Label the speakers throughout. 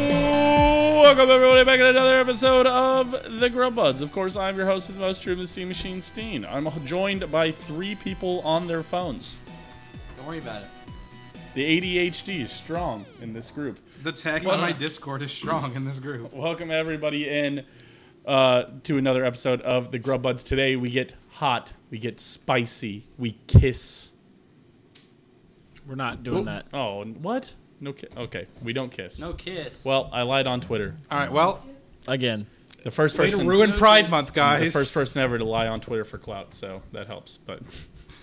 Speaker 1: Welcome everybody back to another episode of the Grub Buds. Of course, I'm your host with the most true of the Steam Machine, Steen. I'm joined by three people on their phones.
Speaker 2: Don't worry about it.
Speaker 1: The ADHD is strong in this group.
Speaker 3: The tag on my Discord is strong in this group.
Speaker 1: Welcome everybody in uh, to another episode of the Grub Buds. Today we get hot, we get spicy, we kiss.
Speaker 4: We're not doing that.
Speaker 1: Oh, and what? No, ki- okay, we don't kiss.
Speaker 2: No kiss.
Speaker 1: Well, I lied on Twitter.
Speaker 3: All right, well,
Speaker 4: Again.
Speaker 1: The first
Speaker 3: way to
Speaker 1: person
Speaker 3: ruin Pride
Speaker 2: Notice.
Speaker 3: Month,
Speaker 1: I'm
Speaker 3: guys.
Speaker 1: the first person ever to lie on Twitter for clout, so that helps. But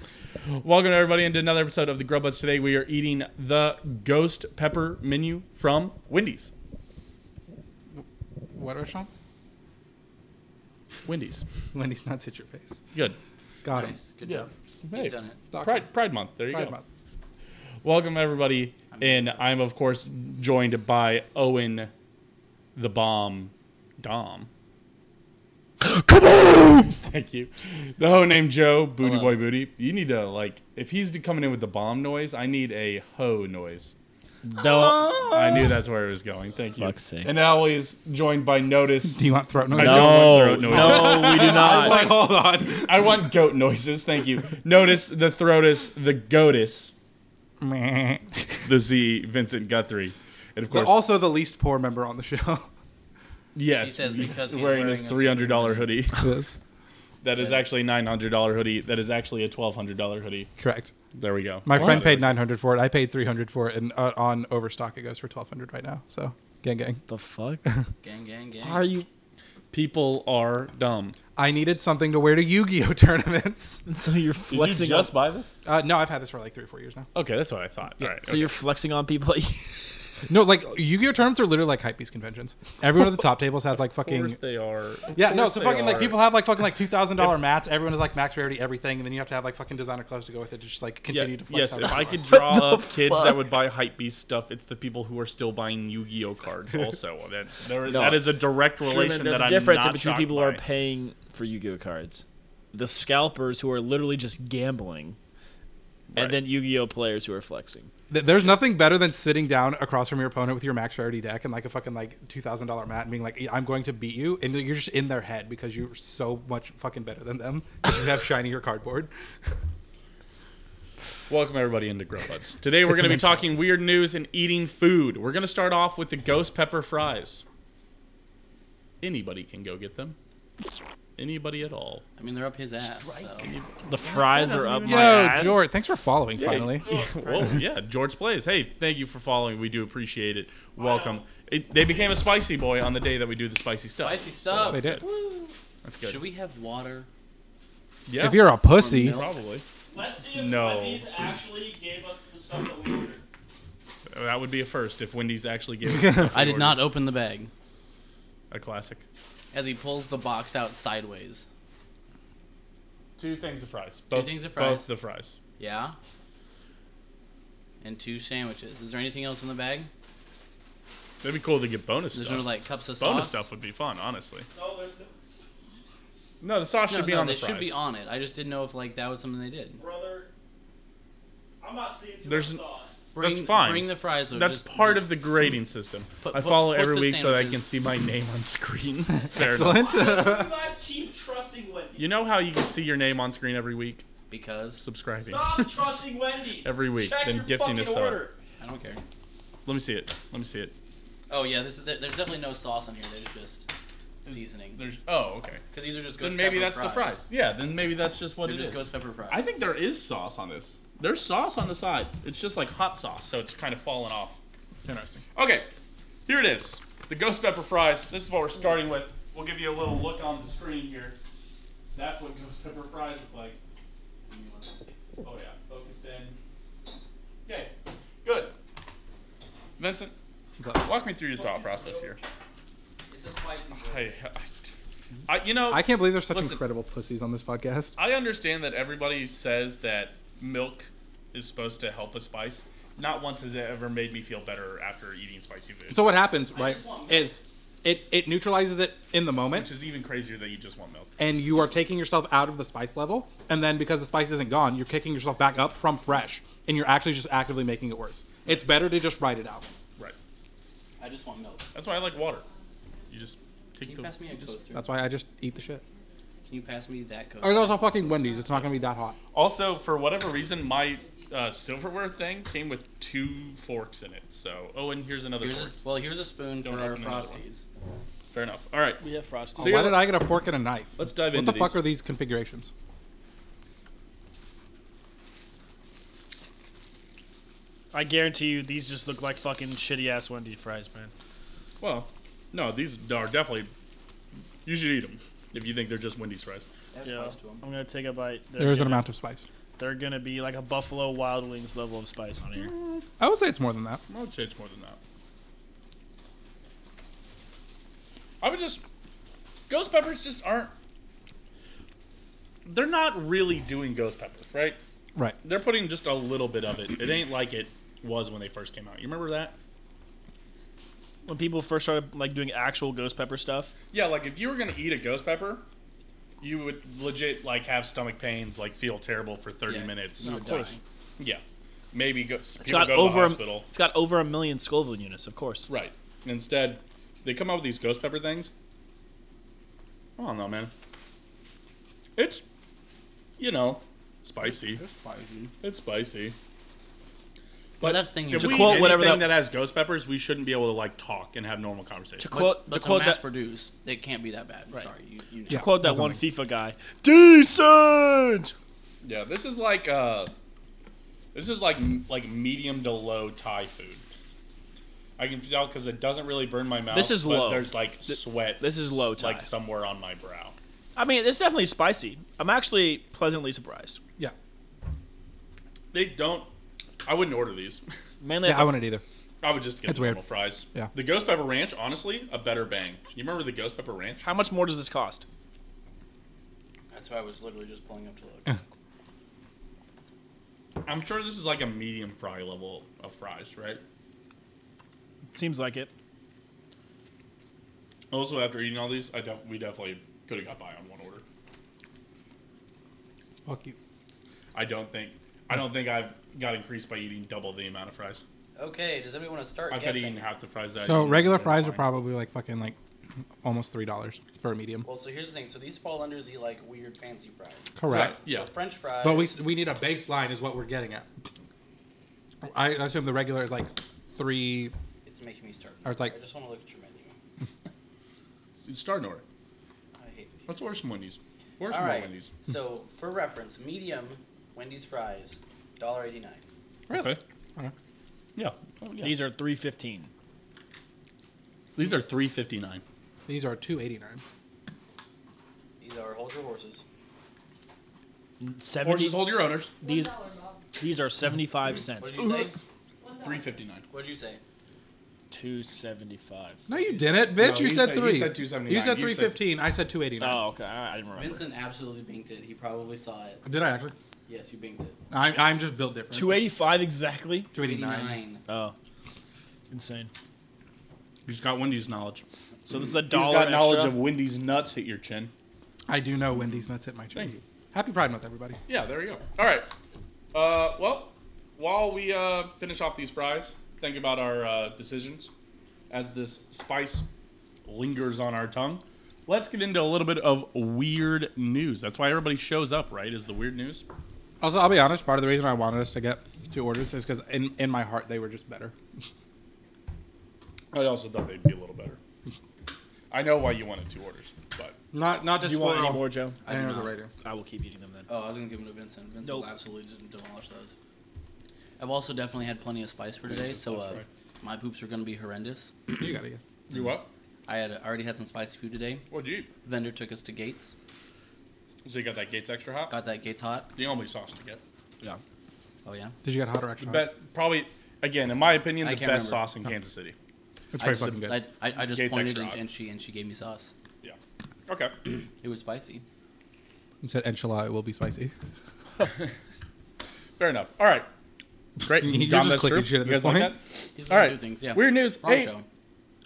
Speaker 1: welcome everybody into another episode of the Grub Buds. Today we are eating the ghost pepper menu from Wendy's.
Speaker 3: What restaurant?
Speaker 1: Wendy's,
Speaker 3: Wendy's, not sit your face.
Speaker 1: good.
Speaker 3: Got him.
Speaker 2: nice.
Speaker 1: um,
Speaker 2: Good
Speaker 1: Yeah.
Speaker 2: job.
Speaker 1: Hey.
Speaker 2: He's done it.
Speaker 3: Doctor.
Speaker 1: Pride Pride Month. There you
Speaker 3: Pride
Speaker 1: go.
Speaker 3: Month.
Speaker 1: Welcome everybody, and I'm of course joined by Owen, the bomb, Dom. Come on! Thank you. The hoe named Joe Booty
Speaker 4: Hello.
Speaker 1: Boy Booty. You need to like if he's coming in with the bomb noise, I need a hoe noise.
Speaker 4: Don't.
Speaker 1: I knew that's where it was going. Thank you.
Speaker 4: Fuck's sake.
Speaker 1: And now he's joined by Notice.
Speaker 3: Do you want throat noise?
Speaker 4: No,
Speaker 1: throat noise.
Speaker 4: no, we do not.
Speaker 3: Like, hold on.
Speaker 1: I want goat noises. Thank you. Notice the throatus, the goatus,
Speaker 3: Meh.
Speaker 1: the Z, Vincent Guthrie. And of
Speaker 3: But
Speaker 1: course,
Speaker 3: also the least poor member on the show.
Speaker 1: yes,
Speaker 2: He says because he's
Speaker 1: wearing his
Speaker 2: wearing a
Speaker 1: $300 hoodie.
Speaker 3: Yes.
Speaker 1: That is
Speaker 2: Yes.
Speaker 1: actually $900 hoodie. That is actually a $1,200 hoodie.
Speaker 3: Correct.
Speaker 1: There we go.
Speaker 3: My friend
Speaker 1: Whatever.
Speaker 3: paid 900 for it. I paid 300 for it, and uh, on Overstock it goes for 1200 right now. So, gang, gang.
Speaker 4: The fuck?
Speaker 2: Gang, gang, gang.
Speaker 4: Are you
Speaker 1: People are dumb.
Speaker 3: I needed something to wear to Yu-Gi-Oh tournaments.
Speaker 4: so you're flexing on-
Speaker 1: buy this?
Speaker 3: Uh, no, I've had this for like three or four years now.
Speaker 1: Okay, that's what I thought. All right.
Speaker 4: So you're flexing on people.
Speaker 3: No, like Yu-Gi-Oh tournaments are literally like hypebeast conventions. Everyone at the top tables has like
Speaker 1: okay. Of course
Speaker 3: fucking
Speaker 1: they are. Of
Speaker 3: Yeah, no,
Speaker 1: course
Speaker 3: so
Speaker 1: they
Speaker 3: fucking like
Speaker 1: are.
Speaker 3: people have like fucking like two thousand dollar mats. Everyone is like max rarity everything, and then you have to have like fucking designer clothes to go with it. to Just like
Speaker 1: Yeah,
Speaker 3: continue to
Speaker 1: yes,
Speaker 3: flex. on
Speaker 1: if
Speaker 3: it.
Speaker 1: I could draw up kids that
Speaker 4: fuck?
Speaker 1: would buy hypebeast stuff, it's the people who are still buying Yu-Gi-Oh cards. Also, that there is,
Speaker 4: No.
Speaker 1: that is a direct
Speaker 4: Sherman,
Speaker 1: relation
Speaker 4: there's
Speaker 1: that
Speaker 4: a
Speaker 1: I'm
Speaker 4: difference
Speaker 1: not
Speaker 4: between
Speaker 1: shocked
Speaker 4: people who are
Speaker 1: by.
Speaker 4: paying for Yu-Gi-Oh cards, the scalpers who are literally just gambling,
Speaker 1: Right.
Speaker 4: and then Yu-Gi-Oh players who are flexing.
Speaker 3: Th- There's nothing better than sitting down across from your opponent with your max rarity deck and like a fucking like two thousand dollar mat and being like, "I'm going to beat you," and you're just in their head because you're so much fucking better than them. 'cause You have shinier cardboard.
Speaker 1: Welcome everybody into Grow Buds. Today we're going to be talking weird news and eating food. We're going to start off with the ghost pepper fries. Anybody can go get them. Anybody at all.
Speaker 2: I mean, they're up his ass. So.
Speaker 4: The fries are up my
Speaker 3: Yo,
Speaker 4: ass.
Speaker 3: Jort, thanks for following. Finally,
Speaker 1: Whoa, yeah, George plays. Hey, thank you for following. We do appreciate it. Welcome. It, they became a spicy boy on the day that we do the spicy stuff.
Speaker 2: Spicy
Speaker 1: So
Speaker 2: stuff.
Speaker 3: they did.
Speaker 1: that's good.
Speaker 2: Should we have water?
Speaker 1: yeah.
Speaker 3: If you're a pussy,
Speaker 2: Or milk?
Speaker 1: Probably.
Speaker 5: Let's see if
Speaker 1: No.
Speaker 5: Wendy's actually gave us the stuff that we ordered.
Speaker 1: That would be a first if Wendy's actually gave us stuff we
Speaker 2: I did
Speaker 1: ordered.
Speaker 2: not open the bag.
Speaker 1: A classic.
Speaker 2: As he pulls the box out sideways.
Speaker 1: Two things of fries.
Speaker 2: Two
Speaker 1: Both,
Speaker 2: things of
Speaker 1: Both
Speaker 2: fries.
Speaker 1: the fries.
Speaker 2: Yeah. And two sandwiches. Is there anything else in the bag?
Speaker 1: That'd be cool to get bonus
Speaker 2: Is
Speaker 1: stuff.
Speaker 2: there like cups of sauce?
Speaker 1: bonus stuff would be fun, honestly.
Speaker 5: No, there's no.
Speaker 1: No, the sauce
Speaker 2: No,
Speaker 1: should be
Speaker 2: no,
Speaker 1: on
Speaker 2: they
Speaker 1: the fries.
Speaker 2: should be on it. I just didn't know if like that was something they did.
Speaker 5: Brother, I'm not seeing too
Speaker 1: There's
Speaker 5: much
Speaker 1: n-
Speaker 5: sauce.
Speaker 2: Bring,
Speaker 1: fine.
Speaker 2: Bring the fries. Though.
Speaker 1: That's
Speaker 2: just,
Speaker 1: part of the grading system.
Speaker 2: Put-
Speaker 1: I
Speaker 2: put-
Speaker 1: follow
Speaker 2: put
Speaker 1: every
Speaker 2: the
Speaker 1: week so that I
Speaker 2: sandwiches-
Speaker 1: can see my name on screen. Fair enough.
Speaker 3: excellent.
Speaker 5: You guys keep trusting Wendy's.
Speaker 1: You know how you can see your name on screen every week?
Speaker 2: because
Speaker 1: Subscribing.
Speaker 5: Stop trusting Wendy's.
Speaker 1: Every week,
Speaker 5: Check
Speaker 1: then
Speaker 5: your
Speaker 1: gifting
Speaker 5: fucking
Speaker 1: us up.
Speaker 5: order.
Speaker 2: I don't care.
Speaker 1: Let me see it. Let me see it.
Speaker 2: Oh yeah, this is, there- there's definitely no sauce on here. There's just seasoning.
Speaker 1: There's oh okay.
Speaker 2: Because these are just ghost
Speaker 1: Then maybe
Speaker 2: pepper
Speaker 1: that's
Speaker 2: fries.
Speaker 1: the fries. Yeah. Then maybe that's just what
Speaker 2: They're
Speaker 1: it
Speaker 2: just
Speaker 1: is.
Speaker 2: ghost pepper fries.
Speaker 1: I think there is sauce on this. There's sauce on the sides. It's just like hot sauce, so it's kind of falling off.
Speaker 3: Interesting.
Speaker 1: Okay, here it is. The ghost pepper fries. This is what we're starting with. We'll give you a little look on the screen here. That's what ghost pepper fries look like. Oh yeah, focused in. Okay, good. Vincent, walk me through your thought process here.
Speaker 2: it's a spicy.
Speaker 1: I, I, I- you know,
Speaker 3: I can't believe there's such
Speaker 1: Listen.
Speaker 3: incredible pussies on this podcast.
Speaker 1: I understand that everybody says that milk is supposed to help with spice. Not once has it ever made me feel better after eating spicy food.
Speaker 3: So what happens, right,
Speaker 2: just want milk.
Speaker 3: is it it neutralizes it in the
Speaker 1: which
Speaker 3: moment,
Speaker 1: is even crazier that you just want milk.
Speaker 3: and you are taking yourself out of the spice level, and then because the spice isn't gone, you're kicking yourself back up from fresh, and you're actually just actively making it worse. It's better to just write it out.
Speaker 1: Right.
Speaker 2: I just want milk.
Speaker 1: That's why I like water. You just take
Speaker 2: Can you
Speaker 1: the.
Speaker 2: pass me a
Speaker 1: you just-
Speaker 2: coaster?
Speaker 3: That's why I just eat the shit.
Speaker 2: Can you pass me that coaster?
Speaker 3: Or it's also fucking Wendy's. It's not gonna be that hot.
Speaker 1: Also, for whatever reason, my uh, silverware thing came with two forks in it. So, oh, and here's another
Speaker 2: Here's
Speaker 1: fork.
Speaker 2: a, well, here's a spoon
Speaker 1: Don't
Speaker 2: for our
Speaker 1: open another one.
Speaker 2: frosties.
Speaker 1: Fair enough. All right.
Speaker 4: We have frosty.
Speaker 1: So
Speaker 3: Why
Speaker 1: you're-
Speaker 3: did I get a fork and a knife?
Speaker 4: Let's dive
Speaker 3: what
Speaker 4: into
Speaker 3: the fuck
Speaker 4: these.
Speaker 3: are these configurations?
Speaker 6: I guarantee you, these just look like fucking shitty ass Wendy's fries, man.
Speaker 1: Well, no, these are definitely. You should eat them if you think they're just Wendy's fries.
Speaker 2: That's
Speaker 6: Yeah,
Speaker 2: spice to 'em.
Speaker 6: I'm gonna take a bite. They're
Speaker 3: There is an
Speaker 6: gonna,
Speaker 3: amount of spice.
Speaker 6: They're gonna be like a Buffalo Wild Wings level of spice on here.
Speaker 3: I would say it's more than that.
Speaker 1: I would say it's more than that. I would just. Ghost peppers just aren't. They're not really doing ghost peppers, right?
Speaker 3: Right.
Speaker 1: They're putting just a little bit of it. It ain't like it was when they first came out. You remember that?
Speaker 6: When people first started like doing actual ghost pepper stuff,
Speaker 1: Yeah, like if you were gonna eat a ghost pepper, you would legit like have stomach pains, like feel terrible for thirty
Speaker 2: Yeah,
Speaker 1: minutes.
Speaker 2: you would die.
Speaker 1: Yeah, maybe go,
Speaker 6: it's
Speaker 1: people
Speaker 6: got
Speaker 1: go to
Speaker 6: over a-
Speaker 1: the hospital.
Speaker 6: it's got over a million Scoville units, of course.
Speaker 1: Right. Instead, they come out with these ghost pepper things. I don't know, man. It's, you know, spicy.
Speaker 2: They're spicy.
Speaker 1: It's spicy.
Speaker 2: But that's the thing.
Speaker 1: If
Speaker 2: you-
Speaker 1: we
Speaker 6: quote
Speaker 1: eat
Speaker 6: whatever
Speaker 1: anything
Speaker 6: that-
Speaker 1: that has ghost peppers, we shouldn't be able to like talk and have normal conversation.
Speaker 6: To
Speaker 2: but-
Speaker 6: quote,
Speaker 2: but
Speaker 6: to quote
Speaker 2: mass
Speaker 6: that,
Speaker 2: produce, it can't be that bad. I'm
Speaker 6: Right.
Speaker 2: Sorry, you, you know.
Speaker 6: to quote that
Speaker 3: that's
Speaker 6: one
Speaker 3: something.
Speaker 6: FIFA guy, decent.
Speaker 1: Yeah, this is like uh, this is like like medium to low Thai food. I can tell because it doesn't really burn my mouth.
Speaker 6: This is
Speaker 1: but
Speaker 6: low.
Speaker 1: There's like sweat.
Speaker 6: This is low Thai.
Speaker 1: like somewhere on my brow.
Speaker 6: I mean, it's definitely spicy. I'm actually pleasantly surprised.
Speaker 3: Yeah.
Speaker 1: They don't. I wouldn't order these.
Speaker 6: Mainly,
Speaker 3: Yeah,
Speaker 6: if
Speaker 3: I
Speaker 6: I-
Speaker 3: wouldn't either.
Speaker 1: I would just get
Speaker 3: It's
Speaker 1: the normal
Speaker 3: weird.
Speaker 1: fries.
Speaker 3: Yeah.
Speaker 1: The ghost pepper ranch, honestly, a better bang. You remember the ghost pepper ranch?
Speaker 6: How much more does this cost?
Speaker 2: That's why I was literally just pulling up to look.
Speaker 1: I'm sure this is like a medium fry level of fries, right?
Speaker 6: Seems like it.
Speaker 1: Also, after eating all these, I def- we definitely could have got by on one order.
Speaker 3: Fuck you.
Speaker 1: I don't think. I don't think I've got increased by eating double the amount of fries.
Speaker 2: okay, does everybody want to start
Speaker 1: I could have eaten
Speaker 2: guessing?
Speaker 1: half the fries. That I
Speaker 3: So
Speaker 1: eat,
Speaker 3: regular
Speaker 1: and it's
Speaker 3: fries are
Speaker 1: fine.
Speaker 3: probably like fucking like almost three dollars for a medium.
Speaker 2: Well, so here's the thing. So these fall under the like weird fancy fries.
Speaker 3: Correct.
Speaker 1: Right, Yeah.
Speaker 2: So French fries.
Speaker 3: But we we need a baseline is what we're getting at. I assume the regular is like three.
Speaker 2: It's making me start.
Speaker 3: Or it's like-
Speaker 2: I just want to look at your menu.
Speaker 1: It's Start an order.
Speaker 2: I hate it.
Speaker 1: Let's order some Wendy's. Order
Speaker 2: All
Speaker 1: some more
Speaker 2: right.
Speaker 1: Wendy's.
Speaker 2: so for reference, medium Wendy's fries, dollar eighty nine.
Speaker 3: Really?
Speaker 1: Okay. Yeah. Oh, yeah. These
Speaker 6: These are three fifteen.
Speaker 1: these are three fifty nine.
Speaker 3: These are two eighty nine.
Speaker 2: These are hold your horses.
Speaker 1: Or
Speaker 6: Seventy.
Speaker 1: just hold your owners.
Speaker 6: These these are seventy five cents.
Speaker 2: What did you say?
Speaker 1: Three fifty nine.
Speaker 2: What did you say?
Speaker 6: Two seventy five.
Speaker 3: No, you didn't, bitch.
Speaker 1: No,
Speaker 3: you
Speaker 1: he
Speaker 3: said
Speaker 1: said- he
Speaker 3: three.
Speaker 1: said 279.
Speaker 3: You said
Speaker 1: You
Speaker 3: three
Speaker 1: said-
Speaker 3: fifteen. I said two eighty nine.
Speaker 6: Oh, okay. I, I didn't remember.
Speaker 2: Vincent absolutely binked it. He probably saw it.
Speaker 3: Did I actually?
Speaker 2: Yes, you binked it.
Speaker 3: I, I'm just built different.
Speaker 6: Two eighty five exactly.
Speaker 3: Two eighty nine.
Speaker 6: Oh, insane.
Speaker 1: He's got Wendy's knowledge.
Speaker 6: So this is a
Speaker 1: He's
Speaker 6: dollar
Speaker 1: got knowledge
Speaker 6: extra.
Speaker 1: of Wendy's nuts hit your chin.
Speaker 3: I do know Wendy's nuts hit my chin.
Speaker 1: Thank you.
Speaker 3: Happy Pride Month, everybody.
Speaker 1: Yeah, there you go. All right. Uh, well, while we uh, finish off these fries, think about our uh, decisions as this spice lingers on our tongue. Let's get into a little bit of weird news. That's why everybody shows up, right? Is the weird news?
Speaker 3: Also, I'll be honest. Part of the reason I wanted us to get two orders is because in in my heart they were just better.
Speaker 1: I also thought they'd be a little better. I know why you wanted two orders, but
Speaker 3: Not not just
Speaker 6: you want any more, Joe?
Speaker 3: I don't know the rating.
Speaker 6: I will keep eating them then.
Speaker 2: Oh, I was gonna give them to Vincent. Vincent
Speaker 6: Nope.
Speaker 2: will absolutely just demolish those. I've also definitely had plenty of spice for today, so uh,
Speaker 1: that's right.
Speaker 2: my poops are gonna be horrendous.
Speaker 3: You gotta guess.
Speaker 1: you what?
Speaker 2: I had already had some spicy food today.
Speaker 1: What'd you eat?
Speaker 2: Vendor took us to Gates.
Speaker 1: So you got that Gates extra hot?
Speaker 2: Got that Gates hot.
Speaker 1: The only sauce to get.
Speaker 6: Yeah.
Speaker 2: Oh yeah.
Speaker 3: Did you get hot or extra? hot?
Speaker 1: Bet, probably, again, in my opinion, the
Speaker 2: I
Speaker 1: best
Speaker 2: can't remember.
Speaker 1: sauce in Kansas City.
Speaker 3: It's
Speaker 2: I
Speaker 3: pretty
Speaker 2: just,
Speaker 3: fucking good.
Speaker 2: I, I, I just
Speaker 1: Gates
Speaker 2: pointed
Speaker 1: extra
Speaker 2: and,
Speaker 1: hot.
Speaker 2: and she and she gave me sauce.
Speaker 1: Yeah. Okay.
Speaker 2: It was spicy.
Speaker 3: You said enchilada will be spicy.
Speaker 1: Fair enough. All right. Great.
Speaker 3: You're
Speaker 1: Dom,
Speaker 3: just
Speaker 1: that's
Speaker 3: clicking
Speaker 1: true.
Speaker 3: shit at
Speaker 1: You
Speaker 3: this
Speaker 1: guys like
Speaker 3: point.
Speaker 1: that?
Speaker 2: He's
Speaker 1: All
Speaker 2: gonna
Speaker 1: right.
Speaker 2: do things. Yeah.
Speaker 1: Weird news.
Speaker 2: Wrong
Speaker 1: Hey,
Speaker 2: show.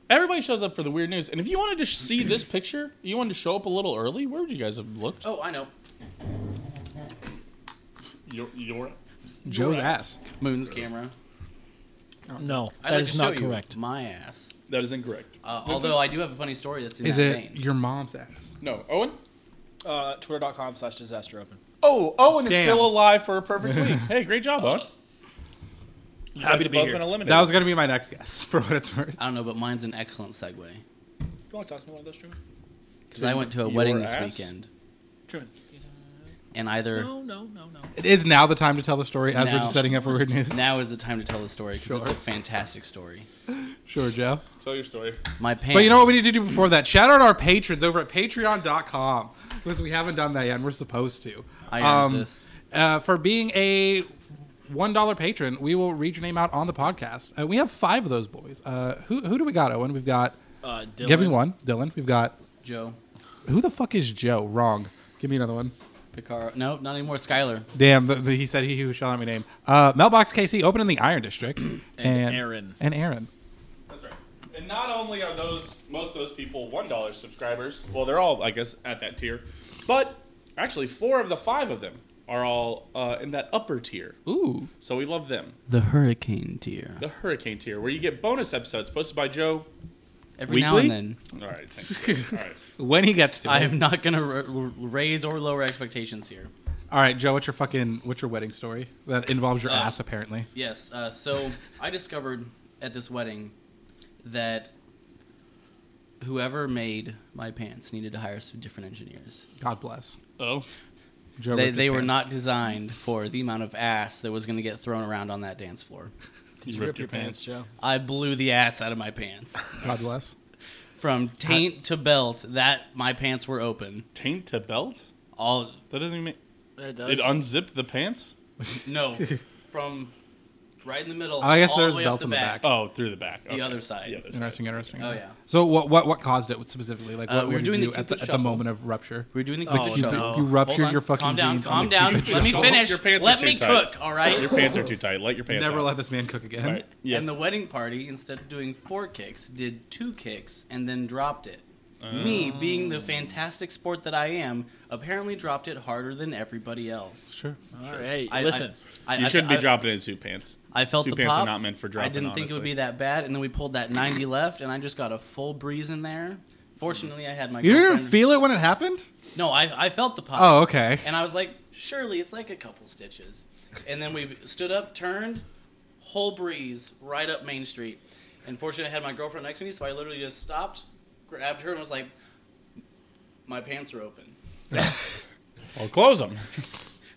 Speaker 1: everybody shows up for the weird news. And if you wanted to sh- see this picture, you wanted to show up a little early, where would you guys have looked?
Speaker 2: Oh, I know.
Speaker 1: Your, your
Speaker 3: Joe's ass.
Speaker 2: Moon's camera.
Speaker 4: No,
Speaker 2: I'd
Speaker 4: that
Speaker 2: like
Speaker 4: is
Speaker 2: to
Speaker 4: not
Speaker 2: show you
Speaker 4: correct.
Speaker 2: my ass.
Speaker 1: That is incorrect.
Speaker 2: Uh, although I do have a funny story that's in
Speaker 3: Is
Speaker 2: that
Speaker 3: it
Speaker 2: vein.
Speaker 3: your mom's ass?
Speaker 1: No, Owen.
Speaker 4: Uh, Twitter.com slash disaster open.
Speaker 1: Oh, Owen is
Speaker 3: Damn.
Speaker 1: still alive for a perfect week. hey, great job, Owen. You guys
Speaker 4: Happy to
Speaker 1: have
Speaker 4: be
Speaker 1: both
Speaker 4: here.
Speaker 1: Been eliminated.
Speaker 3: That was gonna be my next guess, for what it's worth.
Speaker 2: I don't know, but mine's an excellent segue
Speaker 4: You want to toss me one of those, Truman?
Speaker 2: because I went to a
Speaker 1: Your
Speaker 2: wedding this
Speaker 1: ass?
Speaker 2: weekend,
Speaker 4: Truman.
Speaker 2: and either
Speaker 4: No, no, no, no.
Speaker 3: It is now the time to tell the story as we're
Speaker 2: Now.
Speaker 3: just setting up for weird news.
Speaker 2: now is the time to tell the story because it's a
Speaker 3: Sure.
Speaker 2: fantastic story.
Speaker 3: Sure, Joe.
Speaker 1: Tell your story.
Speaker 2: My pants.
Speaker 3: But you know what we need to do before that? Shout out our patrons over at patreon.com because we haven't done that yet and we're supposed to.
Speaker 2: I earned this.
Speaker 3: Uh, for being a $1 patron, we will read your name out on the podcast. Uh, we have five of those boys. Uh, who, who do we got, Owen? We've got,
Speaker 4: Uh, Dylan.
Speaker 3: give me one, Dylan. We've got,
Speaker 2: Joe
Speaker 3: who the fuck is Joe? Wrong. Give me another one.
Speaker 2: Picaro. No, not anymore. Skylar.
Speaker 3: Damn, the, the, he said he who shall not be named. Uh, Mailbox KC, open in the Iron District. and,
Speaker 4: Aaron.
Speaker 3: And Aaron.
Speaker 1: That's right. And not only are those most of those people one dollar subscribers, well, they're all I guess at that tier, but actually four of the five of them are all uh, in that upper tier.
Speaker 3: Ooh.
Speaker 1: So we love them.
Speaker 2: The hurricane tier.
Speaker 1: The hurricane tier, where you get bonus episodes posted by Joe.
Speaker 2: Every now
Speaker 1: Weekly?
Speaker 2: and then,
Speaker 1: All right, thanks. Joe. all right.
Speaker 3: When he gets to
Speaker 2: I
Speaker 3: it.
Speaker 2: am not gonna r- r- raise or lower expectations here.
Speaker 3: All right, Joe, what's your fucking, what's your wedding story that involves
Speaker 2: Uh,
Speaker 3: your ass, apparently?
Speaker 2: Yes. Uh, so I discovered at this wedding that whoever made my pants needed to hire some different engineers.
Speaker 3: God bless.
Speaker 1: Oh,
Speaker 3: Joe
Speaker 2: They,
Speaker 3: ripped his
Speaker 2: they were
Speaker 3: pants.
Speaker 2: not designed for the amount of ass that was going to get thrown around on that dance floor.
Speaker 4: Did you rip your pants, Joe?
Speaker 2: I blew the ass out of my pants.
Speaker 3: God bless.
Speaker 2: From taint to belt, that my pants were open.
Speaker 1: taint to belt?
Speaker 2: All
Speaker 1: That doesn't even mean
Speaker 4: It
Speaker 1: it unzipped the pants.
Speaker 2: no, from right in the middle.
Speaker 3: I guess
Speaker 2: all
Speaker 3: there's
Speaker 2: the way
Speaker 3: belt
Speaker 2: up the
Speaker 3: in the
Speaker 2: back.
Speaker 1: Oh, through the back.
Speaker 2: The other side.
Speaker 1: The other side.
Speaker 3: Interesting, interesting.
Speaker 2: Oh yeah,
Speaker 3: So what what what caused it specifically? Like
Speaker 2: Uh,
Speaker 3: what
Speaker 2: we were
Speaker 3: were
Speaker 2: doing
Speaker 3: you
Speaker 2: the
Speaker 3: do
Speaker 2: Cupid
Speaker 3: at, the, at the
Speaker 2: shuffle.
Speaker 3: moment of rupture?
Speaker 2: we were doing the
Speaker 4: Oh,
Speaker 2: Cupid
Speaker 4: you-
Speaker 2: shuffle.
Speaker 4: no.
Speaker 3: You ruptured
Speaker 2: Hold on.
Speaker 3: your fucking
Speaker 2: Calm down,
Speaker 3: jeans on
Speaker 2: calm
Speaker 3: the
Speaker 2: down.
Speaker 3: Cupid
Speaker 2: Let me
Speaker 3: shuffle.
Speaker 2: finish.
Speaker 1: Your pants are
Speaker 2: Let
Speaker 1: too
Speaker 2: me
Speaker 1: tight.
Speaker 2: cook. All right.
Speaker 1: Your pants are too tight. Let your pants.
Speaker 3: Never
Speaker 1: out.
Speaker 3: let this man cook again.
Speaker 1: All right. Yes.
Speaker 2: And the wedding party, instead of doing four kicks, did two kicks and then dropped it.
Speaker 1: Oh.
Speaker 2: Me, being the fantastic sport that I am, apparently dropped it harder than everybody else.
Speaker 3: Sure.
Speaker 4: All right, hey,
Speaker 2: I,
Speaker 4: listen.
Speaker 2: I, I,
Speaker 1: you
Speaker 2: I-
Speaker 1: shouldn't
Speaker 2: I-
Speaker 1: be dropping it in suit pants.
Speaker 2: I felt
Speaker 1: Suit
Speaker 2: the
Speaker 1: pants
Speaker 2: pop.
Speaker 1: are not meant for
Speaker 2: I
Speaker 1: dropping,
Speaker 2: didn't think it would
Speaker 1: honestly.
Speaker 2: be that bad, and then we pulled that 90 left, and I just got a full breeze in there. Fortunately, I had my.
Speaker 3: You didn't
Speaker 2: girlfriend-
Speaker 3: feel it when it happened?
Speaker 2: No, I, I felt the pop.
Speaker 3: Oh, okay.
Speaker 2: And I was like, surely it's like a couple stitches. And then we stood up, turned, whole breeze right up Main Street. And fortunately, I had my girlfriend next to me, so I literally just stopped, grabbed her, and was like, my pants are open.
Speaker 1: Well, close them.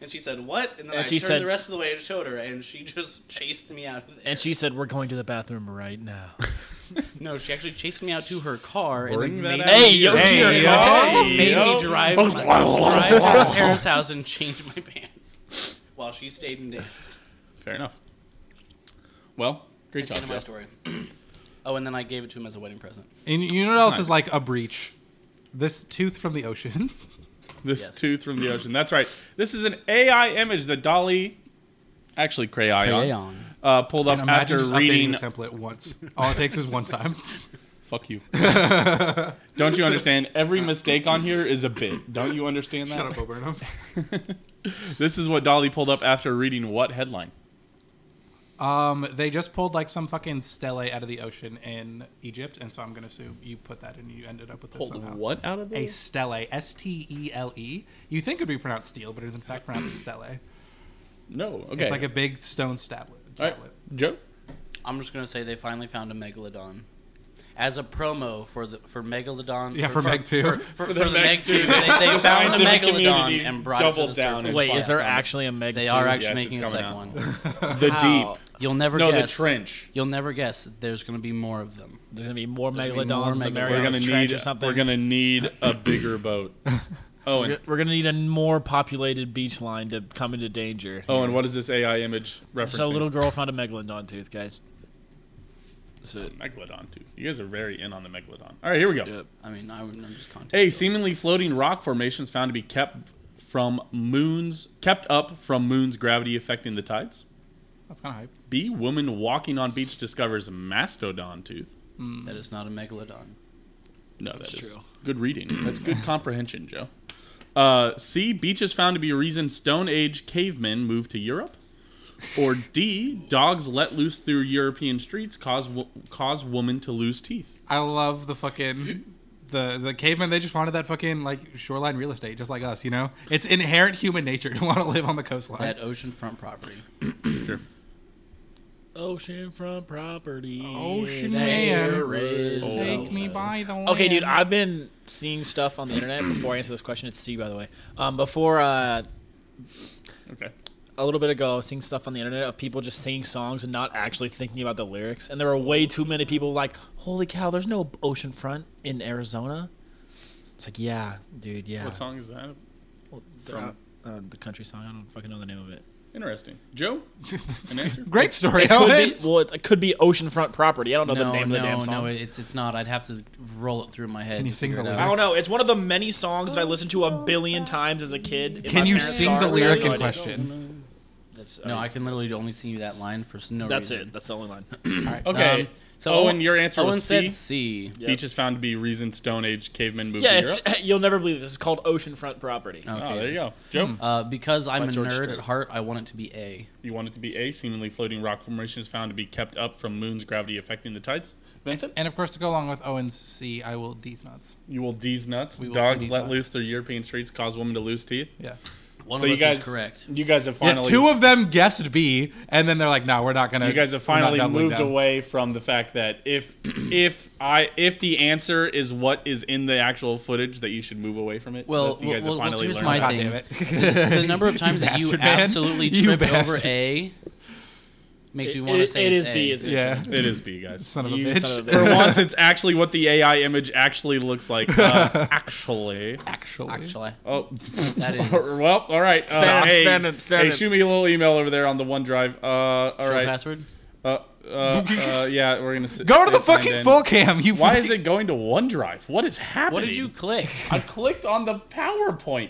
Speaker 2: And she said, what? And then
Speaker 4: And
Speaker 2: I
Speaker 4: she
Speaker 2: turned
Speaker 4: said-
Speaker 2: the rest of the way and showed her, and she just chased me out of there.
Speaker 4: And she said, we're going to the bathroom right now.
Speaker 2: no, she actually chased me out to her car
Speaker 1: Bring
Speaker 2: and then
Speaker 1: that out
Speaker 2: made,
Speaker 4: Hey,
Speaker 1: here.
Speaker 4: yo,
Speaker 3: Hey,
Speaker 4: dear
Speaker 3: yo.
Speaker 4: God.
Speaker 1: Hey,
Speaker 2: made
Speaker 1: yo.
Speaker 2: me drive, drive to her parents' house and change my pants while she stayed and danced.
Speaker 1: Fair enough. Well, great
Speaker 2: It's the
Speaker 1: job,
Speaker 2: end of
Speaker 1: Joe.
Speaker 2: my story. oh, and then I gave it to him as a wedding present.
Speaker 3: And you know what else
Speaker 1: Nice.
Speaker 3: is like a breach? This tooth from the ocean.
Speaker 1: This
Speaker 2: Yes.
Speaker 1: tooth from the ocean. That's right. This is an AI image that Dolly, actually Crayon, uh, pulled up
Speaker 3: And
Speaker 1: after
Speaker 3: imagine just
Speaker 1: reading.
Speaker 3: updating the template once. All it takes is one time.
Speaker 1: Fuck you. Don't you understand? Every mistake on here is a bit. Don't you understand that?
Speaker 3: Shut up, Bo Burnham.
Speaker 1: This is what Dolly pulled up after reading what headline?
Speaker 3: Um, they just pulled like some fucking stele out of the ocean in Egypt, and so I'm gonna assume you put that in and you ended up with this
Speaker 1: Pulled
Speaker 3: somehow.
Speaker 1: what out of
Speaker 3: A
Speaker 1: this?
Speaker 3: stele, S T E L E. You think it would be pronounced steel, but it is in fact pronounced stele.
Speaker 1: No. Okay.
Speaker 3: It's like a big stone tablet.
Speaker 1: All right.
Speaker 3: tablet.
Speaker 1: Joe.
Speaker 2: I'm just gonna say they finally found a megalodon. As a promo for the for megalodon,
Speaker 3: Yeah, for Meg 2.
Speaker 2: for, for, for the Meg
Speaker 1: Meg
Speaker 2: two, they,
Speaker 1: 2.
Speaker 2: they
Speaker 1: The
Speaker 2: found a
Speaker 1: scientific
Speaker 2: megalodon
Speaker 1: community
Speaker 2: and brought it to the
Speaker 1: doubled down
Speaker 2: surface.
Speaker 1: and
Speaker 4: Wait, is there
Speaker 2: Yeah.
Speaker 4: actually a Meg
Speaker 2: They
Speaker 4: two?
Speaker 2: are
Speaker 1: Yes,
Speaker 2: actually
Speaker 1: it's
Speaker 2: making a
Speaker 1: coming
Speaker 2: second
Speaker 1: out.
Speaker 2: one.
Speaker 1: The
Speaker 4: How?
Speaker 1: deep.
Speaker 2: You'll never
Speaker 1: No,
Speaker 2: guess.
Speaker 1: the trench.
Speaker 2: You'll never guess. There's gonna be more of them.
Speaker 4: There's gonna be more
Speaker 2: gonna be more
Speaker 4: megalodons in the
Speaker 1: We're
Speaker 2: megalodons.
Speaker 4: Marianas
Speaker 1: gonna
Speaker 4: Trench
Speaker 1: need.
Speaker 4: or something.
Speaker 1: We're gonna need a bigger boat. Oh, and
Speaker 4: We're- we're gonna need a more populated beach line to come into danger.
Speaker 1: oh, and what is this AI image referencing?
Speaker 4: So little girl found a megalodon tooth, guys. So
Speaker 1: megalodon tooth. You guys are very in on the megalodon. All right, here we go.
Speaker 4: yep.
Speaker 2: I mean, I, would- I'm just contacting.
Speaker 1: A seemingly floating rock formations found to be kept from moons kept up from moon's gravity affecting the tides.
Speaker 3: That's kind of hype.
Speaker 1: B woman walking on beach discovers mastodon tooth.
Speaker 2: That is not a megalodon.
Speaker 1: No, that's
Speaker 4: That's true.
Speaker 1: Good reading. That's good comprehension, Joe. Uh, C. Beach is found to be a reason Stone Age cavemen moved to Europe. Or D, dogs let loose through European streets cause wo- cause woman to lose teeth.
Speaker 3: I love the fucking the the cavemen. They just wanted that fucking like shoreline real estate, just like us. You know, it's inherent human nature to want to live on the coastline.
Speaker 2: That oceanfront property.
Speaker 1: Sure.
Speaker 7: Oceanfront property.
Speaker 3: Ocean
Speaker 7: There
Speaker 3: man,
Speaker 7: is
Speaker 3: take me
Speaker 7: ocean.
Speaker 3: by the.
Speaker 7: Okay, dude,
Speaker 3: land.
Speaker 7: I've been seeing stuff on the internet before I answer this question. It's C, by the way. Um, before uh,
Speaker 1: Okay.
Speaker 7: a little bit ago, I was seeing stuff on the internet of people just singing songs and not actually thinking about the lyrics. And there were way too many people like, holy cow, there's no oceanfront in Arizona. It's like, yeah, dude, yeah.
Speaker 1: What song is that?
Speaker 7: Well, the-
Speaker 1: from?
Speaker 7: uh, the country song. I don't fucking know the name of it.
Speaker 1: Interesting. Joe, an answer?
Speaker 3: Great story.
Speaker 7: It could be, well, it, it could be oceanfront property. I don't know the name
Speaker 2: no,
Speaker 7: of the damn song.
Speaker 2: no, it's it's not. I'd have to roll it through my head.
Speaker 3: Can you
Speaker 2: to
Speaker 3: sing
Speaker 2: figure
Speaker 3: the
Speaker 2: it out.
Speaker 7: I don't know. It's one of the many songs that I listened to a billion times as a kid. in
Speaker 3: Can
Speaker 7: my
Speaker 3: you
Speaker 7: parents'
Speaker 3: sing
Speaker 7: car.
Speaker 3: the
Speaker 7: I have
Speaker 3: lyric
Speaker 7: no
Speaker 3: in
Speaker 7: idea.
Speaker 3: question?
Speaker 7: That's,
Speaker 2: No,
Speaker 7: mean,
Speaker 2: I can literally only sing you that line for no
Speaker 7: That's
Speaker 2: reason.
Speaker 7: it. That's the only line.
Speaker 1: Okay.
Speaker 2: Um,
Speaker 1: so Owen, your answer
Speaker 2: Owen
Speaker 1: was C.
Speaker 2: said C.
Speaker 7: Yep.
Speaker 1: Beach is found to be reason Stone Age cavemen moved
Speaker 7: yeah,
Speaker 1: to
Speaker 7: it's,
Speaker 1: Europe.
Speaker 7: you'll never believe this. It's called oceanfront property.
Speaker 2: Okay.
Speaker 1: Oh, there you go. Joe,
Speaker 2: Uh, because I'm
Speaker 7: By
Speaker 2: a
Speaker 7: George
Speaker 2: nerd
Speaker 7: Strait.
Speaker 2: at heart, I want it to be A.
Speaker 1: you want it to be A. Seemingly floating rock formation is found to be kept up from moon's gravity affecting the tides. Vincent,
Speaker 3: And of course, to go along with Owen's C, I will D's nuts.
Speaker 1: you will D's nuts.
Speaker 3: We will
Speaker 1: Dogs
Speaker 3: say D's
Speaker 1: let
Speaker 3: nuts.
Speaker 1: loose their European streets cause women to lose teeth.
Speaker 3: Yeah.
Speaker 2: One
Speaker 1: so
Speaker 2: of
Speaker 1: you
Speaker 2: us
Speaker 1: guys,
Speaker 2: is correct.
Speaker 1: you guys have finally,
Speaker 3: two of them guessed B, and then they're like, "No, we're not gonna."
Speaker 1: you guys have
Speaker 3: we're not
Speaker 1: finally
Speaker 3: doubling
Speaker 1: moved
Speaker 3: down."
Speaker 1: away from the fact that if, if I, if the answer is what is in the actual footage, that you should move away from it.
Speaker 2: Well,
Speaker 1: That's- you guys
Speaker 2: well,
Speaker 1: have
Speaker 2: well,
Speaker 1: finally
Speaker 2: here's
Speaker 1: learned.
Speaker 2: my
Speaker 1: that.
Speaker 3: God
Speaker 2: thing.
Speaker 3: damn it.
Speaker 2: The number of times that you
Speaker 3: bastard, man.
Speaker 2: absolutely
Speaker 3: You
Speaker 2: tripped
Speaker 3: bastard.
Speaker 2: over A makes me
Speaker 7: It-
Speaker 2: want to
Speaker 7: it-
Speaker 2: say
Speaker 7: it
Speaker 2: it's
Speaker 7: is
Speaker 2: A.
Speaker 7: B, isn't it?
Speaker 3: Yeah.
Speaker 1: It is B, guys.
Speaker 3: Son of a
Speaker 7: You
Speaker 3: bitch.
Speaker 7: son of a
Speaker 1: For
Speaker 7: bitch.
Speaker 1: once, it's actually what the AI image actually looks like. Uh, actually.
Speaker 3: Actually.
Speaker 2: Actually,
Speaker 1: Oh,
Speaker 2: that is.
Speaker 1: well, all right. Uh,
Speaker 6: Spam,
Speaker 1: hey,
Speaker 6: spam it, spam
Speaker 1: hey,
Speaker 6: it.
Speaker 1: shoot me a little email over there on the OneDrive. Uh, all
Speaker 2: Show
Speaker 1: right.
Speaker 2: password.
Speaker 1: Uh, uh, uh, yeah, we're gonna sit,
Speaker 3: Go to the
Speaker 1: it's signed
Speaker 3: fucking
Speaker 1: in.
Speaker 3: full cam. You.
Speaker 1: Why
Speaker 3: fucking-
Speaker 1: is it going to OneDrive? What is happening?
Speaker 2: What did you click?
Speaker 1: I clicked on the PowerPoint.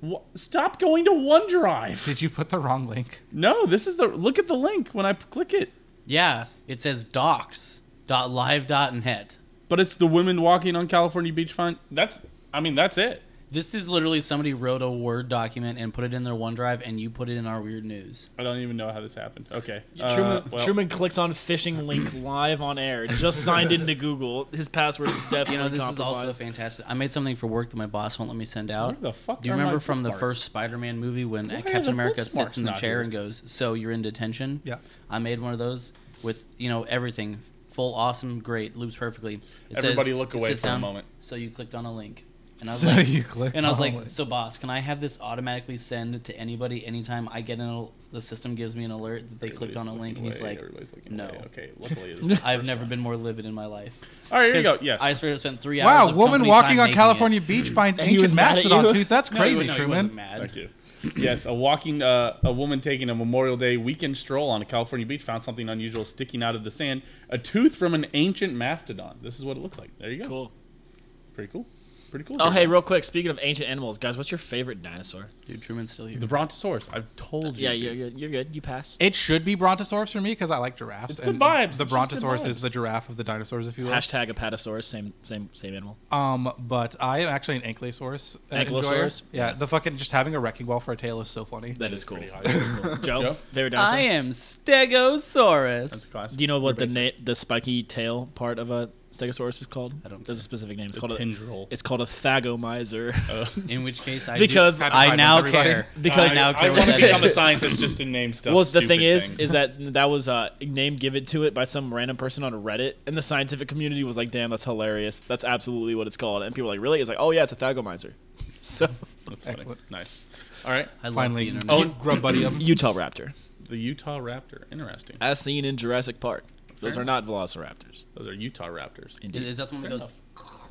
Speaker 1: Wha- Stop going to OneDrive.
Speaker 3: Did you put the wrong link?
Speaker 1: No, this is the look at the link when I p- click it.
Speaker 2: Yeah, it says docs.live.net.
Speaker 1: But it's the women walking on California Beach font. That's I mean that's it.
Speaker 2: This is literally somebody wrote a Word document and put it in their OneDrive, and you put it in our weird news.
Speaker 1: I don't even know how this happened. Okay. Uh,
Speaker 6: Truman-
Speaker 3: uh,
Speaker 1: well,
Speaker 6: Truman clicks on phishing link live on air. Just signed into Google. His password is definitely
Speaker 2: You know, this is
Speaker 6: compromised.
Speaker 2: also fantastic. I made something for work that my boss won't let me send out.
Speaker 1: Where the fuck
Speaker 2: Do you
Speaker 1: are my
Speaker 2: remember from the
Speaker 1: bookmarks?
Speaker 2: first Spider-Man movie when
Speaker 1: are the
Speaker 2: Captain America
Speaker 1: bookmarks
Speaker 2: sits in the
Speaker 1: not
Speaker 2: chair
Speaker 1: here?
Speaker 2: and goes, "So you're in detention?"
Speaker 3: Yeah.
Speaker 2: I made one of those with you know everything, full awesome, great, loops perfectly. It says,
Speaker 1: Everybody look
Speaker 2: it
Speaker 1: away
Speaker 2: sits
Speaker 1: for a
Speaker 2: down,
Speaker 1: moment.
Speaker 2: So you clicked on a link, and I was
Speaker 3: So
Speaker 2: like,
Speaker 3: you clicked
Speaker 2: and I was
Speaker 3: on a
Speaker 2: like,
Speaker 3: link.
Speaker 2: so boss, can I have this automatically send to anybody anytime I get an? The system gives me an alert that they clicked on a
Speaker 1: everybody's
Speaker 2: link, and
Speaker 1: looking
Speaker 2: he's
Speaker 1: away,
Speaker 2: like,
Speaker 1: everybody's looking
Speaker 2: "No."
Speaker 1: away. Okay, luckily it is.
Speaker 2: I've never been more livid in my life.
Speaker 1: All right, here you go.
Speaker 2: 'Cause
Speaker 1: Yes.
Speaker 2: I straight up spent three hours.
Speaker 3: Wow,
Speaker 2: of
Speaker 3: woman
Speaker 2: company
Speaker 3: walking
Speaker 2: time
Speaker 3: on
Speaker 2: making it.
Speaker 3: California beach finds
Speaker 7: he was
Speaker 3: ancient
Speaker 7: mad at you?
Speaker 3: mastodon tooth. That's
Speaker 2: No, he-
Speaker 3: crazy,
Speaker 2: no, he wasn't
Speaker 3: Truman.
Speaker 2: mad.
Speaker 1: Back to you. yes, a walking uh, a woman taking a Memorial Day weekend stroll on a California beach found something unusual sticking out of the sand, a tooth from an ancient mastodon. This is what it looks like. There you go.
Speaker 7: Cool.
Speaker 1: Pretty cool. Pretty cool.
Speaker 7: Oh,
Speaker 1: Here,
Speaker 7: hey,
Speaker 1: guys.
Speaker 7: real quick. Speaking of ancient animals, guys, what's your favorite dinosaur?
Speaker 2: Dude, Truman's still here.
Speaker 1: the Brontosaurus. I've told you.
Speaker 7: Yeah, you're, you're, you're good. You passed.
Speaker 3: It should be Brontosaurus for me because I like giraffes.
Speaker 1: It's good vibes.
Speaker 3: The
Speaker 1: It's just good
Speaker 3: Brontosaurus is
Speaker 1: vibes.
Speaker 3: the giraffe of the dinosaurs, if you will.
Speaker 7: Hashtag apatosaurus. Same same same animal.
Speaker 3: Um, but I am actually an ankylosaurus. uh, enjoyer.
Speaker 7: Ankylosaurus?
Speaker 3: Yeah, the fucking just having a wrecking ball for a tail is so funny.
Speaker 7: that is, cool.
Speaker 1: pretty high.
Speaker 7: Cool. Joe,
Speaker 1: Joe?
Speaker 7: favorite dinosaur.
Speaker 2: I am Stegosaurus.
Speaker 1: That's classic.
Speaker 7: Do you know what the
Speaker 1: Everybody's-
Speaker 7: na- the spiky tail part of a stegosaurus is called? I
Speaker 2: don't
Speaker 7: There's a specific name. It's
Speaker 1: The
Speaker 7: called
Speaker 1: tendril.
Speaker 7: a. It's called a thagomizer.
Speaker 1: Oh.
Speaker 2: In which case, I
Speaker 7: Because
Speaker 2: do,
Speaker 7: Happy
Speaker 2: I
Speaker 3: Pride
Speaker 2: now
Speaker 3: Month, everybody.
Speaker 2: care.
Speaker 7: Because-
Speaker 2: I
Speaker 1: I,
Speaker 2: now care what
Speaker 1: want to
Speaker 2: that
Speaker 1: become a
Speaker 2: is.
Speaker 1: scientist just to name stuff.
Speaker 7: well, the thing
Speaker 1: stupid
Speaker 7: is,
Speaker 1: things.
Speaker 7: is that that was uh, named "Give It to It" by some random person on Reddit, and the scientific community was like, "Damn, that's hilarious. That's absolutely what it's called." And people were like, "Really?" It's like, "Oh yeah, it's a thagomizer." So,
Speaker 1: That's funny.
Speaker 3: Excellent.
Speaker 1: Nice. All right.
Speaker 2: I love the
Speaker 3: Finally,
Speaker 2: internet.
Speaker 3: oh, grub buddy. um,
Speaker 7: Utah raptor,
Speaker 1: The Utah Raptor. Interesting.
Speaker 7: as seen in Jurassic Park. Those
Speaker 1: Fair
Speaker 7: are not velociraptors.
Speaker 1: Those are Utah Raptors.
Speaker 2: is, is that the one that goes?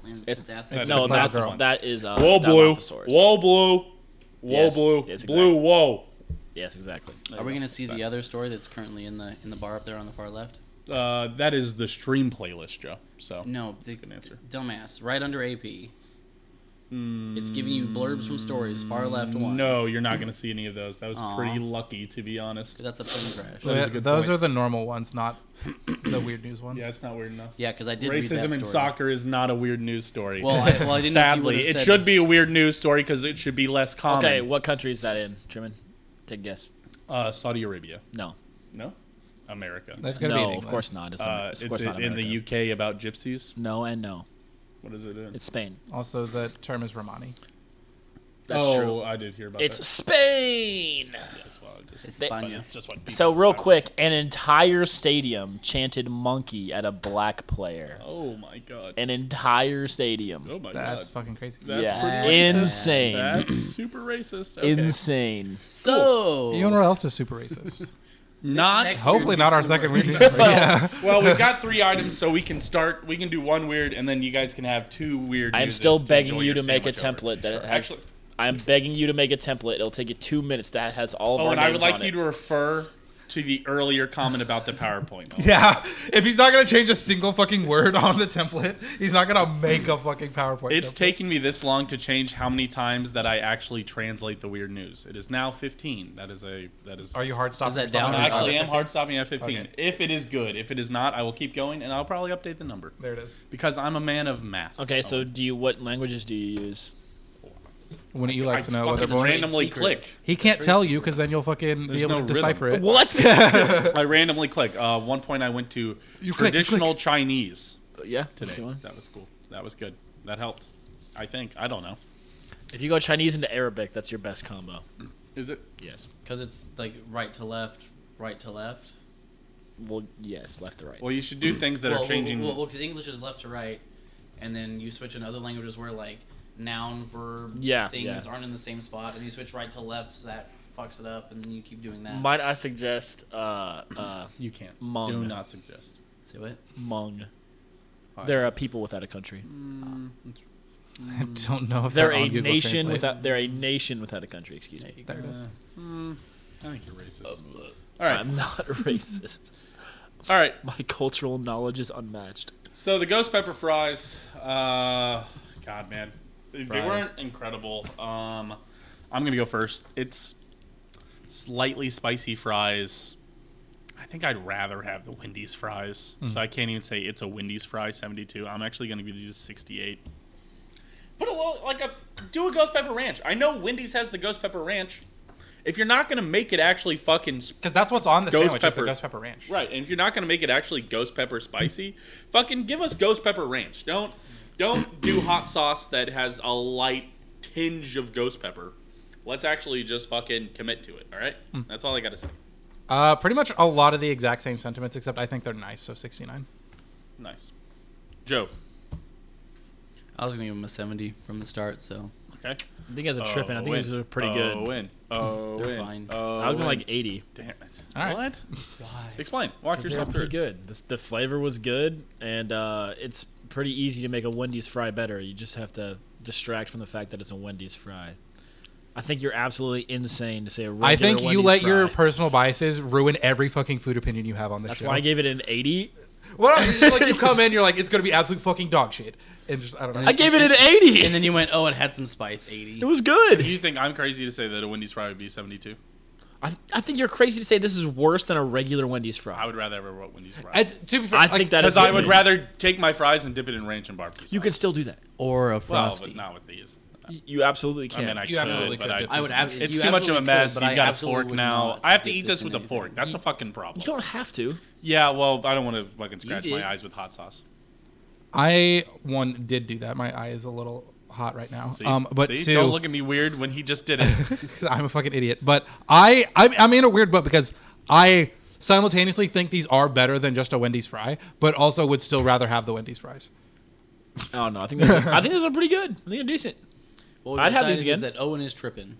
Speaker 2: and It's, it's acid?
Speaker 1: That's
Speaker 7: no,
Speaker 1: the
Speaker 7: that's
Speaker 1: clown girl.
Speaker 7: that is uh,
Speaker 1: Whoa, blue.
Speaker 7: Dilophosaurus.
Speaker 1: Whoa, blue. Whoa,
Speaker 7: Yes,
Speaker 1: blue.
Speaker 7: yes, exactly.
Speaker 1: Blue, whoa.
Speaker 7: Yes, exactly.
Speaker 2: Are we gonna see the other story that's currently in the in the bar up there on the far left?
Speaker 1: Uh, that is the stream playlist, Joe. So
Speaker 2: No, the,
Speaker 1: good answer. Hmm.
Speaker 2: dumbass, right under AP. It's giving you blurbs from stories, far left one.
Speaker 1: No, you're not going to see any of those. That was
Speaker 2: Aw.
Speaker 1: pretty lucky, to be honest.
Speaker 2: That's a plane crash.
Speaker 1: That is a good
Speaker 3: those
Speaker 1: point.
Speaker 3: are the normal ones, not the weird news ones.
Speaker 1: Yeah, it's not weird enough.
Speaker 2: Yeah, because I did read that
Speaker 1: Racism in
Speaker 2: story.
Speaker 1: soccer is not a weird news story.
Speaker 2: Well, I, well, I didn't know if you
Speaker 1: sadly,
Speaker 2: would've
Speaker 1: it
Speaker 2: said
Speaker 1: should be a weird news story because it should be less common.
Speaker 7: Okay, what country is that in, Truman? Take a guess.
Speaker 1: uh, Saudi Arabia.
Speaker 7: No,
Speaker 1: No, America.
Speaker 3: That's gonna
Speaker 7: no,
Speaker 3: be in
Speaker 7: of
Speaker 3: England.
Speaker 7: course not. It's,
Speaker 1: Uh,
Speaker 7: not,
Speaker 1: it's
Speaker 7: of course
Speaker 1: in-
Speaker 7: not
Speaker 1: in
Speaker 7: America.
Speaker 1: the UK about gypsies.
Speaker 7: No and no.
Speaker 1: What is it in?
Speaker 7: It's Spain.
Speaker 3: Also, the term is Romani.
Speaker 7: That's
Speaker 1: oh,
Speaker 7: true.
Speaker 1: I did hear about
Speaker 7: It's
Speaker 1: that.
Speaker 7: Spain.
Speaker 1: That's wild. Just-
Speaker 2: It's
Speaker 7: They-
Speaker 2: Spania.
Speaker 1: it's just what people-
Speaker 7: So real quick, an entire stadium chanted "monkey" at a black player.
Speaker 1: Oh my god.
Speaker 7: An entire stadium.
Speaker 1: Oh my
Speaker 3: That's
Speaker 1: god.
Speaker 3: fucking crazy.
Speaker 1: That's
Speaker 7: yeah,
Speaker 1: pretty racist.
Speaker 7: insane.
Speaker 1: That's super racist. Okay.
Speaker 7: Insane.
Speaker 2: So
Speaker 3: You know what else is super racist?
Speaker 1: Not
Speaker 2: next
Speaker 3: Hopefully,
Speaker 2: weird
Speaker 3: not our
Speaker 2: news
Speaker 3: second
Speaker 2: story.
Speaker 3: weird news. story. yeah.
Speaker 1: well, we've got three items, so we can start. We can do one weird, and then you guys can have two weird.
Speaker 7: I'm
Speaker 1: news
Speaker 7: still
Speaker 1: to
Speaker 7: begging
Speaker 1: enjoy
Speaker 7: you
Speaker 1: your
Speaker 7: to make a
Speaker 1: sandwich over.
Speaker 7: template that it has.
Speaker 1: Actually,
Speaker 7: I'm begging you to make a template. It'll take you two minutes. That has all. Of
Speaker 1: oh,
Speaker 7: our
Speaker 1: and I would
Speaker 7: names
Speaker 1: like
Speaker 7: on
Speaker 1: you
Speaker 7: it.
Speaker 1: to refer to the earlier comment about the PowerPoint.
Speaker 3: Yeah. If he's not gonna change a single fucking word on the template, he's not gonna make a fucking PowerPoint.
Speaker 1: It's
Speaker 3: template.
Speaker 1: taken me this long to change how many times that I actually translate the weird news. It is now 15. That is a that is.
Speaker 3: Are you hard stopping?
Speaker 2: Is that
Speaker 3: or something?
Speaker 2: down?
Speaker 1: I actually am
Speaker 2: 15?
Speaker 1: hard stopping at 15.
Speaker 3: Okay.
Speaker 1: If it is good, if it is not, I will keep going and I'll probably update the number
Speaker 3: There it is.
Speaker 1: because I'm a man of math.
Speaker 7: Okay, so do you? What languages do you use?
Speaker 3: Wouldn't you
Speaker 1: I
Speaker 3: like to know what
Speaker 1: fucking
Speaker 3: they're born?
Speaker 1: randomly
Speaker 2: secret.
Speaker 1: click.
Speaker 3: He can't tell you because then you'll fucking
Speaker 1: There's
Speaker 3: be able
Speaker 1: no
Speaker 3: to decipher it.
Speaker 7: What?
Speaker 1: I randomly click. Uh, one point I went to
Speaker 3: You click, you
Speaker 1: traditional Chinese
Speaker 7: yeah, that's a
Speaker 1: today.
Speaker 7: good one.
Speaker 1: That was cool. That was good. That helped. I think. I don't know.
Speaker 7: If you go Chinese into Arabic, that's your best combo.
Speaker 1: Is it?
Speaker 7: Yes.
Speaker 2: because it's like right to left, right to left.
Speaker 7: Well, yes, left to right.
Speaker 1: Well, you should do things that
Speaker 2: well,
Speaker 1: are changing.
Speaker 2: Well, because English is left to right, and then you switch in other languages where like noun, verb,
Speaker 7: Yeah,
Speaker 2: things
Speaker 7: yeah.
Speaker 2: aren't in the same spot, and you switch right to left, so that fucks it up, and then you keep doing that.
Speaker 7: Might I suggest uh, uh,
Speaker 1: you can't.
Speaker 7: Mung.
Speaker 1: Do not suggest.
Speaker 2: See what?
Speaker 7: Hmong?
Speaker 1: All right.
Speaker 7: They're a people without a country.
Speaker 3: I don't know if
Speaker 7: They're
Speaker 3: that
Speaker 7: a
Speaker 3: on Google
Speaker 7: nation
Speaker 3: Translate.
Speaker 7: without. They're a nation without a country. Excuse me.
Speaker 3: There it is.
Speaker 1: I think you're racist. All right.
Speaker 7: I'm not racist.
Speaker 1: All right.
Speaker 7: My cultural knowledge is unmatched.
Speaker 1: So the ghost pepper fries, uh, God man, they they
Speaker 2: Fries.
Speaker 1: weren't incredible. Um, I'm gonna go first. It's slightly spicy fries. I think I'd rather have the Wendy's fries, so I can't even say it's a Wendy's fry 72. I'm actually gonna give these a 68. Put a little like a do a ghost pepper ranch. I know Wendy's has the ghost pepper ranch. If you're not gonna make it actually fucking sp-
Speaker 3: Because that's what's on the
Speaker 1: Ghost
Speaker 3: sandwich. Is the
Speaker 1: pepper.
Speaker 3: ghost pepper ranch.
Speaker 1: Right, and if you're not gonna make it actually ghost pepper spicy, fucking give us ghost pepper ranch. Don't don't do hot sauce that has a light tinge of ghost pepper. Let's actually just fucking commit to it. All right,
Speaker 7: Hmm.
Speaker 1: that's all I gotta say.
Speaker 3: Uh, pretty much a lot of the exact same sentiments, except I think they're nice. So sixty-nine.
Speaker 1: Nice, Joe.
Speaker 2: I was gonna give him a seventy from the start, so
Speaker 1: Okay,
Speaker 7: I think as a tripping, I think these are pretty
Speaker 1: Oh,
Speaker 7: good.
Speaker 1: win. Oh,
Speaker 2: They're
Speaker 1: win.
Speaker 2: fine.
Speaker 1: Oh,
Speaker 7: I was going
Speaker 1: win.
Speaker 7: like 80.
Speaker 1: damn it.
Speaker 3: All right.
Speaker 1: What? Explain. Walk
Speaker 7: They're
Speaker 1: yourself
Speaker 7: pretty
Speaker 1: through.
Speaker 7: good. This, the flavor was good, and uh, it's pretty easy to make a Wendy's fry better. You just have to distract from the fact that it's a Wendy's fry. I think you're absolutely insane to say a regular
Speaker 3: I think you
Speaker 7: Wendy's
Speaker 3: let
Speaker 7: fry.
Speaker 3: your personal biases ruin every fucking food opinion you have on this
Speaker 7: That's
Speaker 3: show.
Speaker 7: why I gave it an 80.
Speaker 3: Well, it's just like you come in, you're like, it's gonna be absolute fucking dog shit, and just I don't know.
Speaker 7: I gave it an 80.
Speaker 2: and then you went, oh, it had some spice, eighty.
Speaker 7: it was good.
Speaker 1: Do you think I'm crazy to say that a Wendy's fry would be 72?
Speaker 7: I, I think you're crazy to say this is worse than a regular Wendy's
Speaker 1: I
Speaker 7: fry.
Speaker 1: would rather have a Wendy's
Speaker 3: I,
Speaker 1: fry.
Speaker 3: to be fair,
Speaker 7: I think that is
Speaker 1: Because I would
Speaker 7: insane.
Speaker 1: rather take my fries and dip it in ranch and barbecue.
Speaker 7: You
Speaker 1: sauce.
Speaker 7: can still do that.
Speaker 2: Or a
Speaker 1: well,
Speaker 2: frosty.
Speaker 1: but not with these.
Speaker 7: You- You absolutely
Speaker 1: I
Speaker 7: can.
Speaker 1: mean, I
Speaker 3: You
Speaker 1: could,
Speaker 3: absolutely
Speaker 1: but
Speaker 3: could
Speaker 1: I,
Speaker 3: dip
Speaker 2: I would ab-
Speaker 1: It's
Speaker 2: you
Speaker 1: too much of a
Speaker 2: absolutely
Speaker 1: mess.
Speaker 2: could, but
Speaker 1: you
Speaker 2: I
Speaker 1: got a
Speaker 2: absolutely
Speaker 1: fork
Speaker 2: would
Speaker 1: now.
Speaker 2: not
Speaker 1: I have to
Speaker 2: dip
Speaker 1: eat this
Speaker 2: in
Speaker 1: with a
Speaker 2: anything.
Speaker 1: fork. That's a fucking problem.
Speaker 7: you don't have to.
Speaker 1: Yeah, well, I don't want to fucking scratch
Speaker 2: did.
Speaker 1: my eyes with hot sauce.
Speaker 3: I one did do that. My eye is a little hot right now.
Speaker 1: See?
Speaker 3: Um, but
Speaker 1: See?
Speaker 3: 2
Speaker 1: don't look at me weird when he just did it.
Speaker 3: 'Cause I'm a fucking idiot. But I, I'm, I'm in a weird boat because I simultaneously think these are better than just a Wendy's fry, but also would still rather have the Wendy's fries.
Speaker 7: I don't know. Oh, I think those are, I think those are pretty good. I think they're decent.
Speaker 2: What we
Speaker 7: I'd have these
Speaker 2: decided is
Speaker 7: again.
Speaker 2: That Owen is tripping,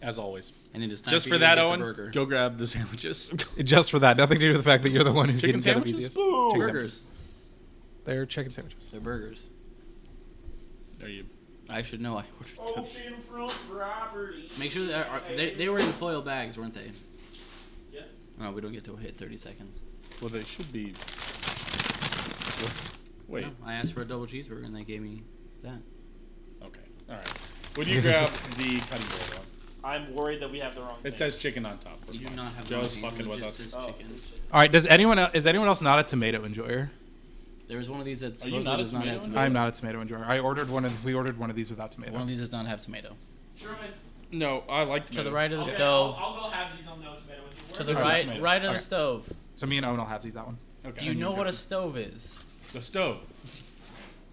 Speaker 1: As always.
Speaker 2: and it is time
Speaker 1: Just
Speaker 2: for,
Speaker 1: for
Speaker 2: you to
Speaker 1: that,
Speaker 2: get the
Speaker 1: Owen,
Speaker 2: burger.
Speaker 1: go grab the sandwiches.
Speaker 3: Just for that, nothing to do with the fact that you're the one who
Speaker 1: Chicken
Speaker 3: didn't get them
Speaker 1: sandwiches?
Speaker 3: easiest.
Speaker 1: Ooh.
Speaker 3: Chicken sandwiches.
Speaker 2: burgers.
Speaker 3: They're chicken sandwiches.
Speaker 2: They're burgers.
Speaker 1: there you
Speaker 2: I should know. I ordered
Speaker 6: Oh,
Speaker 2: them.
Speaker 5: Ocean front property.
Speaker 2: Make sure that are, they, they were in foil bags, weren't they?
Speaker 5: Yeah.
Speaker 2: No, we don't get to hit 30 seconds.
Speaker 1: Well, they should be. Wait.
Speaker 2: No, I asked for a double cheeseburger and they gave me that.
Speaker 1: Okay. All right. Would you grab the cutting board one?
Speaker 5: I'm worried that we have the wrong.
Speaker 1: It says chicken on top. That's
Speaker 2: You do
Speaker 1: fine.
Speaker 2: not have
Speaker 1: Joe's
Speaker 2: Joe's
Speaker 1: fucking with us.
Speaker 5: Oh.
Speaker 2: Chicken.
Speaker 3: All right. Does anyone else, is anyone else not a tomato enjoyer?
Speaker 2: There was one of these that
Speaker 1: you
Speaker 2: supposedly
Speaker 1: not a
Speaker 2: does not have
Speaker 1: tomato
Speaker 2: tomato.
Speaker 3: I'm not a tomato enjoyer. I ordered one. Of, we ordered one of these without
Speaker 2: One
Speaker 3: tomato.
Speaker 2: of these does not have tomato.
Speaker 5: Sherman,
Speaker 1: No, I like
Speaker 8: To
Speaker 1: tomato.
Speaker 8: the right of the
Speaker 5: okay, I'll,
Speaker 8: stove.
Speaker 5: I'll go halvesies on those, man. With
Speaker 8: To the
Speaker 3: This is
Speaker 8: right,
Speaker 3: tomato.
Speaker 8: right of
Speaker 3: Okay.
Speaker 8: the stove.
Speaker 3: So me and Owen will have these. That one.
Speaker 1: Okay.
Speaker 8: Do you know what a stove is?
Speaker 1: the stove?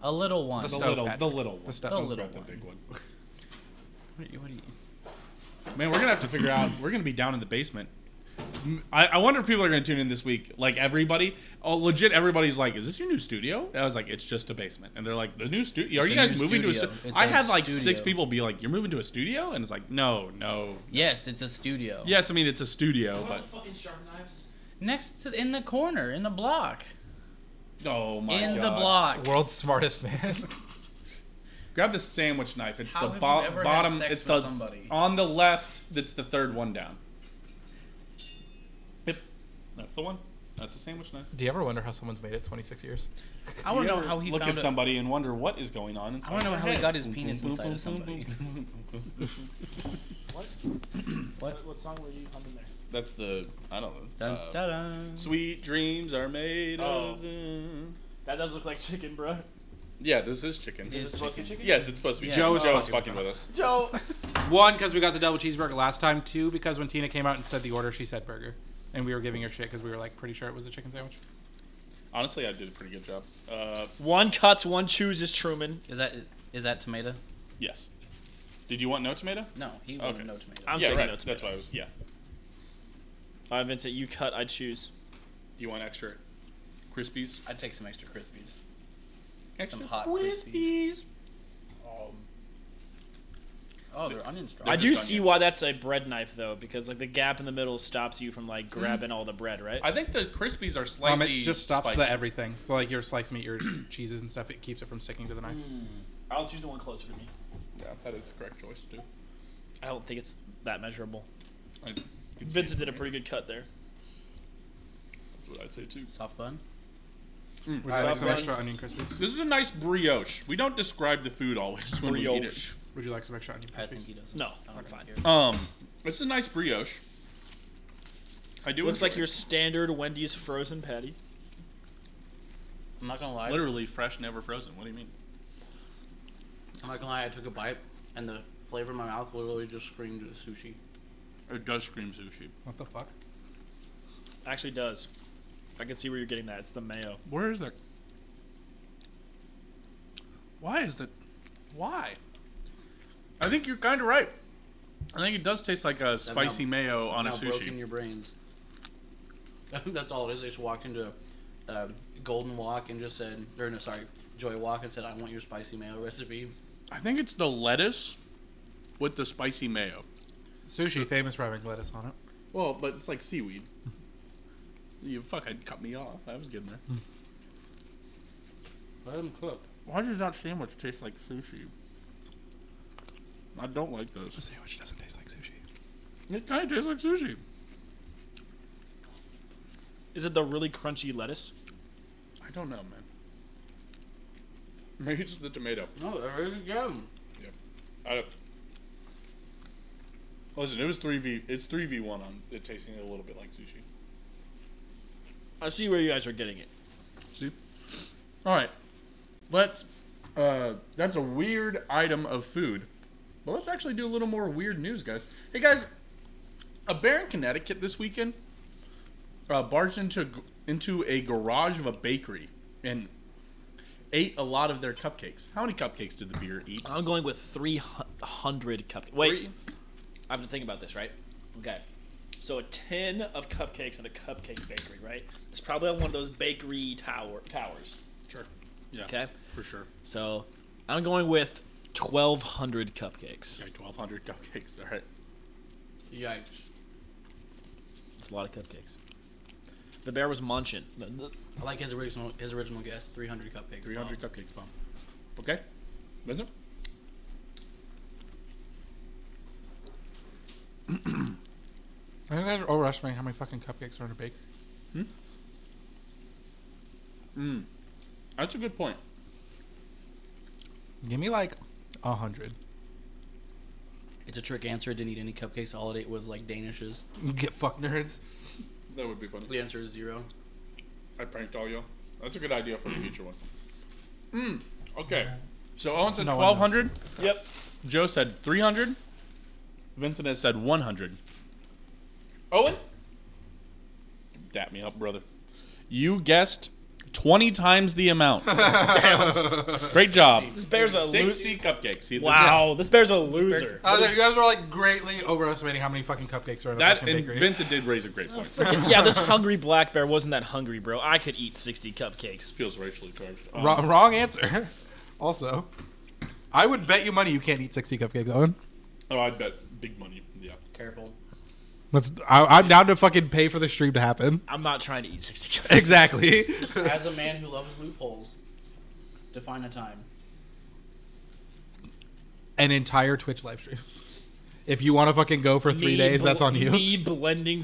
Speaker 8: A little one.
Speaker 3: The
Speaker 1: The
Speaker 3: stove,
Speaker 1: little,
Speaker 3: Patrick.
Speaker 1: the little one.
Speaker 3: The stuff.
Speaker 8: The
Speaker 3: oh,
Speaker 8: little
Speaker 1: Not the
Speaker 8: one.
Speaker 1: big one.
Speaker 8: What do you- what do you-
Speaker 1: Man, we're gonna have to figure out. We're gonna be down in the basement. M- I, I wonder if people are gonna tune in this week. Like everybody, oh legit, everybody's like, "Is this your new studio?" And I was like, "It's just a basement," and they're like, "The new studio? Are
Speaker 2: It's
Speaker 1: you
Speaker 2: a
Speaker 1: guys
Speaker 2: new
Speaker 1: moving to a?"
Speaker 2: studio.
Speaker 1: Stu-?
Speaker 2: It's
Speaker 1: I
Speaker 2: a
Speaker 1: had like six
Speaker 2: studio.
Speaker 1: people be like, "You're moving to a studio?" And it's like, "No, no."
Speaker 2: Yes, it's a studio.
Speaker 1: Yes, I mean it's a studio,
Speaker 5: What
Speaker 1: but
Speaker 5: the fucking sharp knives?
Speaker 8: Next to in the corner, in the block,
Speaker 1: oh my
Speaker 8: in
Speaker 1: god!
Speaker 8: the block.
Speaker 3: World's smartest man.
Speaker 1: Grab the sandwich knife. It's
Speaker 8: How
Speaker 1: the
Speaker 8: have
Speaker 1: bo-
Speaker 8: you ever had
Speaker 1: bottom.
Speaker 8: sex
Speaker 1: it's
Speaker 8: with
Speaker 1: the
Speaker 8: somebody?
Speaker 1: on the left. That's the third one down. Yep, that's the one. That's a sandwich knife.
Speaker 3: Do you ever wonder how someone's made it 26 years?
Speaker 8: I want to know how he
Speaker 1: look
Speaker 8: found
Speaker 1: at
Speaker 8: it.
Speaker 1: somebody and wonder what is going on
Speaker 2: I
Speaker 1: inside.
Speaker 2: want to know
Speaker 1: their
Speaker 2: how he
Speaker 1: head.
Speaker 2: got his penis inside of somebody.
Speaker 5: What? What song were you humming there?
Speaker 1: That's the I don't know.
Speaker 2: Dun,
Speaker 1: uh,
Speaker 2: dun, dun.
Speaker 1: Sweet dreams are made
Speaker 5: Oh.
Speaker 1: of. them.
Speaker 5: That does look like chicken, bro.
Speaker 1: Yeah, this is chicken.
Speaker 5: Is it supposed to be chicken?
Speaker 1: Yes, it's supposed to be.
Speaker 2: Yeah.
Speaker 1: Joe is
Speaker 2: Joe
Speaker 1: fucking, with us.
Speaker 5: Joe.
Speaker 3: One, because we got the double cheeseburger last time. Two, because when Tina came out and said the order, she said burger, and we were giving her shit because we were like pretty sure it was a chicken sandwich.
Speaker 1: Honestly, I did a pretty good job. Uh,
Speaker 6: One cuts, one chooses Truman.
Speaker 2: Is that is that tomato?
Speaker 1: yes. Did you want no tomato?
Speaker 2: No, he
Speaker 1: Okay.
Speaker 2: wanted no tomato.
Speaker 6: I'm
Speaker 1: yeah,
Speaker 6: taking
Speaker 1: right.
Speaker 6: no
Speaker 1: That's
Speaker 6: tomato.
Speaker 1: why I was. Yeah.
Speaker 6: Uh, Vincent, you cut, I choose.
Speaker 1: Do you want extra crispies?
Speaker 2: I'd take some extra crispies,
Speaker 1: Extra
Speaker 2: some hot crispies.
Speaker 1: Um,
Speaker 2: Oh, they're onion straw.
Speaker 6: I
Speaker 1: just
Speaker 6: do
Speaker 1: onions.
Speaker 6: see why that's a bread knife though, because like the gap in the middle stops you from like grabbing all the bread, right?
Speaker 1: I think the crispies are
Speaker 3: Um,
Speaker 1: slightly.
Speaker 3: it just stops
Speaker 1: spicy.
Speaker 3: the everything. So like your sliced meat, your cheeses and stuff, it keeps it from sticking to the knife.
Speaker 5: I'll choose the one closer to me.
Speaker 1: Yeah, that is the correct choice too.
Speaker 6: I don't think it's that measurable.
Speaker 1: I could see
Speaker 6: Vincent
Speaker 1: it
Speaker 6: did a
Speaker 1: from
Speaker 6: pretty good cut there.
Speaker 1: here. That's what I'd say too.
Speaker 2: soft bun.
Speaker 3: Would you like some
Speaker 1: onion?
Speaker 3: extra onion crispies?
Speaker 1: This is a nice brioche. We don't describe the food always when we eat it.
Speaker 3: Would you like some extra onion
Speaker 2: I think
Speaker 3: crispies?
Speaker 2: he doesn't.
Speaker 6: No,
Speaker 2: I don't
Speaker 6: I'm
Speaker 2: really
Speaker 6: fine.
Speaker 2: care.
Speaker 1: Um, this is a nice brioche. I do.
Speaker 6: It looks
Speaker 1: enjoy
Speaker 6: like your standard Wendy's frozen patty.
Speaker 2: I'm not gonna lie.
Speaker 1: literally fresh, never frozen. What do you mean?
Speaker 2: I'm not gonna lie. I took a bite, and the flavor in my mouth literally just screamed sushi.
Speaker 1: It does scream sushi.
Speaker 3: What the fuck?
Speaker 6: Actually does. I can see where you're getting that. It's the mayo.
Speaker 1: Where is that? Why is that? Why? I think you're kind of right. I think it does taste like a spicy mayo on a
Speaker 2: now broken
Speaker 1: sushi.
Speaker 2: your brains. That's all it is. They just walked into a um, Golden Walk and just said, or no, sorry, Joy Walk and said, I want your spicy mayo recipe.
Speaker 1: I think it's the lettuce with the spicy mayo.
Speaker 3: Sushi, famous for having lettuce on it.
Speaker 1: Well, but it's like seaweed. you fucking cut me off. I was getting there.
Speaker 2: Let them cook.
Speaker 1: Why does that sandwich taste like sushi? I don't like
Speaker 3: The
Speaker 1: this.
Speaker 3: sandwich doesn't taste like sushi.
Speaker 1: It kind of tastes like sushi.
Speaker 6: Is it the really crunchy lettuce?
Speaker 1: I don't know, man. Maybe it's the tomato.
Speaker 2: No, there is good.
Speaker 1: I don't. Listen, it was three v. It's three v one on it tasting a little bit like sushi.
Speaker 6: I see where you guys are getting it.
Speaker 1: See. All right, let's. Uh, that's a weird item of food, but let's actually do a little more weird news, guys. Hey guys, a bear in Connecticut this weekend uh, barged into a g- into a garage of a bakery and ate a lot of their cupcakes. How many cupcakes did the bear eat?
Speaker 6: I'm going with 300 cupcakes. Wait,
Speaker 1: Three?
Speaker 6: I have to think about this, right? Okay. So a tin of cupcakes at a cupcake bakery, right? It's probably on one of those bakery tower towers.
Speaker 1: Sure. Yeah.
Speaker 7: Okay.
Speaker 1: For sure.
Speaker 7: So I'm going with 1,200 cupcakes.
Speaker 1: Okay, 1,200 cupcakes. All right.
Speaker 2: Yikes.
Speaker 7: It's a lot of cupcakes. The bear was munching. The- the-
Speaker 2: I like his original his original guess 300 cupcakes.
Speaker 1: 300 cupcakes, bomb. Okay. Vincent?
Speaker 3: I think that's overestimating how many fucking cupcakes are in a bakery.
Speaker 1: That's a good point.
Speaker 3: Give me like a hundred.
Speaker 2: It's a trick answer. It didn't eat any cupcakes. All it ate was like Danishes.
Speaker 3: Get fuck nerds.
Speaker 1: That would be funny.
Speaker 2: The answer is zero.
Speaker 1: I pranked all y'all. That's a good idea for the future one. Mm. Okay. So Owen said
Speaker 3: No one knows.
Speaker 1: 1,200.
Speaker 6: Yep.
Speaker 1: Joe said 300. Vincent has said 100. Owen? Dap me up, brother. You guessed 20 times the amount. Great job.
Speaker 6: This bear's a loser.
Speaker 1: 60 cupcakes. See, this-
Speaker 6: Wow, this bear's a loser.
Speaker 3: I was like, you guys were like greatly overestimating how many fucking cupcakes are in a
Speaker 1: That
Speaker 3: fucking
Speaker 1: and
Speaker 3: bakery.
Speaker 1: Vincent did raise a great point.
Speaker 6: Frickin- yeah, this hungry black bear wasn't that hungry, bro. I could eat 60 cupcakes.
Speaker 1: Feels racially charged. Um,
Speaker 3: Wrong, wrong answer. Also, I would bet you money you can't eat sixty cupcakes, Owen.
Speaker 1: oh, I'd bet big money. Yeah.
Speaker 2: Careful.
Speaker 3: Let's. I, I'm down to fucking pay for the stream to happen.
Speaker 7: I'm not trying to eat 60 cupcakes.
Speaker 3: Exactly.
Speaker 2: As a man who loves loopholes, define a time.
Speaker 3: An entire Twitch live stream. If you want to fucking go for three
Speaker 6: Me
Speaker 3: days,
Speaker 6: bl-
Speaker 3: that's on you.
Speaker 6: Me blending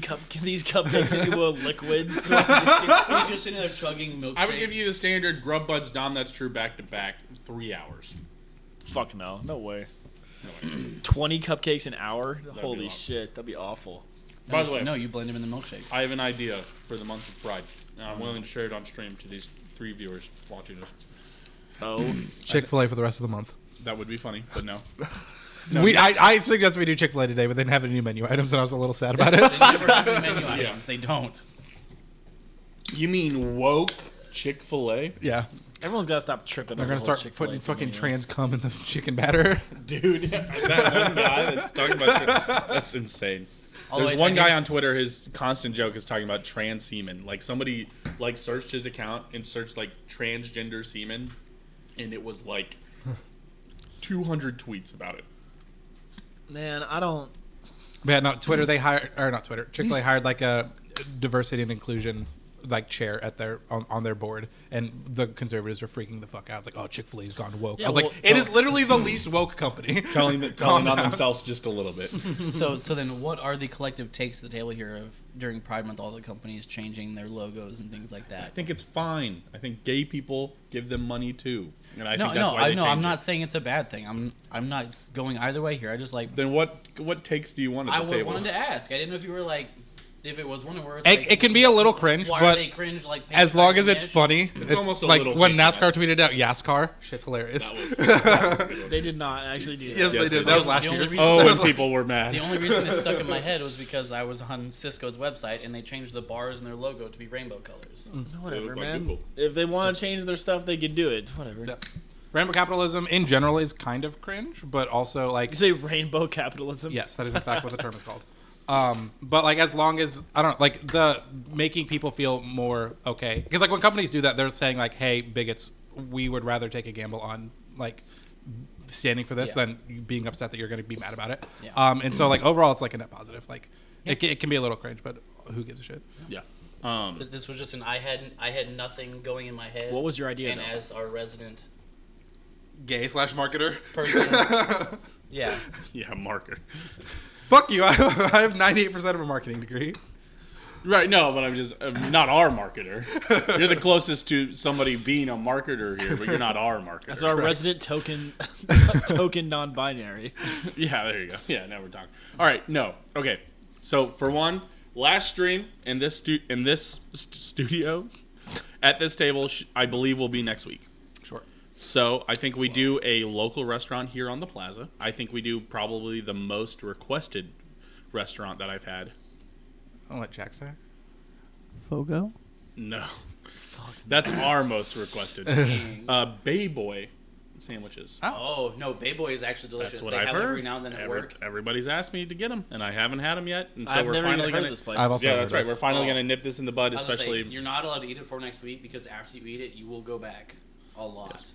Speaker 6: cup- these cupcakes into a liquid. So
Speaker 2: He's just sitting there chugging milkshake.
Speaker 1: I would give you the standard Grub Buds Dom That's True back to back, three hours.
Speaker 7: Fuck no. No way.
Speaker 6: 20 cupcakes an hour?
Speaker 7: Holy
Speaker 1: awful.
Speaker 7: shit. That'd be awful.
Speaker 1: By the way,
Speaker 2: no, you blend him in the milkshakes.
Speaker 1: I have an idea for the month of Pride. And
Speaker 7: Mm.
Speaker 1: I'm willing to share it on stream to these three viewers watching us.
Speaker 7: Oh.
Speaker 3: Chick Fil A for the rest of the month.
Speaker 1: That would be funny, but no.
Speaker 3: we, I, I suggest we do Chick Fil A today, but they didn't have any new menu items, and I was a little sad about it.
Speaker 8: They never have the menu items. They don't.
Speaker 1: You mean woke Chick Fil A?
Speaker 3: yeah,
Speaker 7: Everyone's got to stop tripping.
Speaker 3: they're
Speaker 7: over
Speaker 3: gonna
Speaker 7: the whole
Speaker 3: start
Speaker 7: Chick-fil-A
Speaker 3: putting
Speaker 7: thing
Speaker 3: fucking
Speaker 7: anyway.
Speaker 3: trans cum in the chicken batter.
Speaker 1: Dude, that one guy that's talking about that's insane. There's
Speaker 8: wait,
Speaker 1: one
Speaker 8: I
Speaker 1: guy
Speaker 8: did-
Speaker 1: on Twitter. His constant joke is talking about trans semen. Like somebody like searched his account and searched like transgender semen, and it was like 200 tweets about it.
Speaker 7: Man, I don't.
Speaker 3: Yeah, no, Twitter. They hired, or not Twitter. Chick Fil A hired like a diversity and inclusion like chair at their on, on their board, and the conservatives were freaking the fuck out. I was like, oh, Chick Fil A's gone woke. I was
Speaker 7: well,
Speaker 3: like, it is literally the least woke company.
Speaker 1: Telling the,
Speaker 3: Calm
Speaker 1: telling on
Speaker 3: down.
Speaker 1: themselves just a little bit.
Speaker 2: So, so then, what are the collective takes to the table here of during Pride Month, all the companies changing their logos and things like
Speaker 1: I
Speaker 2: that?
Speaker 1: think it's fine. I think gay people give them money too, and I
Speaker 2: No,
Speaker 1: think that's
Speaker 2: no,
Speaker 1: why
Speaker 2: I
Speaker 1: they
Speaker 2: no. I'm
Speaker 1: change
Speaker 2: not
Speaker 1: It.
Speaker 2: saying it's a bad thing. I'm, I'm not s- going either way here. I just like
Speaker 1: Then what? What takes do you want at
Speaker 2: I
Speaker 1: the
Speaker 2: wa-
Speaker 1: table?
Speaker 2: wanted to ask. I didn't know if you were like, if it was one of words.
Speaker 3: It, it can be a little cringe,
Speaker 2: Why are
Speaker 3: but
Speaker 2: they cringe? Like
Speaker 3: as long as it's
Speaker 2: patriotic-ish?
Speaker 3: funny, it's,
Speaker 1: almost a
Speaker 3: like
Speaker 1: little
Speaker 3: when
Speaker 1: patriotic.
Speaker 3: NASCAR tweeted out "Yascar." Shit's hilarious.
Speaker 7: They did not actually do that.
Speaker 3: yes, they
Speaker 1: they
Speaker 3: did.
Speaker 1: did.
Speaker 3: That was last
Speaker 2: The only
Speaker 3: year's.
Speaker 2: reason-
Speaker 1: oh, and people were mad.
Speaker 2: The only reason it stuck in my head was because I was on Cisco's website and they changed the bars and their logo to be rainbow colors.
Speaker 1: Mm-hmm. They
Speaker 7: Whatever,
Speaker 1: look like
Speaker 7: man.
Speaker 1: Google.
Speaker 7: If they want to change their stuff, they can do it. Whatever.
Speaker 3: Yeah. Rainbow capitalism in general is kind of cringe, but also like
Speaker 7: You say rainbow capitalism.
Speaker 3: Yes, that is in fact what the term is called. Um, but like as long as I don't like the making people feel more okay because like when companies do that, they're saying like, "Hey, bigots, we would rather take a gamble on like standing for this
Speaker 2: Yeah.
Speaker 3: than you being upset that you're going to be mad about it."
Speaker 2: Yeah.
Speaker 3: Um, and so like overall, it's like a net positive. Like it, ca- it can be a little cringe, but who gives a shit?
Speaker 1: Yeah. Um,
Speaker 2: This- This was just an I had I had nothing going in my head.
Speaker 7: What was your idea,
Speaker 2: And
Speaker 7: though?
Speaker 2: as our resident
Speaker 3: Gay slash marketer.
Speaker 2: person, yeah,
Speaker 1: yeah, marker.
Speaker 3: Fuck you! I, I have ninety eight percent of a marketing degree.
Speaker 1: Right, no, but I'm just I'm not our marketer. You're the closest to somebody being a marketer here, but you're not our marketer.
Speaker 7: As our resident token, token non-binary.
Speaker 1: yeah, there you go. Yeah, now we're talking. All right, no, okay. So for one, last stream in this stu- in this st- studio at this table, sh- I believe will be next week.
Speaker 3: Sure.
Speaker 1: So I think we do a local restaurant here on the plaza. I think we do probably the most requested restaurant that I've had.
Speaker 3: I'll let Jack sack.
Speaker 8: Fogo.
Speaker 1: No. That's our most requested. uh, Bay Boy sandwiches.
Speaker 2: Oh no, Bay Boy is actually delicious.
Speaker 1: That's what
Speaker 2: they
Speaker 1: I've
Speaker 2: have
Speaker 1: heard.
Speaker 2: every now and then at
Speaker 1: Every-
Speaker 2: work.
Speaker 1: Everybody's asked me to get them, and I haven't had them yet. And so
Speaker 7: I've
Speaker 1: we're
Speaker 7: never even
Speaker 1: finally
Speaker 7: heard
Speaker 1: gonna.
Speaker 7: of this place.
Speaker 3: I've also
Speaker 1: yeah,
Speaker 3: heard
Speaker 1: that's
Speaker 3: of
Speaker 1: right.
Speaker 3: this.
Speaker 1: We're finally
Speaker 2: Oh.
Speaker 1: gonna nip this in the bud,
Speaker 2: I was gonna say,
Speaker 1: especially.
Speaker 2: you're not allowed to eat it for next week because after you eat it, you will go back a lot.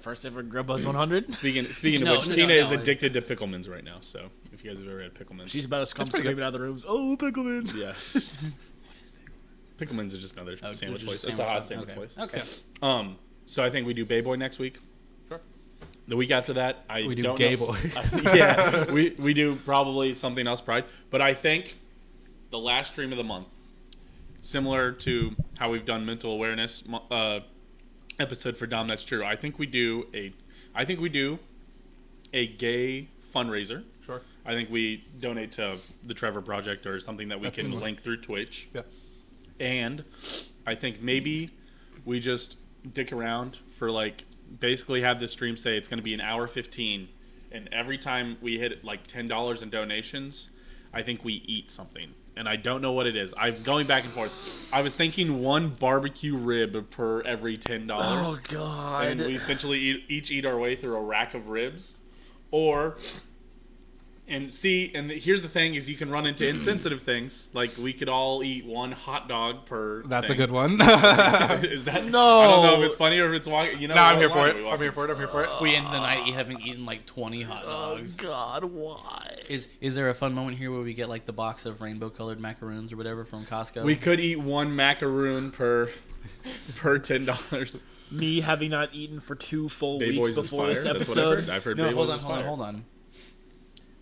Speaker 7: First ever Grubhub's 100.
Speaker 1: speaking speaking
Speaker 2: No,
Speaker 1: of which,
Speaker 2: no, no,
Speaker 1: Tina is
Speaker 2: no.
Speaker 1: addicted to Pickleman's right now. So if you guys have ever had Pickleman's,
Speaker 7: She's about to scum screaming out of the rooms. Oh, Pickleman's.
Speaker 1: yes. Pickleman's is just another sandwich
Speaker 2: Oh, just
Speaker 1: place.
Speaker 2: a
Speaker 1: It's a
Speaker 2: sandwich
Speaker 1: hot
Speaker 2: shop.
Speaker 1: sandwich
Speaker 2: Okay.
Speaker 1: place.
Speaker 2: Okay.
Speaker 1: Um, so I think we do Bay Boy next week.
Speaker 3: Sure.
Speaker 1: The week after that, I
Speaker 3: We do
Speaker 1: don't
Speaker 3: Gay
Speaker 1: know-
Speaker 3: Boy.
Speaker 1: yeah, we we do probably something else Pride, but I think the last stream of the month, similar to how we've done mental awareness mo- uh, episode for Dom. That's true. I think we do a, I think we do a gay fundraiser.
Speaker 3: Sure.
Speaker 1: I think we donate to the Trevor Project or something that we
Speaker 3: That's
Speaker 1: can
Speaker 3: good.
Speaker 1: link through Twitch.
Speaker 3: Yeah.
Speaker 1: And I think maybe we just dick around for like basically have the stream say it's going to be an hour 15 and every time we hit like $10 in donations, I think we eat something. And I don't know what it is. I'm going back and forth. I was thinking one barbecue rib per every $10.
Speaker 7: Oh god.
Speaker 1: And we essentially eat, each eat our way through a rack of ribs, or and see. And here's the thing: is you can run
Speaker 3: Mm-hmm.
Speaker 1: into insensitive things. Like we could all eat one hot dog per.
Speaker 3: That's a
Speaker 1: thing.
Speaker 3: good one. no, I'm
Speaker 1: is that
Speaker 7: No.
Speaker 1: I don't know if it's funny or if it's walking. You know, what
Speaker 3: here
Speaker 1: line
Speaker 3: for
Speaker 1: are
Speaker 3: it.
Speaker 1: we
Speaker 3: I'm here
Speaker 1: walking?
Speaker 3: for it. I'm here for it.
Speaker 2: We end the night having eaten like 20 hot dogs.
Speaker 7: Oh, god, why?
Speaker 2: Is is there a fun moment here where we get like the box of rainbow colored macaroons or whatever from Costco?
Speaker 1: We could eat one macaroon per per ten dollars.
Speaker 7: Me having not eaten for two full
Speaker 1: Bay Boys
Speaker 7: weeks
Speaker 1: is
Speaker 7: before
Speaker 1: fire.
Speaker 7: this
Speaker 1: That's what I've
Speaker 7: episode.
Speaker 1: heard. I've heard
Speaker 2: no,
Speaker 1: Bay
Speaker 2: hold
Speaker 1: Boys
Speaker 2: on,
Speaker 1: is
Speaker 2: hold on,
Speaker 1: fire.
Speaker 2: hold on.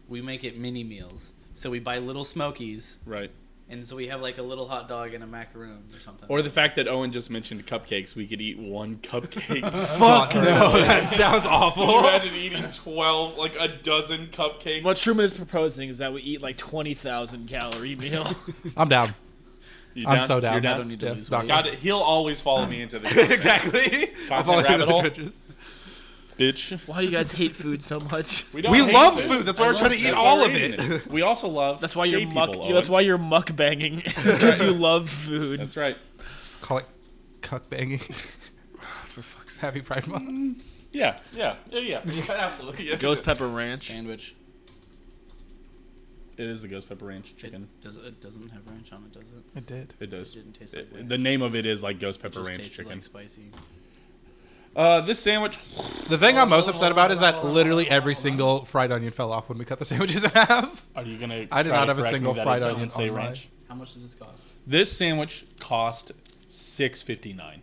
Speaker 2: We make it mini meals. So we buy little smokies,
Speaker 1: Right.
Speaker 2: and so we have like a little hot dog and a macaroon or something.
Speaker 1: Or the fact that Owen just mentioned cupcakes, we could eat one cupcake.
Speaker 7: Fuck.
Speaker 3: No, that sounds awful.
Speaker 1: Imagine eating twelve, like a dozen cupcakes.
Speaker 7: What Truman is proposing is that we eat like twenty thousand calorie meal.
Speaker 3: I'm down.
Speaker 1: You
Speaker 3: I'm so down.
Speaker 1: You're
Speaker 3: I
Speaker 1: down.
Speaker 3: don't need to lose
Speaker 1: God, he'll always follow me into this.
Speaker 3: exactly. I'm following
Speaker 1: rabbit
Speaker 3: the
Speaker 1: hole.
Speaker 3: judges.
Speaker 1: bitch.
Speaker 7: Why do you guys hate food so much?
Speaker 1: We, don't
Speaker 3: We
Speaker 1: hate
Speaker 3: love food. That's why
Speaker 1: I
Speaker 3: we're
Speaker 1: love-
Speaker 3: trying to eat
Speaker 1: that's why
Speaker 3: all
Speaker 1: we're
Speaker 3: of
Speaker 1: eating
Speaker 3: it.
Speaker 1: We also love.
Speaker 7: That's why
Speaker 1: gay
Speaker 7: you're muck.
Speaker 1: people,
Speaker 7: That's
Speaker 1: Owen.
Speaker 7: why you're muck banging. It's because you love food.
Speaker 1: That's right.
Speaker 3: Call it cuck banging. For fuck's happy Pride Month.
Speaker 1: Yeah, yeah, yeah, yeah. yeah absolutely. Yeah.
Speaker 7: Ghost pepper ranch.
Speaker 2: sandwich.
Speaker 1: It is the ghost pepper ranch chicken.
Speaker 2: It, does, it doesn't have ranch on it, does it?
Speaker 3: It did.
Speaker 1: It does.
Speaker 2: Didn't taste like
Speaker 1: It-
Speaker 2: ranch.
Speaker 1: the name of it is like ghost
Speaker 2: It
Speaker 1: pepper
Speaker 2: just
Speaker 1: ranch
Speaker 2: tasted
Speaker 1: chicken.
Speaker 2: like spicy.
Speaker 1: Uh, this sandwich.
Speaker 3: The thing I'm most
Speaker 2: hold on,
Speaker 3: upset about is
Speaker 2: hold on,
Speaker 3: that
Speaker 2: hold on,
Speaker 3: literally every single fried onion fell off when we cut the sandwiches in half.
Speaker 1: Are you gonna?
Speaker 3: I did
Speaker 1: try
Speaker 3: not
Speaker 1: to
Speaker 3: have a
Speaker 1: correct me
Speaker 3: single
Speaker 1: that it
Speaker 3: fried
Speaker 1: doesn't
Speaker 3: onion
Speaker 1: say
Speaker 3: on my-
Speaker 1: ranch.
Speaker 2: How much does this cost?
Speaker 1: This sandwich cost six fifty nine.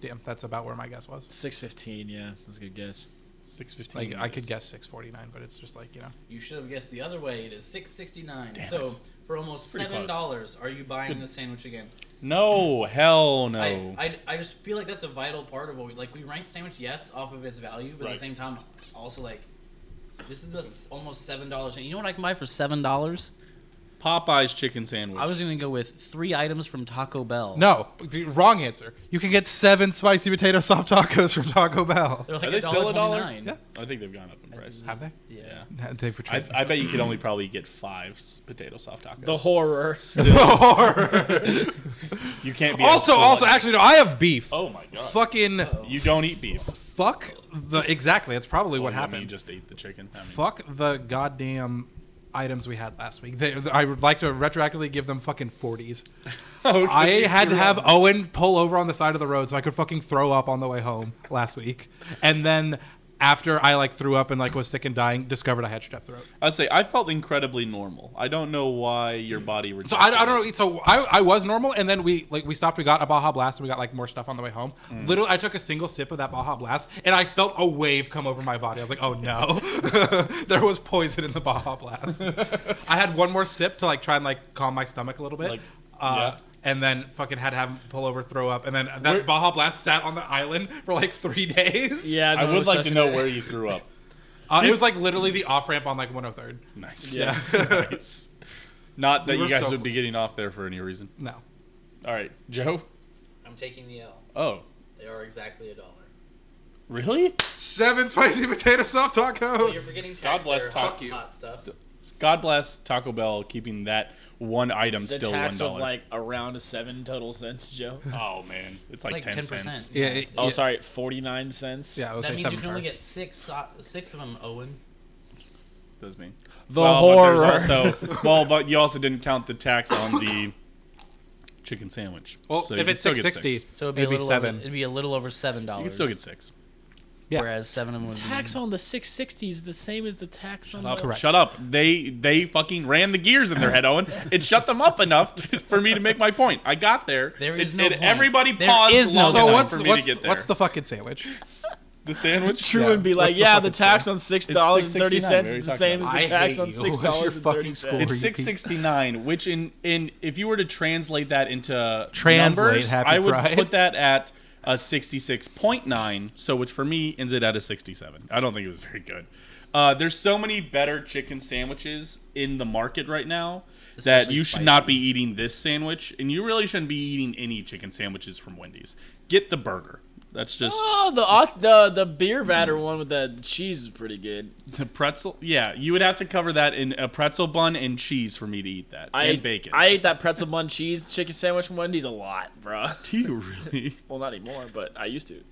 Speaker 3: Damn, that's about where my guess was.
Speaker 7: Six fifteen. Yeah, that's a good guess.
Speaker 1: Six
Speaker 3: Like
Speaker 1: fifteen.
Speaker 3: I could guess 649, but it's just like you know.
Speaker 2: You should have guessed the other way. It is six sixty nine. So
Speaker 1: it.
Speaker 2: for almost
Speaker 1: Pretty
Speaker 2: seven dollars, are you buying
Speaker 1: good. Oh.
Speaker 2: the sandwich again?
Speaker 1: No, hell no.
Speaker 2: I, I, I just feel like that's a vital part of what we like. We rank sandwich yes off of its value, but at
Speaker 1: Right.
Speaker 2: the same time, also like this is a s almost seven dollars. You know what I can buy for seven dollars?
Speaker 1: Popeye's chicken sandwich.
Speaker 2: I was gonna go with three items from Taco Bell.
Speaker 3: No, dude, wrong answer. You can get seven spicy potato soft tacos from Taco Bell.
Speaker 2: they're like
Speaker 1: Are they still a dollar?
Speaker 2: $1.29.
Speaker 3: Yeah.
Speaker 1: I think they've gone up in price.
Speaker 3: Have they?
Speaker 1: Yeah.
Speaker 3: No, They've
Speaker 1: I,
Speaker 3: retreated.
Speaker 1: I bet you could only probably get five s- potato soft tacos.
Speaker 7: The horror.
Speaker 1: you can't be
Speaker 3: also,
Speaker 1: a-
Speaker 3: also, actually, no. I have beef.
Speaker 1: Oh my god!
Speaker 3: Fucking
Speaker 1: You don't eat beef.
Speaker 3: fuck the exactly. That's probably what
Speaker 1: Well, I mean,
Speaker 3: happened.
Speaker 1: Oh, You just ate the chicken. I mean,
Speaker 3: fuck the goddamn items we had last week. They, I would like to retroactively give them fucking forties. I had to have Owen pull over on the side of the road so I could fucking throw up on the way home last week, and then after I like threw up and like was sick and dying, discovered I had strep throat.
Speaker 1: I'd say I felt incredibly normal. I don't know why your body rejected.
Speaker 3: So I, I don't know. So I, I was normal, and then we like we stopped. We got a Baja Blast, and we got like more stuff on the way home. Literally, I took a single sip of that Baja Blast, and I felt a wave come over my body. I was like, "Oh no, there was poison in the Baja Blast." I had one more sip to like try and like calm my stomach a little bit,
Speaker 1: Like,
Speaker 3: uh,
Speaker 1: yeah.
Speaker 3: and then fucking had to have him pull over, throw up, and then that
Speaker 1: Where-
Speaker 3: Baja Blast sat on the island for like three days.
Speaker 7: yeah,
Speaker 1: I
Speaker 7: no,
Speaker 1: would like to
Speaker 7: touching
Speaker 1: know
Speaker 7: it.
Speaker 1: where you threw up.
Speaker 3: uh, it was like literally the off ramp on like 103rd.
Speaker 1: Nice.
Speaker 7: Yeah.
Speaker 1: nice. Not that
Speaker 3: We were
Speaker 1: you guys
Speaker 3: so
Speaker 1: would be getting off there for any reason.
Speaker 3: No,
Speaker 1: All right, Joe.
Speaker 2: I'm taking the L.
Speaker 1: Oh,
Speaker 2: They are exactly a dollar.
Speaker 1: really?
Speaker 3: seven spicy potato soft
Speaker 2: But You're
Speaker 3: tacos.
Speaker 2: forgetting
Speaker 1: God
Speaker 2: tax.
Speaker 1: bless
Speaker 2: They're
Speaker 1: Taco-
Speaker 2: hot, hot stuff.
Speaker 1: God bless Taco Bell keeping that one item
Speaker 7: The
Speaker 1: still one
Speaker 7: tax of
Speaker 1: dollar.
Speaker 7: like around seven total cents, Joe.
Speaker 1: oh man, it's,
Speaker 2: It's
Speaker 1: like, ten cents.
Speaker 3: Yeah, it-
Speaker 7: Oh,
Speaker 3: yeah,
Speaker 7: sorry, forty nine cents.
Speaker 3: Yeah, I was
Speaker 2: That
Speaker 3: like
Speaker 2: means
Speaker 3: seven
Speaker 2: you can only
Speaker 3: per.
Speaker 2: get six so- six of them, Owen.
Speaker 1: Does mean
Speaker 7: The
Speaker 1: but
Speaker 7: horror.
Speaker 1: there's Also, well, but you also didn't count the tax on the chicken sandwich.
Speaker 3: Well,
Speaker 1: So you
Speaker 3: if
Speaker 1: can
Speaker 3: it's
Speaker 1: still
Speaker 3: six
Speaker 1: get
Speaker 3: sixty,
Speaker 1: six.
Speaker 2: So it'd be,
Speaker 3: It'd
Speaker 2: a
Speaker 3: be
Speaker 2: little
Speaker 3: seven.
Speaker 2: Over, it'd be a little over seven dollars.
Speaker 1: you can still get six.
Speaker 3: Yeah.
Speaker 2: Whereas seven of them would
Speaker 7: tax on the six sixty is the same as the tax on
Speaker 1: Up.
Speaker 7: the.
Speaker 3: Correct.
Speaker 1: Shut up. They they fucking ran the gears in their head, Owen. It shut them up enough to, for me to make my point. I got there.
Speaker 2: There is
Speaker 1: it,
Speaker 2: no
Speaker 1: it-
Speaker 2: point.
Speaker 1: Everybody
Speaker 2: There
Speaker 1: paused
Speaker 2: is no
Speaker 1: long
Speaker 2: point.
Speaker 3: So
Speaker 1: enough
Speaker 3: what's
Speaker 1: for me
Speaker 3: what's
Speaker 1: to get there.
Speaker 3: what's the fucking sandwich?
Speaker 1: the sandwich?
Speaker 7: True
Speaker 3: Yeah,
Speaker 7: and be
Speaker 3: what's
Speaker 7: like,
Speaker 3: the
Speaker 7: yeah, the
Speaker 3: fucking
Speaker 7: tax
Speaker 3: thing?
Speaker 7: on six
Speaker 1: It's
Speaker 7: dollars and thirty
Speaker 1: $6.69,
Speaker 7: cents
Speaker 1: we
Speaker 7: is the
Speaker 1: already
Speaker 7: same as
Speaker 3: talked about
Speaker 7: the
Speaker 3: it.
Speaker 7: tax
Speaker 3: I hate
Speaker 7: on
Speaker 3: you.
Speaker 7: six
Speaker 3: What's your
Speaker 7: dollars and
Speaker 3: fucking
Speaker 7: thirty
Speaker 3: score?
Speaker 7: cents.
Speaker 1: It's six sixty nine, which in in if you were to translate that into
Speaker 3: Translate
Speaker 1: numbers,
Speaker 3: Happy
Speaker 1: I would
Speaker 3: Pride.
Speaker 1: put that at a sixty six point nine. So which for me ends it at a sixty seven. I don't think it was very good. Uh, there's so many better chicken sandwiches in the market right now that
Speaker 2: Especially
Speaker 1: you should not be eating this sandwich, and you really shouldn't be eating any chicken sandwiches from Wendy's. Get the burger. That's just
Speaker 7: Oh, the au- the the beer batter one with the cheese is pretty good.
Speaker 1: the pretzel. Yeah, you would have to cover that in a pretzel bun and cheese for me to eat that,
Speaker 7: I
Speaker 1: and bacon.
Speaker 7: I ate that pretzel bun cheese chicken sandwich from Wendy's a lot, bro.
Speaker 1: Do you really?
Speaker 7: well, not anymore, but I used to.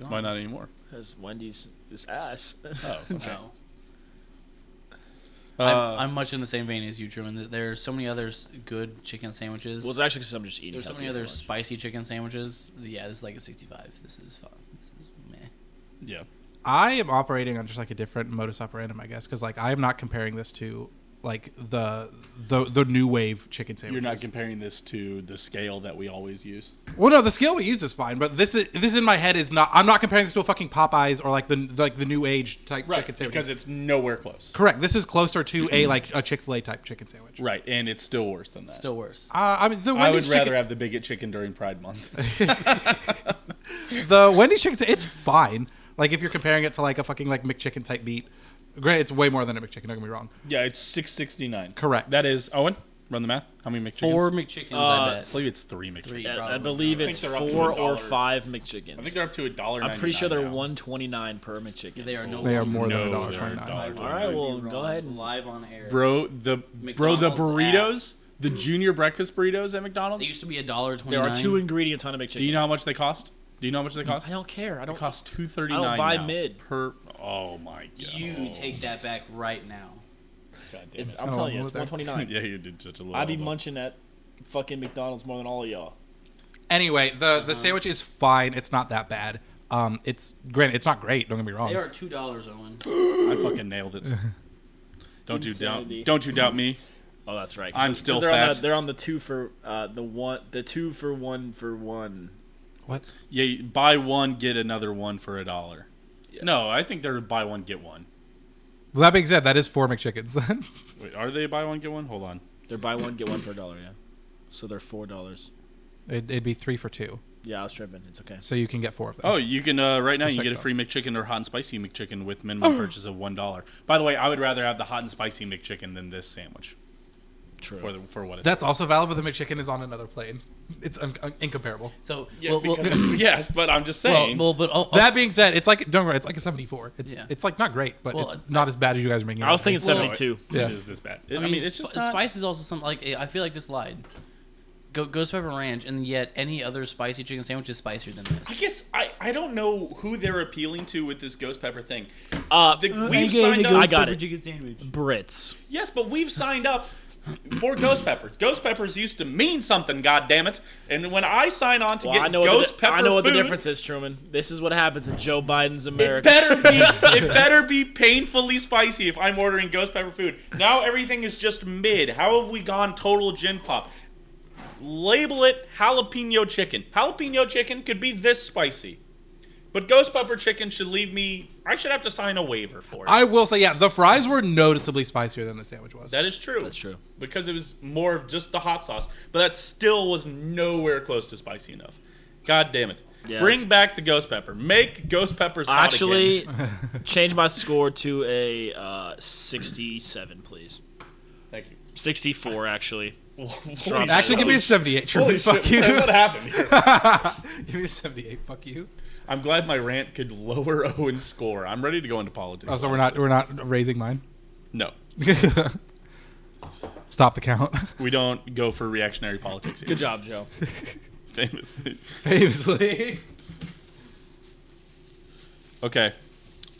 Speaker 1: Why not anymore?
Speaker 7: Cause Wendy's is ass.
Speaker 1: Oh, okay.
Speaker 2: No.
Speaker 1: Uh,
Speaker 2: I'm, I'm much in the same vein as you, Truman. that There are so many other s- good chicken sandwiches.
Speaker 7: well, it's actually because I'm just eating.
Speaker 2: There's so
Speaker 7: healthy
Speaker 2: many
Speaker 7: for
Speaker 2: other
Speaker 7: lunch.
Speaker 2: spicy chicken sandwiches. Yeah, this is like a 65. This is fun. This is meh.
Speaker 1: yeah.
Speaker 3: I am operating on just like a different modus operandum, I guess, because like I am not comparing this to like the the the new wave chicken sandwiches.
Speaker 1: You're not comparing this to the scale that we always use.
Speaker 3: Well, no, the scale we use is fine, but this is this in my head is not. I'm not comparing this to a fucking Popeyes or like the like the new age type chicken sandwich.
Speaker 1: because it's nowhere close.
Speaker 3: correct. This is closer to a like a Chick Fil A type chicken sandwich.
Speaker 1: Right, and it's still worse than that.
Speaker 2: Still worse.
Speaker 3: Uh, I mean, the
Speaker 1: I
Speaker 3: Wendy's
Speaker 1: would rather
Speaker 3: chicken,
Speaker 1: have the bigot chicken during Pride Month.
Speaker 3: the Wendy's chicken. sa- It's fine. Like if you're comparing it to like a fucking like McChicken type meat, great. It's way more than a McChicken. Don't get me wrong.
Speaker 1: yeah, it's six sixty nine.
Speaker 3: Correct.
Speaker 1: That is Owen. Run the math. How many McChickens?
Speaker 2: Four McChickens, I
Speaker 7: Uh,
Speaker 2: bet.
Speaker 1: I believe it's three McChickens.
Speaker 2: Three,
Speaker 7: Yeah, I
Speaker 2: probably.
Speaker 7: believe
Speaker 1: I think
Speaker 7: it's
Speaker 1: they're up to
Speaker 7: four
Speaker 1: a
Speaker 7: or
Speaker 1: dollar.
Speaker 7: five McChickens.
Speaker 1: I think they're up to a dollar.
Speaker 7: I'm pretty sure they're
Speaker 1: now.
Speaker 7: one twenty nine per McChicken.
Speaker 2: They are no
Speaker 3: They are
Speaker 2: longer
Speaker 3: more than
Speaker 1: No,
Speaker 3: a dollar
Speaker 1: they're
Speaker 3: twenty
Speaker 1: dollar
Speaker 3: nine.
Speaker 7: All right, well, go ahead. And,
Speaker 2: live on air.
Speaker 1: Bro, the bro the burritos,
Speaker 2: McDonald's
Speaker 1: the junior breakfast burritos at
Speaker 2: It
Speaker 1: McDonald's.
Speaker 2: used to be a dollar twenty.
Speaker 7: there are two ingredients on a McChicken.
Speaker 1: Do you know how much they cost? Do you know how much they cost?
Speaker 7: I don't care.
Speaker 1: They
Speaker 7: I don't.
Speaker 1: cost two thirty nine.
Speaker 7: I don't buy mid.
Speaker 1: per. Oh my god.
Speaker 2: You take that back right now.
Speaker 1: God damn
Speaker 7: It's,
Speaker 1: it.
Speaker 7: I'm
Speaker 3: Oh,
Speaker 7: telling you,
Speaker 3: what
Speaker 7: it's
Speaker 3: the-
Speaker 7: one twenty nine.
Speaker 1: yeah, you did such a little.
Speaker 7: I'd be
Speaker 1: elbow.
Speaker 7: munching at fucking McDonald's more than all of y'all.
Speaker 3: Anyway, the the sandwich is fine. It's not that bad. Um, it's granted, it's not great. Don't get me wrong.
Speaker 2: They are two dollars, Owen.
Speaker 1: I fucking nailed it. Don't you doubt?
Speaker 7: Insanity.
Speaker 1: Don't you doubt me?
Speaker 7: Oh, that's right.
Speaker 1: 'cause- 'cause
Speaker 7: they're
Speaker 1: they're on
Speaker 7: On
Speaker 1: the-
Speaker 7: the, they're on the two for uh, the one, the two for one for one.
Speaker 3: What?
Speaker 1: Yeah, you buy one get another one for a dollar. No, I think they're buy one get one.
Speaker 3: Well, that being said, that is four McChickens then.
Speaker 1: Wait, are they buy one get one? Hold on.
Speaker 7: They're buy one get one for a dollar. Yeah, so they're four dollars.
Speaker 3: It, it'd be three for two,
Speaker 7: Yeah, I was tripping. It's okay.
Speaker 3: so you can get four of them.
Speaker 1: Oh, you can uh, right now you
Speaker 3: Looks
Speaker 1: can get a
Speaker 3: like
Speaker 1: free McChicken or hot and spicy McChicken with minimum purchase of one dollar. By the way, I would rather have the hot and spicy McChicken than this sandwich.
Speaker 7: True.
Speaker 1: For the, for what it's
Speaker 3: that's also valid, but the McChicken is on another plane. It's un- un- incomparable.
Speaker 2: So
Speaker 1: Yeah,
Speaker 2: well, well,
Speaker 1: because it's- yes, but I'm just
Speaker 2: well,
Speaker 1: saying.
Speaker 2: well, but oh,
Speaker 3: That being said, it's like don't worry, it's like a seventy-four. It's
Speaker 2: Yeah.
Speaker 3: it's like not great, but
Speaker 2: Well,
Speaker 3: it's not as bad as you guys are making. it
Speaker 7: I was
Speaker 3: out to
Speaker 7: thinking
Speaker 1: No,
Speaker 3: be.
Speaker 1: it-
Speaker 7: seventy two.
Speaker 3: Yeah.
Speaker 1: It is this bad. It-
Speaker 2: I mean, it's just
Speaker 1: not-
Speaker 2: spice is also something like I feel like this lied. Go, ghost pepper ranch, and yet any other spicy chicken sandwich is spicier than
Speaker 1: I
Speaker 2: this.
Speaker 1: guess I, I don't know who they're appealing to with this ghost pepper thing.
Speaker 7: Uh,
Speaker 1: The- we've signed up.
Speaker 7: I got it.
Speaker 2: Chicken sandwich.
Speaker 7: Brits.
Speaker 1: Yes, but we've signed up for Ghost Pepper. Ghost Peppers used to mean something, goddammit. And when I sign on to
Speaker 7: Well,
Speaker 1: get
Speaker 7: I know
Speaker 1: Ghost
Speaker 7: what the,
Speaker 1: Pepper
Speaker 7: I know what the
Speaker 1: food,
Speaker 7: difference is, Truman. This is what happens in Joe Biden's
Speaker 1: It
Speaker 7: America.
Speaker 1: better be it better be painfully spicy if I'm ordering ghost pepper food. Now everything is just mid. How have we gone total gin pop? Label it jalapeno chicken. Jalapeno chicken could be this spicy. But ghost pepper chicken should leave me I should have to sign a waiver for it.
Speaker 3: I will say, yeah, the fries were noticeably spicier than the sandwich was.
Speaker 1: that is true.
Speaker 7: That's true.
Speaker 1: Because it was more of just the hot sauce, but that still was nowhere close to spicy enough. God damn it.
Speaker 7: Yes.
Speaker 1: Bring back the ghost pepper. Make ghost peppers hot again.
Speaker 7: Actually, change my score to a uh, sixty-seven, please.
Speaker 1: Thank you.
Speaker 7: Sixty-four, actually.
Speaker 1: Holy
Speaker 3: Actually,
Speaker 1: shit.
Speaker 3: give me a seventy-eight. Truman.
Speaker 1: Holy
Speaker 3: fuck
Speaker 1: shit, what- what happened here?
Speaker 3: you. give me a seventy-eight. Fuck you.
Speaker 1: I'm glad my rant could lower Owen's score. I'm ready to go into politics.
Speaker 3: Oh, so we're not we're not raising mine.
Speaker 1: No,
Speaker 3: Stop the count.
Speaker 1: we don't go for reactionary politics. Here.
Speaker 7: Good job, Joe.
Speaker 1: Famously.
Speaker 3: Famously.
Speaker 1: Okay.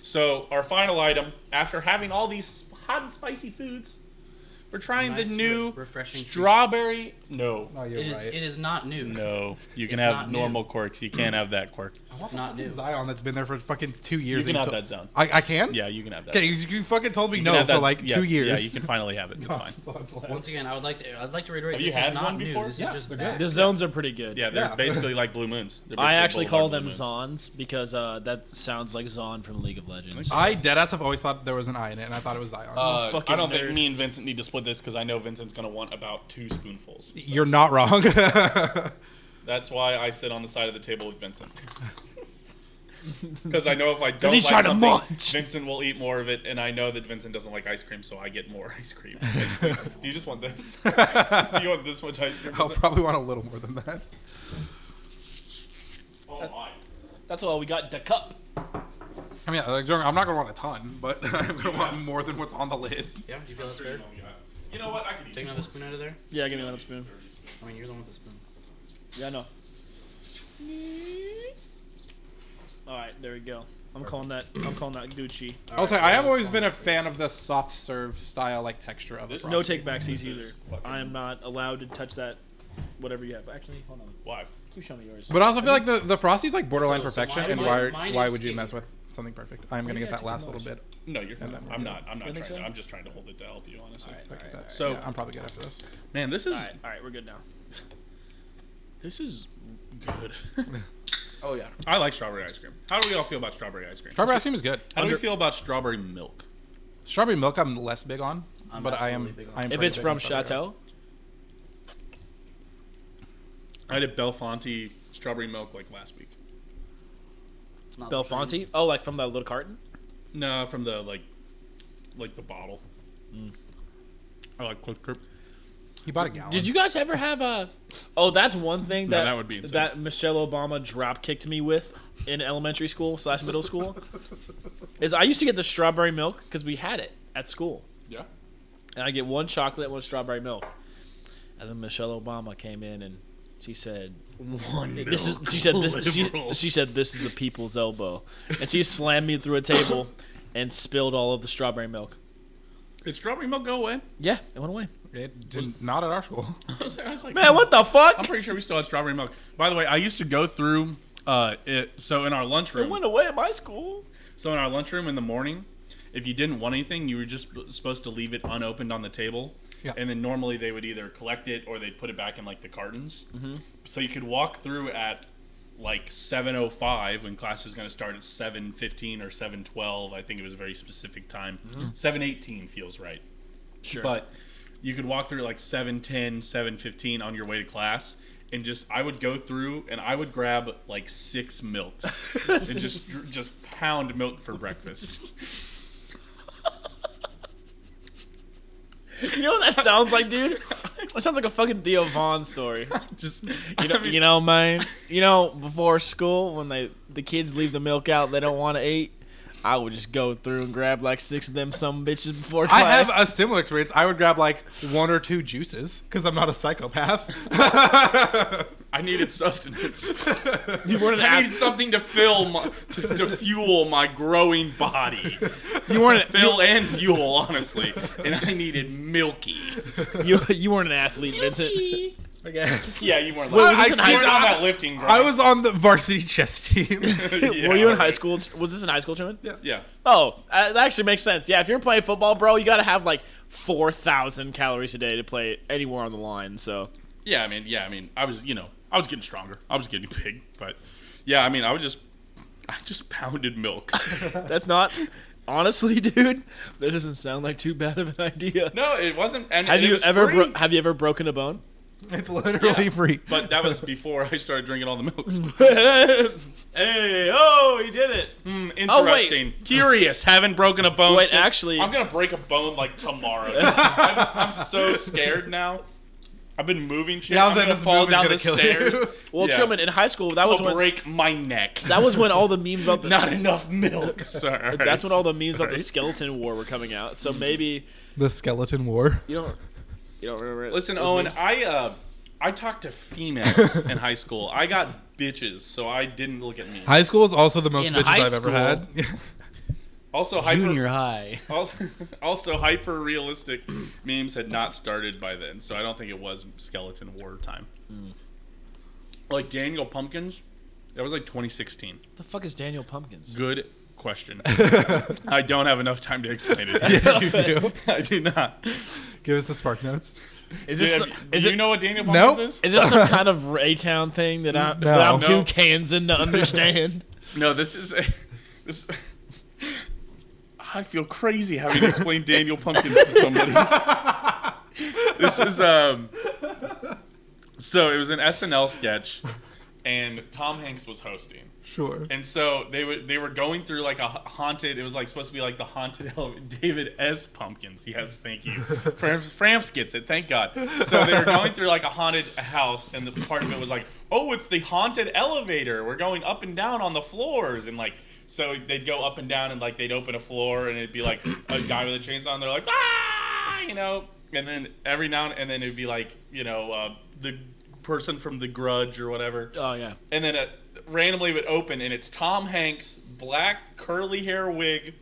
Speaker 1: So our final item, after having all these hot and spicy foods, we're trying
Speaker 2: Nice,
Speaker 1: the new
Speaker 2: re- refreshing treat.
Speaker 1: strawberry. No.
Speaker 3: Oh, you're
Speaker 2: It is. It is not new.
Speaker 1: No. You can
Speaker 2: It's
Speaker 1: have
Speaker 2: not new.
Speaker 1: normal quirks. You can't have that quirk.
Speaker 2: It's not new.
Speaker 3: Zion that's been there for fucking two years.
Speaker 1: You can
Speaker 3: and
Speaker 1: have
Speaker 3: to-
Speaker 1: that zone.
Speaker 3: I, I can.
Speaker 1: Yeah, you can have that.
Speaker 3: Okay, you, you fucking told me
Speaker 1: You can
Speaker 3: no for
Speaker 1: have that-
Speaker 3: like
Speaker 1: yes,
Speaker 3: two years.
Speaker 1: Yeah, you can finally have it. It's fine.
Speaker 2: Once again, I would like to. I'd like to reiterate.
Speaker 1: Have you
Speaker 2: this
Speaker 1: had
Speaker 2: is not
Speaker 1: one
Speaker 2: new.
Speaker 1: before?
Speaker 2: This
Speaker 3: Yeah,
Speaker 2: is just
Speaker 3: they're
Speaker 2: bad.
Speaker 3: good.
Speaker 7: The zones are pretty good.
Speaker 1: Yeah, they're
Speaker 3: Yeah.
Speaker 1: basically like blue moons. They're
Speaker 7: I
Speaker 1: basically
Speaker 7: actually call
Speaker 1: Boulevard
Speaker 7: them
Speaker 1: Blue Moons.
Speaker 7: Zons because uh, that sounds like Zon from League of Legends.
Speaker 3: I deadass have always thought there was an I in it, and I thought it was Zion.
Speaker 1: Uh,
Speaker 7: fuck
Speaker 1: I
Speaker 7: is
Speaker 1: don't
Speaker 7: nerd?
Speaker 1: think me and Vincent need to split this because I know Vincent's gonna want about two spoonfuls. So
Speaker 3: You're not wrong.
Speaker 1: that's why I sit on the side of the table with Vincent. because I know if I don't
Speaker 7: he's
Speaker 1: like
Speaker 7: trying to
Speaker 1: something,
Speaker 7: munch.
Speaker 1: Vincent will eat more of it, and I know that Vincent doesn't like ice cream, so I get more ice cream. basically. Do you just want this? Do you want this much ice cream?
Speaker 7: Oh,
Speaker 3: I'll
Speaker 1: Vincent?
Speaker 3: probably want a little more than that.
Speaker 1: Oh my!
Speaker 6: That's all we got. The cup.
Speaker 3: I mean, like, don't- I'm not gonna want a ton, but I'm gonna want more than what's on the lid.
Speaker 2: Yeah, do you feel that's
Speaker 1: Sure, you
Speaker 2: fair?
Speaker 1: know, yeah. You know what? I can eat.
Speaker 2: Take another spoon out of there?
Speaker 6: Yeah, give me another spoon.
Speaker 2: I mean, you're the one with the spoon.
Speaker 6: Yeah, I know. All right, there we go. I'm calling that. I'm calling that Gucci.
Speaker 3: I'll say I have always been a fan of the soft serve style, like texture of it.
Speaker 6: No take backsies
Speaker 1: is
Speaker 6: either.
Speaker 1: fucking-
Speaker 6: I am not allowed to touch that. Whatever you have. Actually, hold on.
Speaker 1: Why?
Speaker 6: Keep showing me yours.
Speaker 3: But I also feel like the the frosty's like borderline
Speaker 2: So- so
Speaker 3: perfection,
Speaker 2: mine-
Speaker 3: and why
Speaker 2: mine- mine
Speaker 3: why
Speaker 2: is
Speaker 3: would you
Speaker 2: skinnier.
Speaker 3: mess with something perfect? I'm gonna
Speaker 6: Maybe
Speaker 3: get
Speaker 6: I
Speaker 3: that
Speaker 6: took
Speaker 3: last
Speaker 6: too
Speaker 3: little
Speaker 6: much.
Speaker 3: bit.
Speaker 1: No, you're fine.
Speaker 3: that
Speaker 1: I'm not. I'm not trying.
Speaker 6: think
Speaker 1: To,
Speaker 6: so?
Speaker 1: I'm just trying to hold it to help you, honestly.
Speaker 3: So
Speaker 1: So-
Speaker 3: I'm probably good after this.
Speaker 1: Man, this is
Speaker 6: All right, all right, we're good now.
Speaker 1: this is good.
Speaker 2: Oh, yeah.
Speaker 1: I like strawberry ice cream. How do we all feel about strawberry ice cream?
Speaker 3: Strawberry ice cream is good.
Speaker 1: How do we feel about strawberry milk?
Speaker 3: Strawberry milk, I'm less big on,
Speaker 2: I'm
Speaker 3: but I am.
Speaker 2: absolutely big on
Speaker 3: I am
Speaker 7: If
Speaker 3: pretty
Speaker 7: it's
Speaker 3: big
Speaker 7: from
Speaker 3: on strawberry.
Speaker 7: Chateau,
Speaker 1: I had a Belfonte strawberry milk like last week.
Speaker 2: It's not the same.
Speaker 7: Belfonte. Oh, like from the little carton.
Speaker 1: No, from the like, like the bottle.
Speaker 7: Mm.
Speaker 1: I like quick grip.
Speaker 3: he bought a gallon.
Speaker 7: Did you guys ever have a? Oh, that's one thing
Speaker 1: No,
Speaker 7: that
Speaker 1: that would be insane.
Speaker 7: that Michelle Obama drop kicked me with in elementary school slash middle school. is I used to get the strawberry milk because we had it at school,
Speaker 1: Yeah.
Speaker 7: and I get one chocolate, one strawberry milk, and then Michelle Obama came in and she said,
Speaker 2: One
Speaker 7: "This is." She said, this, she, she said, "This is the people's elbow," and she slammed me through a table and spilled all of the strawberry milk.
Speaker 1: Did strawberry milk go away?
Speaker 7: Yeah, it went away.
Speaker 3: It did not at our school.
Speaker 1: I was, I was like,
Speaker 7: Man, what the
Speaker 1: I'm
Speaker 7: fuck?
Speaker 1: pretty sure we still had strawberry milk. By the way, I used to go through uh, it. So in our lunchroom,
Speaker 7: It went away at my school.
Speaker 1: So in our lunchroom in the morning, if you didn't want anything, you were just sp- supposed to leave it unopened on the table.
Speaker 3: Yeah.
Speaker 1: And then normally they would either collect it or they'd put it back in like the cartons. Mm-hmm. So you could walk through at like 7:05 when class is going to start at 7:15 or 7:12. I think it was a very specific time. 7:18 feels right. Sure. But you could walk through at, like 7:10, 7:15 on your way to class. And just, I would go through and I would grab like six milks and just just pound milk for breakfast.
Speaker 7: You know what that sounds like, dude? That sounds like a fucking Theo Vaughn story.
Speaker 1: Just
Speaker 7: You know, you know, man. You know, before school, when they the kids leave the milk out, they don't want to eat. I would just go through and grab like six of them some bitches before
Speaker 3: I
Speaker 7: class.
Speaker 3: have a similar experience. I would grab like one or two juices because I'm not a psychopath.
Speaker 1: I needed sustenance.
Speaker 7: you weren't an
Speaker 1: I
Speaker 7: ath-
Speaker 1: needed something to fill my to, to fuel my growing body.
Speaker 7: you weren't an,
Speaker 1: Fill and fuel, honestly. And I needed milky.
Speaker 7: you, you weren't an athlete, Vincent.
Speaker 1: Yeah, you weren't.
Speaker 7: Wait,
Speaker 1: Like,
Speaker 7: was this
Speaker 3: I-
Speaker 7: in high
Speaker 1: you
Speaker 3: excuse-
Speaker 1: weren't
Speaker 7: school?
Speaker 1: on that lifting. Grind.
Speaker 3: I was on the varsity chess team.
Speaker 1: Yeah,
Speaker 7: Were you in high
Speaker 1: right.
Speaker 7: school? Was this in high school, Truman? Yeah.
Speaker 1: Yeah.
Speaker 7: Oh, uh, that actually makes sense. Yeah, if you're playing football, bro, you gotta have like four thousand calories a day to play anywhere on the line. So
Speaker 1: Yeah, I mean, yeah, I mean, I was, you know, I was getting stronger. I was getting big, but yeah, I mean, I was just, I just pounded milk.
Speaker 7: that's not. Honestly, dude, that doesn't sound like too bad of an idea.
Speaker 1: no, it wasn't. And,
Speaker 7: Have
Speaker 1: and it
Speaker 7: you
Speaker 1: was
Speaker 7: ever
Speaker 1: free.
Speaker 7: bro- have you ever broken a bone?
Speaker 3: it's literally free.
Speaker 1: But that was before I started drinking all the milk.
Speaker 7: hey, oh, he did it.
Speaker 1: Hmm, interesting.
Speaker 7: wait.
Speaker 1: Curious. Haven't broken a bone.
Speaker 7: Wait,
Speaker 1: since-
Speaker 7: actually-
Speaker 1: I'm gonna break a bone like tomorrow. I'm, I'm so scared now. I've been moving shit.
Speaker 3: Yeah, I was
Speaker 1: I'm
Speaker 3: like,
Speaker 1: gonna
Speaker 3: this
Speaker 1: fall
Speaker 3: move is
Speaker 1: down
Speaker 3: gonna
Speaker 1: the
Speaker 3: kill you.
Speaker 1: stairs.
Speaker 7: Well,
Speaker 1: Yeah.
Speaker 7: Truman, in high school, that was
Speaker 1: I'll
Speaker 7: when
Speaker 1: break my neck.
Speaker 7: that was when all the memes about the,
Speaker 1: Not enough milk, sir.
Speaker 7: that's when all the memes about the
Speaker 1: Sorry.
Speaker 7: skeleton war were coming out. So maybe
Speaker 3: The skeleton war.
Speaker 7: you don't you don't remember. it.
Speaker 1: Listen,
Speaker 7: Those
Speaker 1: Owen,
Speaker 7: memes?
Speaker 1: I uh, I talked to females in high school. I got bitches, so I didn't look at me.
Speaker 3: High school is also the most
Speaker 2: In
Speaker 3: bitches
Speaker 2: high
Speaker 3: I've ever
Speaker 2: school-
Speaker 3: had.
Speaker 1: Also,
Speaker 2: Junior
Speaker 1: hyper
Speaker 2: high.
Speaker 1: also, also hyper realistic memes had not started by then, so I don't think it was skeleton war time.
Speaker 7: Hmm.
Speaker 1: Like Daniel Pumpkins, that was like 2016.
Speaker 7: the fuck is Daniel Pumpkins?
Speaker 1: Good question. I don't have enough time to explain it.
Speaker 3: yes, you do.
Speaker 1: I do not.
Speaker 3: Give us the spark notes.
Speaker 7: Is
Speaker 1: Dude,
Speaker 7: this
Speaker 1: have you-
Speaker 7: is
Speaker 1: do
Speaker 7: it,
Speaker 1: you know what Daniel
Speaker 3: Nope.
Speaker 1: Pumpkins is?
Speaker 7: is this some kind of Raytown thing that I'm that I'm
Speaker 3: No.
Speaker 7: too
Speaker 1: No.
Speaker 7: Kansan to understand?
Speaker 1: No, this is a this. I feel crazy having to explain Daniel Pumpkins to somebody. this is um. So it was an SNL sketch and Tom Hanks was hosting.
Speaker 3: Sure.
Speaker 1: And so they were they were going through like a ha- haunted. It was like supposed to be like the haunted element. David S. Pumpkins. Yes, thank you. Framps, Framps gets it. Thank God. So they were going through like a haunted house, and the part of it was like, oh, it's the haunted elevator. We're going up and down on the floors, and like so they'd go up and down, and like they'd open a floor, and it'd be like a guy with a chainsaw, and they're like, ah, you know. And then every now and, and then it'd be like you know uh, the person from The Grudge or whatever
Speaker 7: Oh yeah.
Speaker 1: and then it randomly would open, and it's Tom Hanks, black curly hair wig,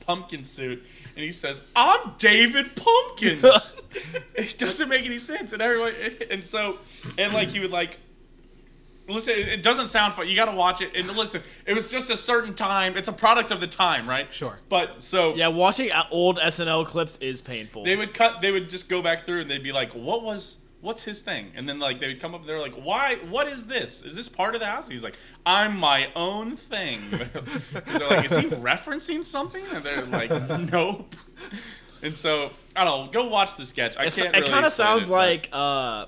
Speaker 1: pumpkin suit, and he says, "I'm David Pumpkins." it doesn't make any sense, and everyone, and so, and like he would like. Listen, it it doesn't sound fun. You got to watch it. And listen, it was just a certain time. It's a product of the time, right?
Speaker 3: Sure.
Speaker 1: But so
Speaker 7: Yeah, watching uh, old SNL clips is painful.
Speaker 1: they would cut they would just go back through and they'd be like what was what's his thing and then like they would come up and they're like why what is this is this part of the house he's like i'm my own thing they're like is he referencing something and they're like nope and so i don't know go watch the sketch I
Speaker 7: It's-
Speaker 1: can't
Speaker 7: it
Speaker 1: really
Speaker 7: kind of
Speaker 1: explain
Speaker 7: sounds
Speaker 1: it, but-
Speaker 7: like uh,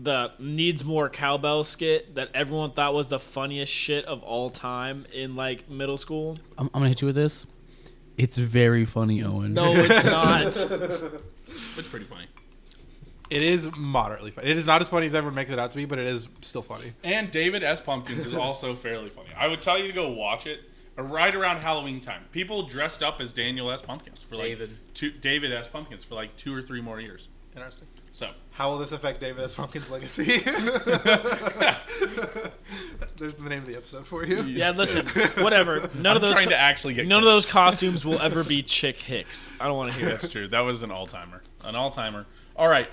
Speaker 7: the needs more cowbell skit that everyone thought was the funniest shit of all time in like middle school.
Speaker 8: I'm, I'm gonna hit you with this. It's very funny, Owen.
Speaker 7: No, Oh, it's not.
Speaker 1: it's pretty funny
Speaker 3: It is moderately funny. It is not as funny as everyone makes it out to be, but it is still funny.
Speaker 1: and david s pumpkins is also fairly funny i would tell you to go watch it uh, right around halloween time people dressed up as daniel s pumpkins for like
Speaker 2: David.
Speaker 1: two david s pumpkins for like two or three more years
Speaker 3: Interesting.
Speaker 1: so
Speaker 3: How will this affect David S. Pumpkin's legacy? There's the name of the episode for you.
Speaker 7: yeah, listen, whatever. None of
Speaker 1: I'm
Speaker 7: those.
Speaker 1: trying
Speaker 7: co-
Speaker 1: to actually get
Speaker 7: None of those costumes will ever be Chick Hicks. I don't want to hear it.
Speaker 1: That's true. That was an all timer. An all timer. All right.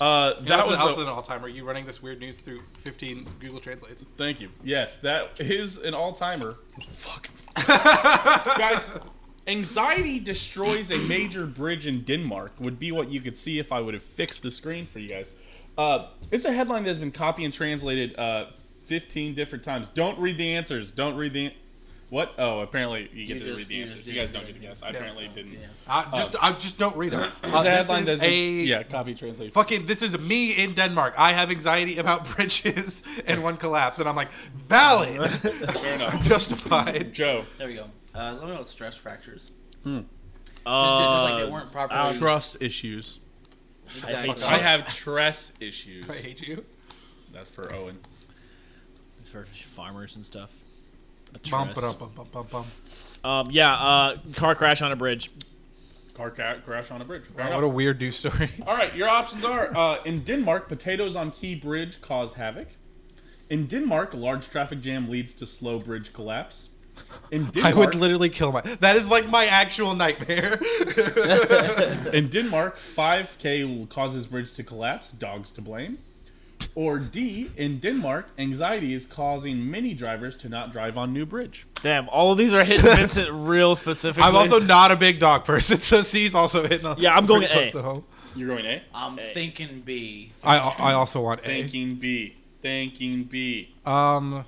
Speaker 1: Uh, that
Speaker 3: That
Speaker 1: was
Speaker 3: was
Speaker 1: a-
Speaker 3: also an all-timer. You running this weird news through 15 Google translates.
Speaker 1: thank you. Yes, that is an all timer. Fuck. Guys, anxiety destroys a major bridge in Denmark would be what you could see if I would have fixed the screen for you guys. Uh, it's a headline that's been copied and translated uh, 15 different times. Don't read the answers. Don't read the. What? Oh, apparently you get
Speaker 2: You
Speaker 1: to
Speaker 2: just-
Speaker 1: read the
Speaker 2: you
Speaker 1: answers.
Speaker 2: just
Speaker 1: You
Speaker 2: did
Speaker 1: guys
Speaker 2: it.
Speaker 1: don't get to guess. I apparently didn't.
Speaker 2: Uh,
Speaker 3: I just, I just don't read them. Uh,
Speaker 1: It's a
Speaker 3: this
Speaker 1: headline
Speaker 3: is
Speaker 1: that's
Speaker 3: a
Speaker 1: been- yeah, copy translation.
Speaker 3: fucking. This is me in Denmark. I have anxiety about bridges and one collapse, and I'm like, valid,
Speaker 1: Fair enough.
Speaker 3: justified.
Speaker 1: Joe.
Speaker 2: There we go. Uh, something about stress fractures. just, just like
Speaker 7: Uh,
Speaker 2: they weren't properly.
Speaker 1: trust issues.
Speaker 2: exactly.
Speaker 1: I have tress issues.
Speaker 3: I hate you.
Speaker 1: That's for Owen.
Speaker 7: it's for farmers and stuff. A
Speaker 3: Bum,
Speaker 7: tress.
Speaker 3: ba-dum, bum, bum, bum, bum.
Speaker 7: Um, yeah, uh, car crash on a bridge.
Speaker 1: Car ca- crash on a bridge. Fair
Speaker 3: What
Speaker 1: enough.
Speaker 3: a weird news story.
Speaker 1: All right, your options are uh, in Denmark, potatoes on key bridge cause havoc. In Denmark, large traffic jam leads to slow bridge collapse. In
Speaker 3: I
Speaker 1: Denmark,
Speaker 3: would literally kill my. That is like my actual nightmare.
Speaker 1: in Denmark, 5K causes bridge to collapse, dogs to blame. Or D, in Denmark, anxiety is causing many drivers to not drive on new bridge.
Speaker 7: Damn, all of these are hitting Vincent real specifically.
Speaker 3: I'm also not a big dog person, so C's also hitting. On
Speaker 7: Yeah, I'm going
Speaker 3: pretty
Speaker 7: A.
Speaker 3: close to home.
Speaker 1: You're going A?
Speaker 2: I'm thinking B.
Speaker 3: I I also want A.
Speaker 1: Thinking B. Thinking B.
Speaker 3: Um,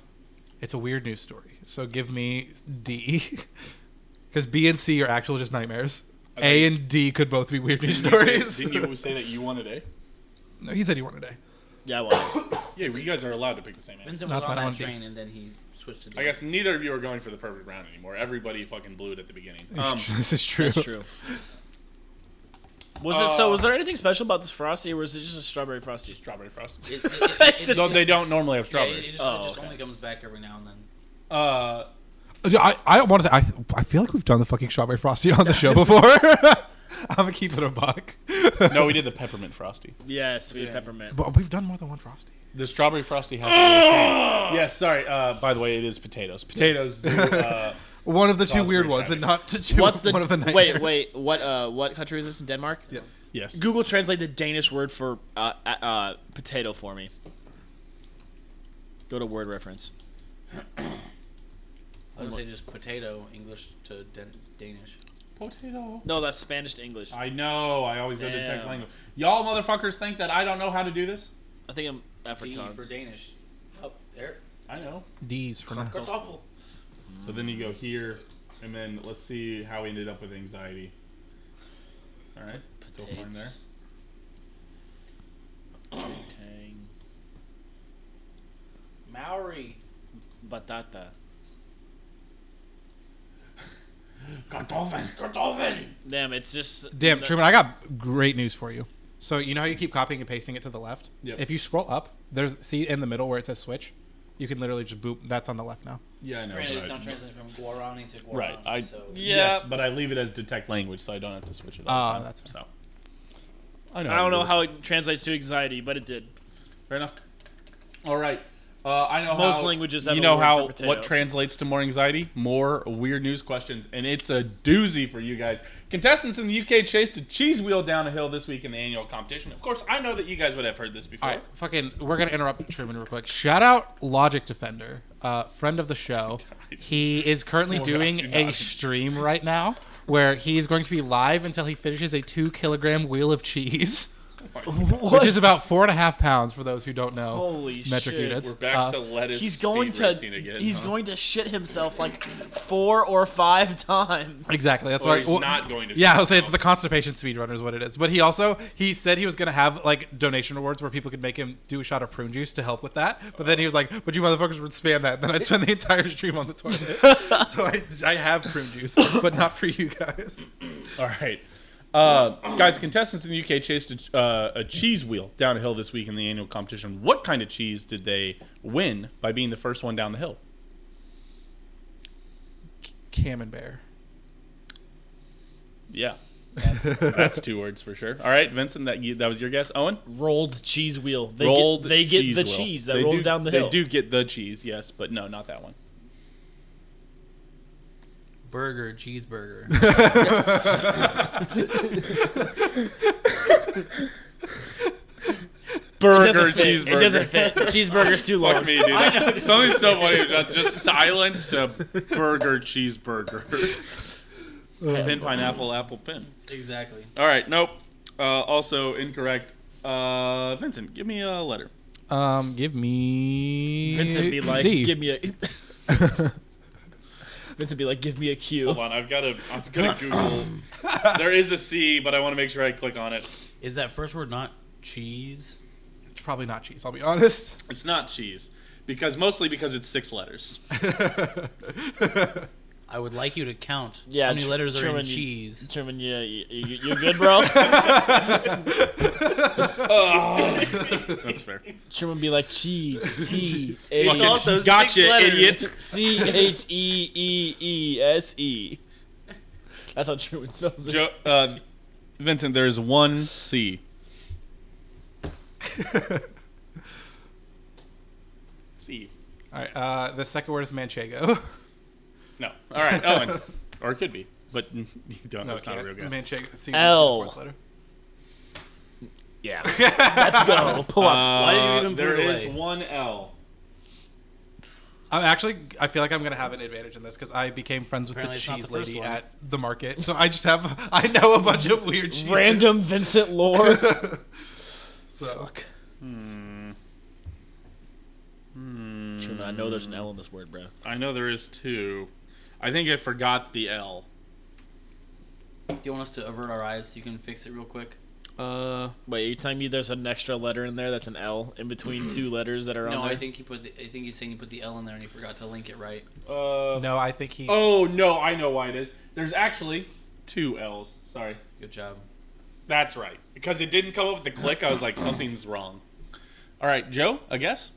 Speaker 3: it's a weird news story. So give me D, because B and C are actual just nightmares. A and D could both be weird news stories.
Speaker 1: Didn't you say that you wanted A?
Speaker 3: no, he said he wanted A.
Speaker 7: Yeah, well,
Speaker 1: Yeah, well, you guys are allowed to pick the same answer.
Speaker 2: Vincent
Speaker 3: That's
Speaker 2: was on
Speaker 3: what I
Speaker 2: that
Speaker 3: wanna be.
Speaker 2: train and then he switched to D.
Speaker 1: I guess neither of you are going for the perfect round anymore. Everybody fucking blew it at the beginning. Um,
Speaker 3: this is true.
Speaker 7: that's true. Was it so? Was there anything special about this frosty, or was it just a strawberry frosty?
Speaker 1: Uh, strawberry frost.
Speaker 2: It, it, it, it,
Speaker 7: Just-
Speaker 1: No, they don't normally have
Speaker 2: yeah, it, it
Speaker 1: strawberry.
Speaker 2: just,
Speaker 7: Oh,
Speaker 2: it just
Speaker 7: okay.
Speaker 2: only comes back every now and then.
Speaker 1: Uh,
Speaker 3: Dude, I, I want to. I, I feel like we've done the fucking strawberry frosty on the show before. I'm gonna keep it a buck.
Speaker 1: no, we did the peppermint frosty.
Speaker 7: Yes, sweet peppermint.
Speaker 3: but we've done more than one frosty.
Speaker 1: The strawberry frosty has. yes, sorry. Uh, by the way, it is potatoes. Potatoes. Do, uh,
Speaker 3: One of the two
Speaker 1: Salisbury
Speaker 3: weird ones, and not to two.
Speaker 7: What's the
Speaker 3: one of the nightmares.
Speaker 7: wait? Wait, what? Uh, what country is this in Denmark?
Speaker 3: Yeah.
Speaker 1: yes.
Speaker 7: Google translate the Danish word for uh, uh, uh, potato for me. Go to word reference.
Speaker 2: I would say just potato, English to Dan- Danish.
Speaker 1: Potato.
Speaker 7: No, that's Spanish to English. I,
Speaker 1: I know. I always go to tech
Speaker 7: Damn.
Speaker 1: language. Y'all motherfuckers think that I don't know how to do this?
Speaker 7: think I'm
Speaker 2: D
Speaker 7: Afrikaans.
Speaker 2: for Danish. Oh, there.
Speaker 1: I know.
Speaker 3: D's for now.
Speaker 2: That's awful.
Speaker 1: So then you go here, and then let's see how we ended up with anxiety. All right. Go find there.
Speaker 7: Tates. Tang.
Speaker 2: Mao Cowrie batata.
Speaker 1: Kartoffeln.
Speaker 7: Damn, it's just
Speaker 3: Damn, Truman, I got great news for you. So you know how you keep copying and pasting it to the left?
Speaker 1: Yep.
Speaker 3: If you scroll up, there's see in the middle where it says switch, you can literally just boop. That's on the left now.
Speaker 1: Yeah, I know.
Speaker 2: Granted,
Speaker 1: but
Speaker 2: it's
Speaker 1: I-
Speaker 2: not translated from Guarani to Guarani.
Speaker 1: Right, I-
Speaker 2: so
Speaker 7: yeah.
Speaker 1: Yes, but I leave it as detect language, so I don't have to switch it.
Speaker 3: Ah,
Speaker 1: all the time,
Speaker 3: that's-
Speaker 1: so. I know.
Speaker 7: I don't know how it translates to anxiety, but it did.
Speaker 1: Fair enough. All right. Uh, I know
Speaker 7: Most
Speaker 1: how-
Speaker 7: languages have
Speaker 1: you
Speaker 7: a
Speaker 1: know
Speaker 7: word
Speaker 1: how
Speaker 7: for potato.
Speaker 1: what translates to more anxiety, more weird news questions, and it's a doozy for you guys. Contestants in the UK chased a cheese wheel down a hill this week in the annual competition. Of course, I know that you guys would have heard this before.
Speaker 3: All right, fucking, we're gonna interrupt Truman real quick. Shout out Logic Defender, uh, friend of the show. He is currently doing a stream right now where he is going to be live until he finishes a two kilogram wheel of cheese, which is about four and a half pounds for those who don't know
Speaker 7: Holy
Speaker 3: metric
Speaker 7: shit.
Speaker 3: units.
Speaker 1: We're back
Speaker 3: Uh,
Speaker 1: to lettuce.
Speaker 7: He's going
Speaker 1: speed
Speaker 7: to
Speaker 1: racing again,
Speaker 7: he's
Speaker 1: huh?
Speaker 7: going to shit himself like four or five times.
Speaker 3: Exactly. That's
Speaker 1: Or
Speaker 3: why
Speaker 1: he's not going to
Speaker 3: Yeah,
Speaker 1: shit
Speaker 3: I'll say it's the
Speaker 1: himself.
Speaker 3: constipation speedrunner is what it is. But he also he said he was gonna have like donation awards where people could make him do a shot of prune juice to help with that. But then he was like, "But you motherfuckers would spam that." then I'd spend the entire stream on the toilet. so I, I have prune juice, but not for you guys.
Speaker 1: All right. Uh, guys, contestants in the UK chased a, uh, a cheese wheel down a hill this week in the annual competition. What kind of cheese did they win by being the first one down the hill?
Speaker 3: Camembert.
Speaker 1: Yeah. That's, that's two words for sure. All right, Vincent, that you, that was your guess. Owen,
Speaker 7: Rolled cheese wheel. They
Speaker 1: rolled.
Speaker 7: get, they get
Speaker 1: cheese
Speaker 7: the
Speaker 1: wheel.
Speaker 7: cheese that
Speaker 1: They
Speaker 7: rolls
Speaker 1: do-
Speaker 7: down the hill.
Speaker 1: They do get the cheese, yes, but no, not that one.
Speaker 9: Burger, cheeseburger.
Speaker 1: Burger
Speaker 7: Doesn't fit.
Speaker 1: cheeseburger.
Speaker 7: It doesn't fit. Cheeseburger's too long.
Speaker 1: Fuck me, dude. Something so funny about just silence to burger cheeseburger. pin pineapple apple pin.
Speaker 2: exactly.
Speaker 1: All right, nope. Uh, also incorrect. Uh, Vincent, give me a letter.
Speaker 3: Um, give me
Speaker 7: Vincent be like,
Speaker 3: Z.
Speaker 7: give me a. Vincent be like, give me a cue.
Speaker 1: Hold on, I've got to. I've got to Google. there is a C, but I want to make sure I click on it.
Speaker 2: Is that first word not cheese?
Speaker 3: it's probably not cheese. I'll be honest.
Speaker 1: It's not cheese, because mostly because it's six letters.
Speaker 2: I would like you to count
Speaker 7: Yeah,
Speaker 2: how many
Speaker 7: Tr-
Speaker 2: letters are in
Speaker 7: Truman, you-
Speaker 2: cheese.
Speaker 7: Truman, yeah, you, you, you good, bro?
Speaker 2: Oh.
Speaker 1: That's fair.
Speaker 7: Truman be like, cheese. C
Speaker 1: Fucking
Speaker 7: A
Speaker 1: gotcha, idiot.
Speaker 7: C H E E E S E. That's how Truman spells it.
Speaker 1: Jo- uh, Vincent, there is one C. C.
Speaker 3: All right. Uh, the second word is manchego.
Speaker 1: No. All right, Owen, or it could be, but you don't.
Speaker 3: No,
Speaker 1: that's not a real guess.
Speaker 3: Manchego. C
Speaker 7: L.
Speaker 3: Fourth letter.
Speaker 7: Yeah. Let's go. Pull up.
Speaker 1: Uh,
Speaker 2: Why did you even put
Speaker 1: there
Speaker 2: it
Speaker 1: is
Speaker 2: away?
Speaker 1: one L.
Speaker 3: I'm actually. I feel like I'm gonna have an advantage in this because I became friends with
Speaker 2: Apparently
Speaker 3: the
Speaker 2: it's not
Speaker 3: cheese
Speaker 2: the first
Speaker 3: lady
Speaker 2: one.
Speaker 3: at the market, so I just have. I know a bunch of weird cheese.
Speaker 7: Random Vincent lore.
Speaker 3: So.
Speaker 7: Truman, I know there's an L in this word, bro.
Speaker 1: I know there is two. I think I forgot the L.
Speaker 2: Do you want us to avert our eyes so you can fix it real quick?
Speaker 7: Uh, wait, you're telling me there's an extra letter in there that's an L in between two letters that are on
Speaker 2: No,
Speaker 7: there?
Speaker 2: I think he put. The, I think he's saying he put the L in there and he forgot to link it right.
Speaker 1: Uh,
Speaker 3: No, I think he.
Speaker 1: Oh no, I know why it is. There's actually two L's. Sorry.
Speaker 2: Good job.
Speaker 1: That's right. Because it didn't come up with the click, I was like, something's wrong. All right, Joe, I guess.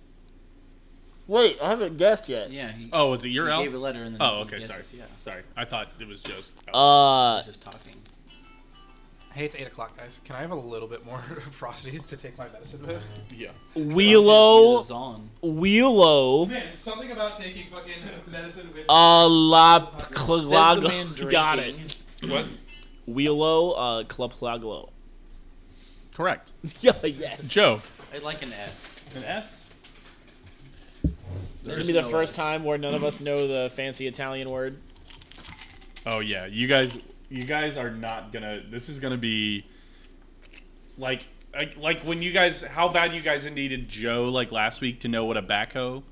Speaker 7: Wait, I haven't guessed yet.
Speaker 2: Yeah. He,
Speaker 1: Oh, was it your
Speaker 2: he
Speaker 1: L?
Speaker 2: gave a letter and then.
Speaker 1: oh,
Speaker 2: he
Speaker 1: okay, sorry.
Speaker 2: guesses, Yeah.
Speaker 1: Sorry. I thought it was Joe's. L.
Speaker 7: Uh,
Speaker 2: He's just talking.
Speaker 3: Hey, it's eight o'clock, guys. Can I have a little bit more frosty to take my medicine with?
Speaker 1: yeah.
Speaker 7: Wheelo,
Speaker 2: He's on.
Speaker 7: Wheelo,
Speaker 3: Man, something about taking fucking medicine with.
Speaker 7: uh, la,
Speaker 6: Says the man
Speaker 7: claglo. Got
Speaker 6: drinking.
Speaker 7: it.
Speaker 1: What?
Speaker 7: Wheelo, uh, club claglo.
Speaker 1: Correct.
Speaker 7: Yeah, yes.
Speaker 1: Joe.
Speaker 2: I like an S.
Speaker 1: An S.
Speaker 7: This is gonna be the
Speaker 2: no
Speaker 7: first
Speaker 2: S.
Speaker 7: time where none of us know the fancy Italian word.
Speaker 1: Oh yeah, you guys, you guys are not gonna. This is gonna be like, like, like when you guys, how bad you guys needed Joe like last week to know what a backhoe,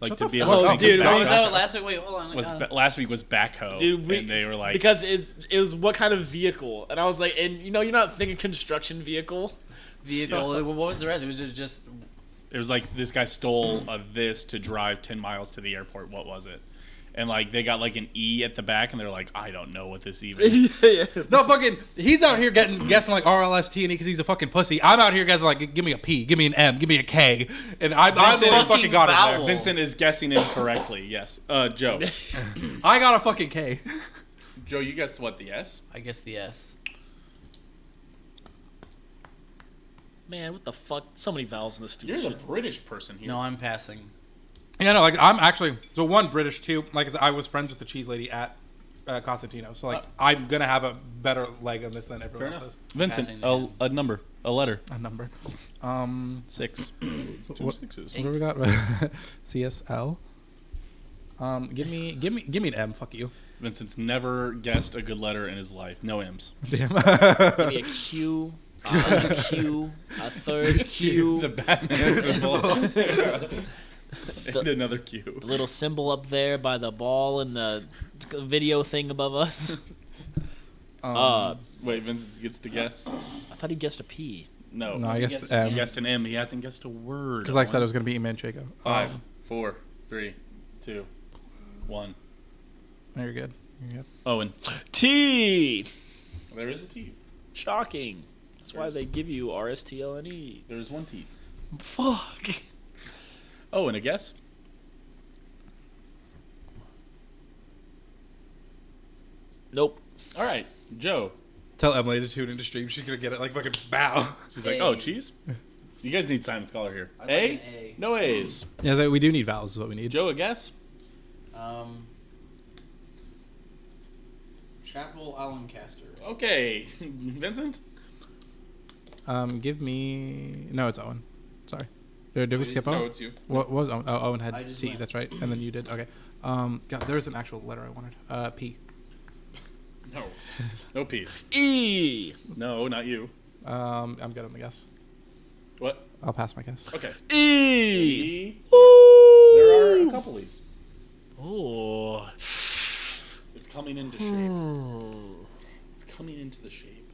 Speaker 1: like
Speaker 3: Shut
Speaker 1: to
Speaker 3: the
Speaker 1: be
Speaker 3: fuck
Speaker 1: able to think
Speaker 3: up.
Speaker 7: Dude,
Speaker 1: of
Speaker 7: what
Speaker 2: Oh,
Speaker 7: was
Speaker 2: is
Speaker 1: backhoe.
Speaker 2: that what last week? Wait, hold on. I
Speaker 1: was
Speaker 2: got
Speaker 1: ba-
Speaker 2: it.
Speaker 1: last week was backhoe,
Speaker 7: Dude, we-
Speaker 1: and they were like,
Speaker 7: because it's it was what kind of vehicle, and I was like, and you know, you're not thinking construction vehicle.
Speaker 2: vehicle? What was the rest? It was just, just
Speaker 1: It was like this guy stole a this to drive ten miles to the airport. What was it? And like they got like an E at the back, and they're like, I don't know what this even. is.
Speaker 3: No fucking. He's out here getting guessing like RLST and because he's a fucking pussy. I'm out here guessing like, give me a P, give me an M, give me a K, and I, I
Speaker 1: Vincent
Speaker 3: literally
Speaker 1: is-
Speaker 3: fucking got it.
Speaker 9: vowel.
Speaker 3: There.
Speaker 1: Uh, Vincent is guessing incorrectly. Yes, uh, Joe.
Speaker 3: I got a fucking K.
Speaker 1: Joe, you guessed what the S?
Speaker 9: I guess the S.
Speaker 7: Man, what the fuck? So many vowels in this
Speaker 1: You're
Speaker 7: stupid
Speaker 1: the
Speaker 7: shit.
Speaker 1: British person here.
Speaker 9: No, I'm passing.
Speaker 3: Yeah, no, like I'm actually so one British too. Like I said, I was friends with the cheese lady at uh, Constantino, so like I'm gonna have a better leg on this than everyone
Speaker 1: Fair
Speaker 3: else.
Speaker 1: Vincent, a,
Speaker 9: Passing
Speaker 1: a number, a letter,
Speaker 3: has. A number. Um,
Speaker 1: six. Two
Speaker 3: What-
Speaker 1: sixes.
Speaker 3: what do we got? CSL. Um, give me, give me, give me an M. Fuck you.
Speaker 1: Vincent's never guessed a good letter in his life. No M's.
Speaker 3: Damn.
Speaker 7: Give me a Q, a Q, a third Q,
Speaker 1: The Batman symbol. and another Q.
Speaker 7: the little symbol up there by the ball and the video thing above us.
Speaker 3: Um,
Speaker 7: Uh,
Speaker 1: Wait, Vincent gets to guess.
Speaker 7: I thought he guessed a P.
Speaker 1: No.
Speaker 3: no, I
Speaker 1: he
Speaker 3: guess M.
Speaker 1: guessed an M. He hasn't guessed a word.
Speaker 3: Because like I said,
Speaker 1: One,
Speaker 3: it was gonna be Iman Jacob.
Speaker 1: five, four, three, two, one.
Speaker 3: No, Oh, you're good. You're good.
Speaker 1: Owen.
Speaker 7: T.
Speaker 1: There is a T.
Speaker 7: Shocking. That's why they give you R S T L N E.
Speaker 1: There is one T.
Speaker 7: Fuck.
Speaker 1: Oh, and a guess?
Speaker 7: Nope.
Speaker 1: All right, Joe.
Speaker 3: Tell Emily to tune into stream. She's gonna get it like fucking bow.
Speaker 1: She's like, oh, cheese? You guys need Simon Scholar here. a?
Speaker 9: like an A.
Speaker 1: No A's.
Speaker 3: Yeah, so we do need vowels. Is what we need.
Speaker 1: Joe, a guess?
Speaker 9: Um, Chapel Allencaster.
Speaker 1: Okay. Vincent?
Speaker 3: Um, give me. No, it's Owen. Sorry. Did, did we skip
Speaker 1: No,
Speaker 3: Owen?
Speaker 1: it's you.
Speaker 3: What was Owen? Oh, Owen had
Speaker 9: I just
Speaker 3: T.
Speaker 9: went.
Speaker 3: That's right. And then you did. Okay. Um, God, there was an actual letter I wanted. Uh, P.
Speaker 1: No. No peas.
Speaker 7: E.
Speaker 1: No, not you.
Speaker 3: Um, I'm good on the guess.
Speaker 1: What?
Speaker 3: I'll pass my guess.
Speaker 1: Okay.
Speaker 7: E.
Speaker 1: E. There are a couple E's.
Speaker 7: Oh.
Speaker 1: It's coming into
Speaker 7: Hmm.
Speaker 1: shape. It's coming into the shape.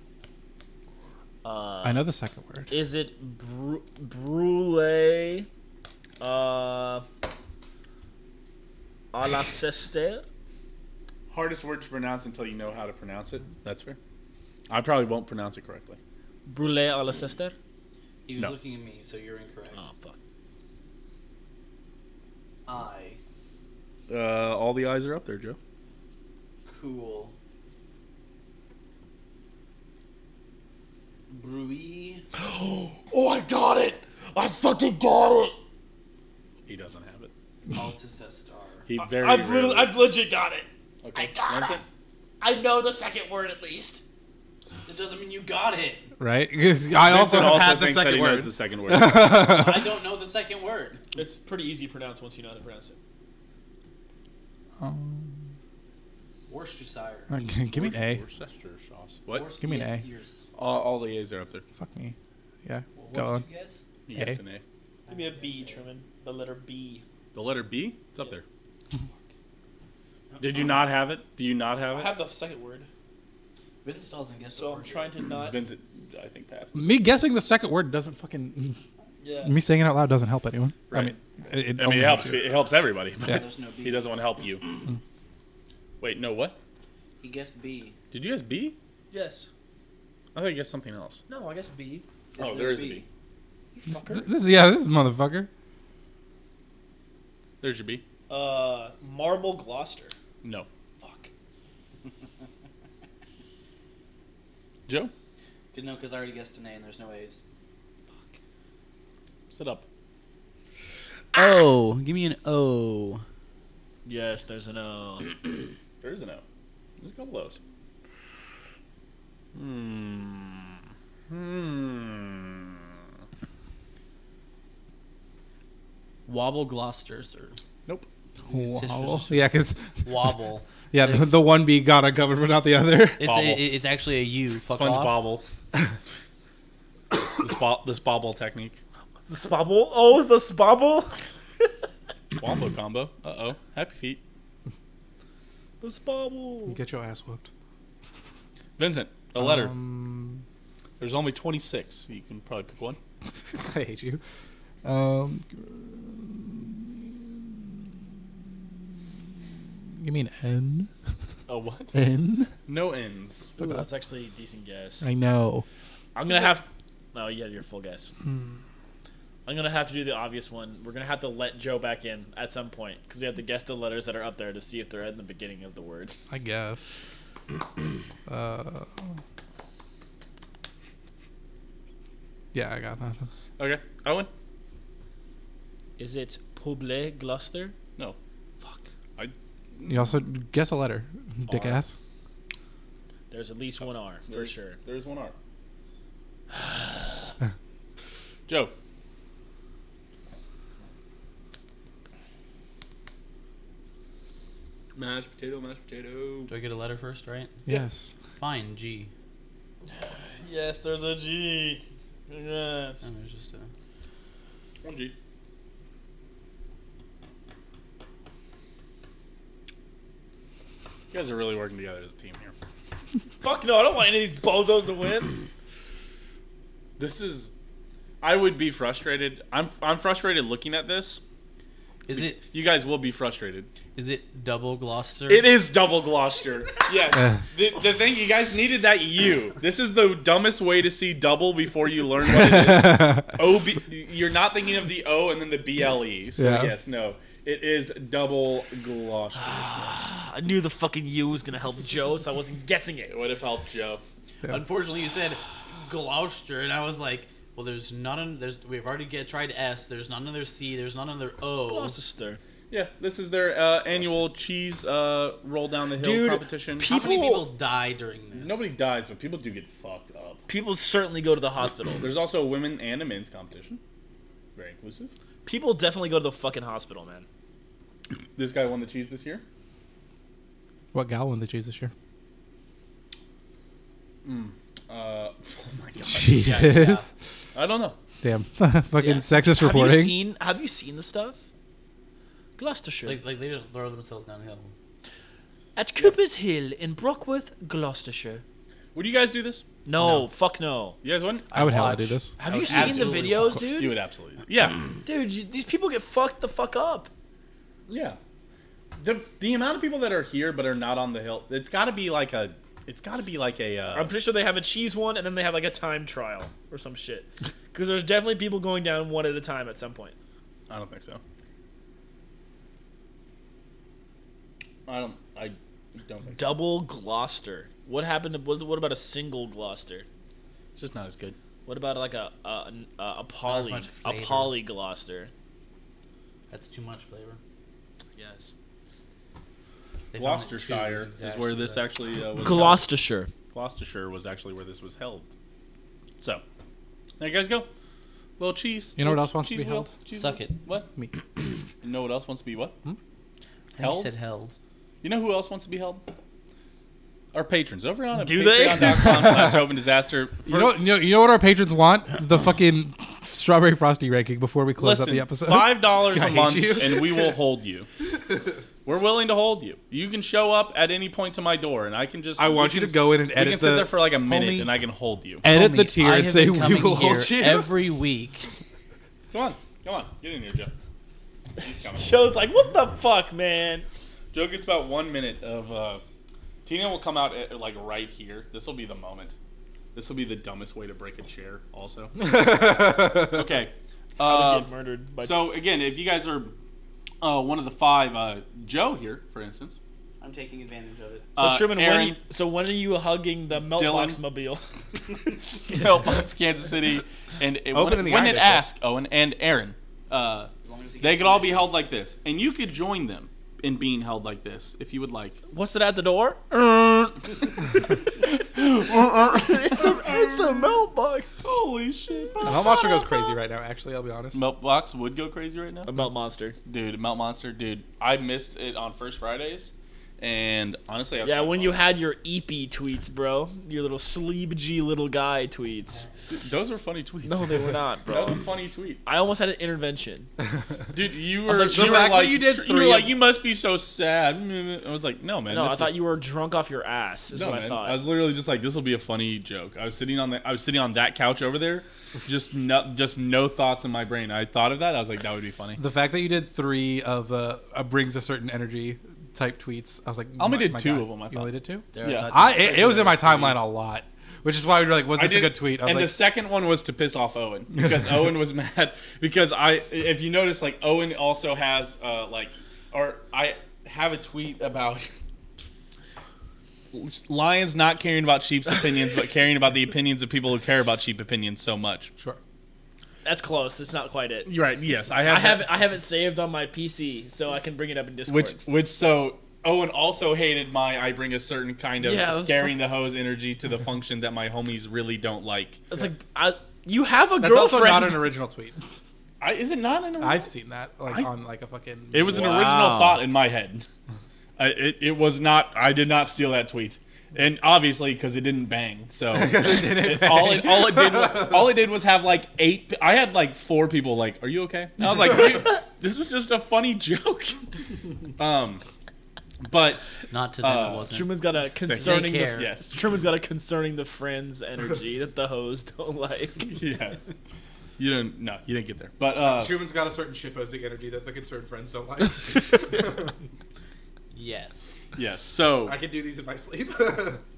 Speaker 3: I know the second word.
Speaker 7: Uh, Is it br- brulee? Uh. A la sister?
Speaker 1: Hardest word to pronounce until you know how to pronounce it. That's fair. I probably won't pronounce it correctly.
Speaker 7: Brulee a la sister?
Speaker 9: He was
Speaker 1: No.
Speaker 9: looking at me, so you're incorrect.
Speaker 7: Oh, fuck.
Speaker 9: I
Speaker 1: Uh, all the eyes are up there, Joe.
Speaker 9: cool. Brewy.
Speaker 7: Oh, I got it! I fucking got it!
Speaker 1: He doesn't have it.
Speaker 9: Alticestar.
Speaker 1: He very
Speaker 7: I've literally,
Speaker 1: rarely-
Speaker 7: I've legit got it.
Speaker 1: okay.
Speaker 7: I got
Speaker 1: Vincent?
Speaker 7: I know the second word at least. That doesn't mean you got it.
Speaker 3: Right? I also
Speaker 1: Vincent
Speaker 3: have had the
Speaker 1: thinks that
Speaker 3: second
Speaker 1: he knows
Speaker 3: word.
Speaker 1: the second word.
Speaker 9: I don't know the second word.
Speaker 5: It's pretty easy to pronounce once you know how to pronounce it.
Speaker 9: Worcestershire.
Speaker 3: Okay, give me an A.
Speaker 1: Worcestershire sauce. What?
Speaker 9: Worcest-
Speaker 3: Give me an A.
Speaker 9: yes,
Speaker 1: All, all the A's are up there.
Speaker 3: Fuck me. Yeah.
Speaker 9: yours.
Speaker 3: Go
Speaker 9: What
Speaker 3: on.
Speaker 9: did you guess?
Speaker 1: You
Speaker 3: A.
Speaker 1: guessed an A.
Speaker 5: Give me a B, Truman. The letter B.
Speaker 1: The letter B? It's up there. Did you not have it? Do you not have
Speaker 5: Uh-uh. I
Speaker 1: it?
Speaker 5: have the second word,
Speaker 9: Vince doesn't guess.
Speaker 5: so I'm trying to not.
Speaker 1: Vincent, I think passed.
Speaker 3: Me guessing the second word doesn't fucking.
Speaker 5: Yeah.
Speaker 3: Me saying it out loud doesn't help anyone.
Speaker 1: Right.
Speaker 3: I mean, it, it
Speaker 1: I mean,
Speaker 3: only
Speaker 1: it helps.
Speaker 3: you.
Speaker 1: It helps everybody. But
Speaker 9: There's no B.
Speaker 1: He doesn't want to help you.
Speaker 5: Mm-hmm.
Speaker 1: Wait, no. What?
Speaker 9: He guessed B.
Speaker 1: Did you guess B?
Speaker 5: Yes.
Speaker 1: I thought you guessed something else.
Speaker 5: No, I guess B.
Speaker 1: oh, there is a B.
Speaker 3: Th- This, yeah, this is motherfucker.
Speaker 1: There's your B.
Speaker 5: Uh, Marble Gloucester.
Speaker 1: No.
Speaker 5: Fuck.
Speaker 1: Joe,
Speaker 9: Good no, because I already guessed an A and there's no A's.
Speaker 1: sit up.
Speaker 8: O. Give me an O.
Speaker 7: Yes, there's an um, O.
Speaker 1: There is an O. There's a couple of O's. Hmm. Hmm.
Speaker 9: Wobble Gloucester, sir.
Speaker 1: Nope.
Speaker 9: Sisters.
Speaker 3: Yeah, because
Speaker 9: Wobble.
Speaker 3: yeah, the, the one B got a government, not the other.
Speaker 9: It's
Speaker 1: Bobble.
Speaker 9: a, it- it's actually a U. Fuck
Speaker 1: Sponge
Speaker 9: off.
Speaker 1: bobble. the, spa- the spobble technique.
Speaker 7: The spobble? Oh, is the spobble?
Speaker 1: Wombo combo. Uh oh. Happy feet.
Speaker 7: the spobble.
Speaker 3: Get your ass whooped.
Speaker 1: Vincent, a letter.
Speaker 3: Um,
Speaker 1: There's only 26. You can probably pick one.
Speaker 3: I hate you. Um, give me an N.
Speaker 10: Oh what?
Speaker 3: N.
Speaker 1: No ends.
Speaker 3: Fuck off.
Speaker 7: That's actually a decent guess.
Speaker 3: I know.
Speaker 7: I'm gonna have. Oh, you have your full guess. I'm gonna have to do the obvious one. We're gonna have to let Joe back in at some point because we have to guess the letters that are up there to see if they're in the beginning of the word.
Speaker 3: I guess. uh, yeah, I got nothing.
Speaker 1: Okay. Owen?
Speaker 7: Is it Puble Gloucester?
Speaker 1: No.
Speaker 7: Fuck.
Speaker 3: You also guess a letter, dick
Speaker 1: R.
Speaker 3: ass.
Speaker 7: There's at least one R for
Speaker 1: There's-
Speaker 7: sure.
Speaker 1: There's one R. Joe.
Speaker 2: Mashed potato, mashed potato. Do I get a letter first, right?
Speaker 3: Yes.
Speaker 2: Fine, G.
Speaker 7: Yes, there's a G.
Speaker 2: Oh, there's just a...
Speaker 1: One G. You guys are really working together as a team here.
Speaker 7: Fuck no! I don't want any of these bozos to win.
Speaker 1: This is. I would be frustrated. I'm I'm frustrated looking at this.
Speaker 2: Is it
Speaker 1: You guys will be frustrated.
Speaker 2: is it double Gloucester?
Speaker 1: It is double Gloucester. Yes. the, the thing you guys needed that U. This is the dumbest way to see double before you learn what it is. O B. You're not thinking of the O and then the B L E. So
Speaker 3: Yeah.
Speaker 1: yes, no. It is double Gloucester.
Speaker 7: I knew the fucking U was gonna help Joe, so I wasn't guessing it.
Speaker 1: It would have helped Joe.
Speaker 2: Unfortunately, you said Gloucester, and I was like, well, there's not an there's we've already get tried S. There's not another C. There's not another O.
Speaker 7: Gloucester.
Speaker 1: Yeah, this is their uh, annual cheese uh, roll down the hill
Speaker 7: Dude,
Speaker 1: competition.
Speaker 2: How many people die during this?
Speaker 1: Nobody dies, but people do get fucked up.
Speaker 7: People certainly go to the hospital.
Speaker 1: There's also a women and a men's competition. Very inclusive.
Speaker 7: People definitely go to the fucking hospital, man.
Speaker 1: This guy won the cheese this year.
Speaker 3: What gal won the cheese this year?
Speaker 1: Uh, oh my god.
Speaker 3: Jesus.
Speaker 1: I don't know.
Speaker 3: Damn. Fucking sexist reporting.
Speaker 7: Have you seen? Have you seen the stuff? Gloucestershire.
Speaker 2: Like, like they just throw themselves downhill.
Speaker 7: At Cooper's Hill in Brockworth, Gloucestershire.
Speaker 1: Would you guys do this?
Speaker 7: No, Oh, fuck no.
Speaker 1: You guys wouldn't?
Speaker 3: I would hell do this.
Speaker 7: Have you seen the
Speaker 2: absolutely
Speaker 7: videos,
Speaker 1: You
Speaker 7: dude?
Speaker 1: would absolutely. Yeah.
Speaker 7: Dude, you, these people get fucked the fuck up.
Speaker 1: Yeah. The the amount of people that are here but are not on the hill, it's got to be like a. It's got to be like a. Uh,
Speaker 6: I'm pretty sure they have a cheese one, and then they have like a time trial or some shit. Because there's definitely people going down one at a time at some point.
Speaker 1: I don't think so. I don't. I don't think.
Speaker 7: Double Gloucester. What happened to what, what about a single Gloucester?
Speaker 1: It's just not as good.
Speaker 7: What about like a a, a, a poly
Speaker 2: much
Speaker 7: a
Speaker 2: flavor.
Speaker 7: poly Gloucester?
Speaker 2: That's too much flavor.
Speaker 7: Yes.
Speaker 2: They found that two
Speaker 1: Gloucestershire is
Speaker 2: exactly
Speaker 1: where this
Speaker 2: the-
Speaker 1: actually uh, was.
Speaker 7: Gloucestershire.
Speaker 1: held. Gloucestershire was actually where this was held. So, there you guys go. Little cheese.
Speaker 3: You know what
Speaker 1: Little
Speaker 3: else wants to
Speaker 1: cheese
Speaker 3: be
Speaker 1: wheel.
Speaker 3: held?
Speaker 1: Cheese
Speaker 2: Suck
Speaker 1: wheel.
Speaker 2: it.
Speaker 1: What?
Speaker 3: Me.
Speaker 1: You know what else wants to be what?
Speaker 2: I think
Speaker 1: Held?
Speaker 2: he said held.
Speaker 1: You know who else wants to be held? Our patrons over on
Speaker 7: Do they?
Speaker 1: patreon.com slash open disaster.
Speaker 3: You know, you know, you know what our patrons want? The fucking strawberry frosty ranking before we close
Speaker 1: Listen,
Speaker 3: up the episode.
Speaker 1: five dollars a
Speaker 3: hate
Speaker 1: month,
Speaker 3: you.
Speaker 1: and we will hold you. We're willing to hold you. You can show up at any point to my door, and I can just.
Speaker 11: I
Speaker 1: we
Speaker 11: want you
Speaker 1: can-
Speaker 11: to go in and
Speaker 1: We
Speaker 11: edit
Speaker 1: can sit
Speaker 11: the-
Speaker 1: there for like a minute,
Speaker 3: Homie.
Speaker 1: and I can hold you.
Speaker 3: Edit the
Speaker 2: Homie, I
Speaker 3: tier and
Speaker 2: have
Speaker 3: say
Speaker 2: been
Speaker 3: we
Speaker 2: coming
Speaker 3: will
Speaker 2: here
Speaker 3: hold you.
Speaker 2: every week.
Speaker 1: Come on, come on, get in here, Joe. He's coming.
Speaker 7: Joe's like, what the fuck, man?
Speaker 1: Joe gets about one minute of. Uh, Tina will come out at, like right here. This will be the moment. This will be the dumbest way to break a chair. Also. okay. Uh,
Speaker 6: get murdered by
Speaker 1: so again, if you guys are uh, one of the five, uh, Joe here, for instance.
Speaker 2: I'm taking advantage of it.
Speaker 1: uh,
Speaker 7: So Sherman, when
Speaker 1: Aaron,
Speaker 7: are you- so when are you hugging the Meltbox mobile?
Speaker 1: Hellbox, Kansas City, and it,
Speaker 11: Open
Speaker 1: when,
Speaker 11: in the
Speaker 1: when
Speaker 11: eye,
Speaker 1: it
Speaker 11: bitch.
Speaker 1: asks Owen and Aaron, uh, they could all be held like this, and you could join them in being held like this if you would like.
Speaker 7: What's that at the door? It's the Meltbox.
Speaker 1: Holy shit!
Speaker 11: Mount Monster goes crazy right now. Actually, I'll be honest.
Speaker 1: Meltbox would go crazy right now,
Speaker 7: A melt monster.
Speaker 1: dude. Melt Monster, dude. I missed it on first Fridays, And honestly, I was oh,
Speaker 7: Yeah,
Speaker 1: kinda
Speaker 7: when you
Speaker 1: bummed.
Speaker 7: had your eepy tweets, bro, your little sleepy little guy tweets.
Speaker 1: those were funny tweets.
Speaker 7: No, they were not,
Speaker 1: that was a
Speaker 7: bro.
Speaker 1: funny tweet,
Speaker 7: I almost had an intervention.
Speaker 1: dude. You were
Speaker 7: was like,
Speaker 1: you
Speaker 7: the
Speaker 1: were
Speaker 7: fact that
Speaker 1: like
Speaker 7: you did
Speaker 1: were
Speaker 7: three
Speaker 1: like
Speaker 7: of-
Speaker 1: you must be so sad. I was like, no man.
Speaker 7: No, I
Speaker 1: this
Speaker 7: thought
Speaker 1: is-
Speaker 7: you were drunk off your ass. Is
Speaker 1: No,
Speaker 7: what
Speaker 1: man.
Speaker 7: I thought.
Speaker 1: I was literally just like, this will be a funny joke. I was sitting on the, I was sitting on that couch over there, just no, just no thoughts in my brain. I thought of that. I was like, that would be funny.
Speaker 3: The fact that you did three of uh, uh, brings a certain energy type tweets. I was like, I
Speaker 1: only did two of them, I
Speaker 3: you
Speaker 1: thought.
Speaker 3: only did two.
Speaker 1: Yeah.
Speaker 3: I it, it was in my timeline a lot, which is why we were like, was this a
Speaker 1: did-
Speaker 3: good tweet? I was
Speaker 1: and
Speaker 3: like,
Speaker 1: the second one was to piss off Owen because Owen was mad because I, if you notice, like Owen also has uh, like, or I have a tweet about lions not caring about sheep's opinions, but caring about the opinions of people who care about sheep opinions so much.
Speaker 3: sure.
Speaker 12: That's close. It's not quite it.
Speaker 1: You're right. Yes, I have.
Speaker 12: I have I have it saved on my PC, so I can bring it up in Discord.
Speaker 1: which which so Owen also hated my I bring a certain kind of
Speaker 7: Yeah, it was
Speaker 1: scaring the hose energy to the function that my homies really don't like.
Speaker 7: It's like I, you have a
Speaker 3: That's
Speaker 7: girlfriend.
Speaker 3: also not an original tweet.
Speaker 1: I, is it not an?
Speaker 3: I've seen that like on like a fucking.
Speaker 1: It was an original thought in my head. I, it, it was not. I did not steal that tweet, and obviously because it didn't bang. So it- all it all it did wa- all it did was have like eight. p- I had like four people like, "Are you okay?" And I was like, "Dude, "This was just a funny joke." Um, but
Speaker 2: Not to them,
Speaker 1: Uh,
Speaker 2: it wasn't.
Speaker 12: Truman's got a concerning
Speaker 2: care.
Speaker 12: the,
Speaker 1: yes,
Speaker 12: Truman's got a concerning the friends energy that the hoes don't like.
Speaker 1: yes. You didn't. No, you didn't get there. But uh,
Speaker 3: Truman's got a certain shitposting energy that the concerned friends don't like.
Speaker 2: Yes.
Speaker 1: yes. So
Speaker 3: I can do these in my sleep.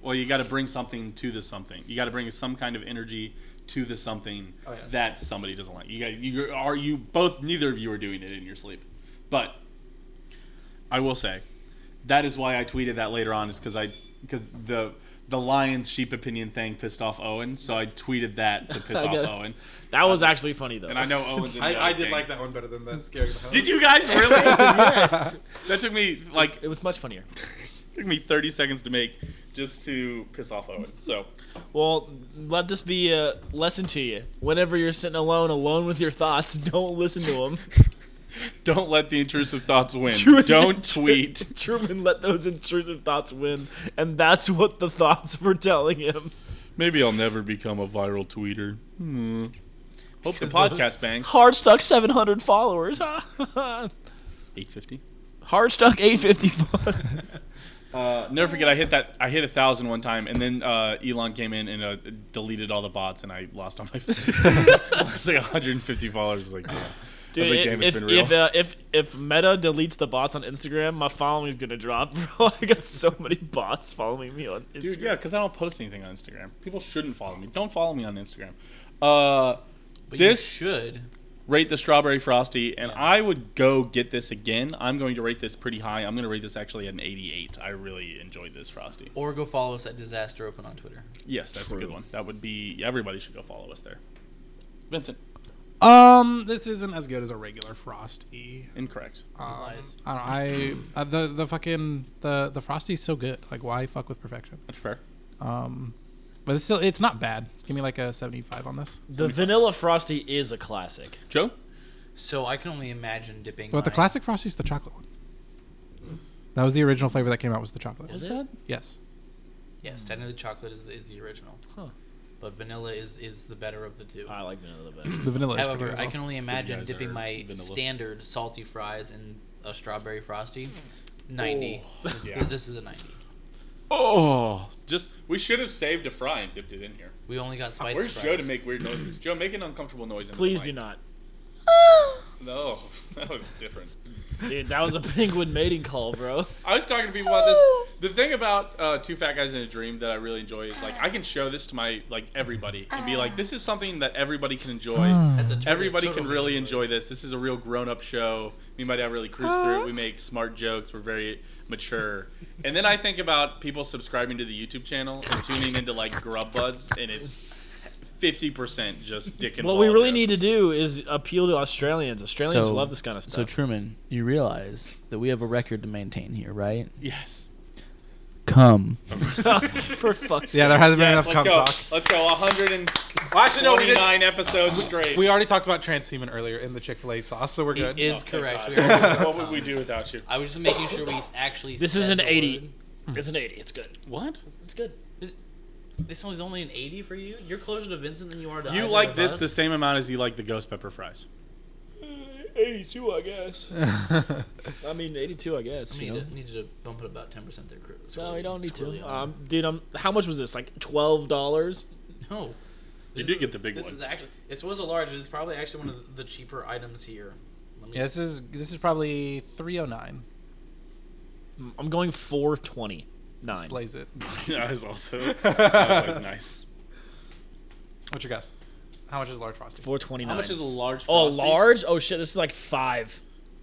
Speaker 1: well, you got to bring something to the something. You got to bring some kind of energy to the something
Speaker 3: Oh, yeah.
Speaker 1: that somebody doesn't like. You guys, you are you both. Neither of you are doing it in your sleep. But I will say that is why I tweeted that later on is because I because the the lion's sheep opinion thing pissed off Owen, so I tweeted that to piss off
Speaker 7: gotta-
Speaker 1: Owen.
Speaker 7: that was actually funny though.
Speaker 1: And I know Owen's. in
Speaker 3: I,
Speaker 1: the
Speaker 3: I
Speaker 1: gang.
Speaker 3: did like that one better than the scary. of the house.
Speaker 1: Did you guys really? yes. That took me like
Speaker 7: It was much funnier.
Speaker 1: took me 30 seconds to make just to piss off Owen. So
Speaker 7: Well, let this be a lesson to you. Whenever you're sitting alone, alone with your thoughts, don't listen to them.
Speaker 1: don't let the intrusive thoughts win.
Speaker 7: Truman-
Speaker 1: don't tweet.
Speaker 7: Truman let those intrusive thoughts win, and that's what the thoughts were telling him.
Speaker 1: Maybe I'll never become a viral tweeter. Hmm. Hope the podcast bangs.
Speaker 7: Hardstuck 700 followers. Hardstuck
Speaker 1: 850.
Speaker 7: 850.
Speaker 1: Uh, never forget, I hit that. I hit a thousand one time, and then uh, Elon came in and uh, deleted all the bots, and I lost all my. it's like 150 followers. It's like, damn. I was like, damn, it's
Speaker 7: if,
Speaker 1: been real.
Speaker 7: if, uh, if if Meta deletes the bots on Instagram, my following's gonna drop, bro. I got so many bots following me on Instagram.
Speaker 1: Dude, yeah, because I don't post anything on Instagram. People shouldn't follow me. Don't follow me on Instagram. Uh,
Speaker 2: But
Speaker 1: This-
Speaker 2: you should.
Speaker 1: rate the strawberry frosty, and I would go get this again. I'm going to rate this pretty high. I'm going to rate this actually at an 88. I really enjoyed this frosty.
Speaker 2: Or go follow us at Disaster Open on Twitter.
Speaker 1: Yes, that's a good one. That would be everybody should go follow us there. Vincent,
Speaker 3: Um, this isn't as good as a regular frosty.
Speaker 1: incorrect.
Speaker 3: Um,
Speaker 2: Lies.
Speaker 3: I don't know, I uh, the the fucking the the frosty's so good. Like why fuck with perfection?
Speaker 1: That's fair.
Speaker 3: Um, but it's still it's not bad. Give me like a seventy five on this.
Speaker 7: The vanilla frosty is a classic.
Speaker 1: Joe,
Speaker 2: So I can only imagine dipping.
Speaker 3: But the
Speaker 2: my-
Speaker 3: classic frosty's the chocolate one. That was the original flavor that came out was the chocolate.
Speaker 2: Is it?
Speaker 3: Yes.
Speaker 2: Yes, technically chocolate is the, is the original.
Speaker 7: Huh.
Speaker 2: But vanilla is is the better of the two.
Speaker 1: Uh,
Speaker 7: I like vanilla the best.
Speaker 3: The vanilla. is pretty
Speaker 2: However,
Speaker 3: good
Speaker 2: I
Speaker 3: as
Speaker 2: can only
Speaker 1: guys
Speaker 2: imagine
Speaker 1: are
Speaker 2: dipping my
Speaker 1: vanilla.
Speaker 2: standard salty fries in a strawberry frosty. 90. This-
Speaker 1: Yeah.
Speaker 2: This is a 90.
Speaker 7: Oh,
Speaker 1: just we should have saved a fry and dipped it in here.
Speaker 2: We only got spicy
Speaker 1: Where's
Speaker 2: fries.
Speaker 1: Joe to make weird noises? Joe, make an uncomfortable noise. into the
Speaker 7: please
Speaker 1: mic.
Speaker 7: do not,
Speaker 1: No, that was different.
Speaker 7: dude. That was a penguin mating call, bro.
Speaker 1: I was talking to people about this. The thing about uh, Two Fat Guys in a Dream that I really enjoy is like I can show this to my like everybody and be
Speaker 7: Ah.
Speaker 1: like, this is something that everybody can enjoy.
Speaker 2: That's a total-
Speaker 1: Everybody
Speaker 2: total
Speaker 1: can really
Speaker 2: waste.
Speaker 1: enjoy this. This is a real grown-up show. Me and my dad really cruise through it. We make smart jokes. We're very mature. And then I think about people subscribing to the YouTube channel and tuning into like Grub Buds, and it's fifty percent just dick and
Speaker 7: What we
Speaker 1: ball
Speaker 7: really
Speaker 1: jokes.
Speaker 7: need to do is appeal to Australians. Australians
Speaker 2: So-
Speaker 7: love this kind of stuff.
Speaker 2: So Truman, you realize that we have a record to maintain here, right?
Speaker 1: Yes.
Speaker 13: Come.
Speaker 7: For fuck's
Speaker 3: Yeah, there hasn't been
Speaker 1: Yes,
Speaker 3: enough
Speaker 1: let's
Speaker 3: cum
Speaker 1: go.
Speaker 3: talk.
Speaker 1: Let's go. 149
Speaker 3: Well, actually, no, we didn't.
Speaker 1: episodes straight.
Speaker 3: We already talked about trans semen earlier in the Chick Fil A sauce, so we're
Speaker 2: He
Speaker 3: good.
Speaker 2: is
Speaker 1: Oh, thank
Speaker 2: correct.
Speaker 1: God.
Speaker 2: We are-
Speaker 1: what would we do without you?
Speaker 2: I was just making sure we actually.
Speaker 7: This
Speaker 2: said
Speaker 7: is an
Speaker 2: the
Speaker 7: 80.
Speaker 2: word.
Speaker 7: It's an 80. It's good.
Speaker 1: What?
Speaker 7: It's good.
Speaker 2: This one's only an eighty for you. You're closer to Vincent than you are to.
Speaker 1: You
Speaker 2: either
Speaker 1: like
Speaker 2: of
Speaker 1: this
Speaker 2: us.
Speaker 1: the same amount as you like the ghost pepper fries.
Speaker 2: Uh,
Speaker 14: 82, I guess.
Speaker 7: I mean, 82, I guess.
Speaker 2: Need
Speaker 7: you know?
Speaker 2: to, need to bump it about ten percent there. Cr-
Speaker 7: No, we
Speaker 2: Squirrely-
Speaker 7: don't need
Speaker 2: Squirrely
Speaker 7: to.
Speaker 2: on.
Speaker 7: Um, dude, I'm, how much was this? Like $12?
Speaker 2: no.
Speaker 1: You
Speaker 2: This
Speaker 1: did
Speaker 2: is-
Speaker 1: get the big
Speaker 2: This
Speaker 1: one.
Speaker 2: was actually. This was a large. It was probably actually one of the cheaper items here. Let me-
Speaker 3: Yeah, this is this is probably 309.
Speaker 7: Mm, I'm going 429.
Speaker 3: Blaze it.
Speaker 1: I was also I was like, nice.
Speaker 3: What's your guess? How much is large frosty?
Speaker 7: 429.
Speaker 2: How much is a large?
Speaker 7: Oh,
Speaker 2: Frosty?
Speaker 7: large? Oh, shit. This is like five.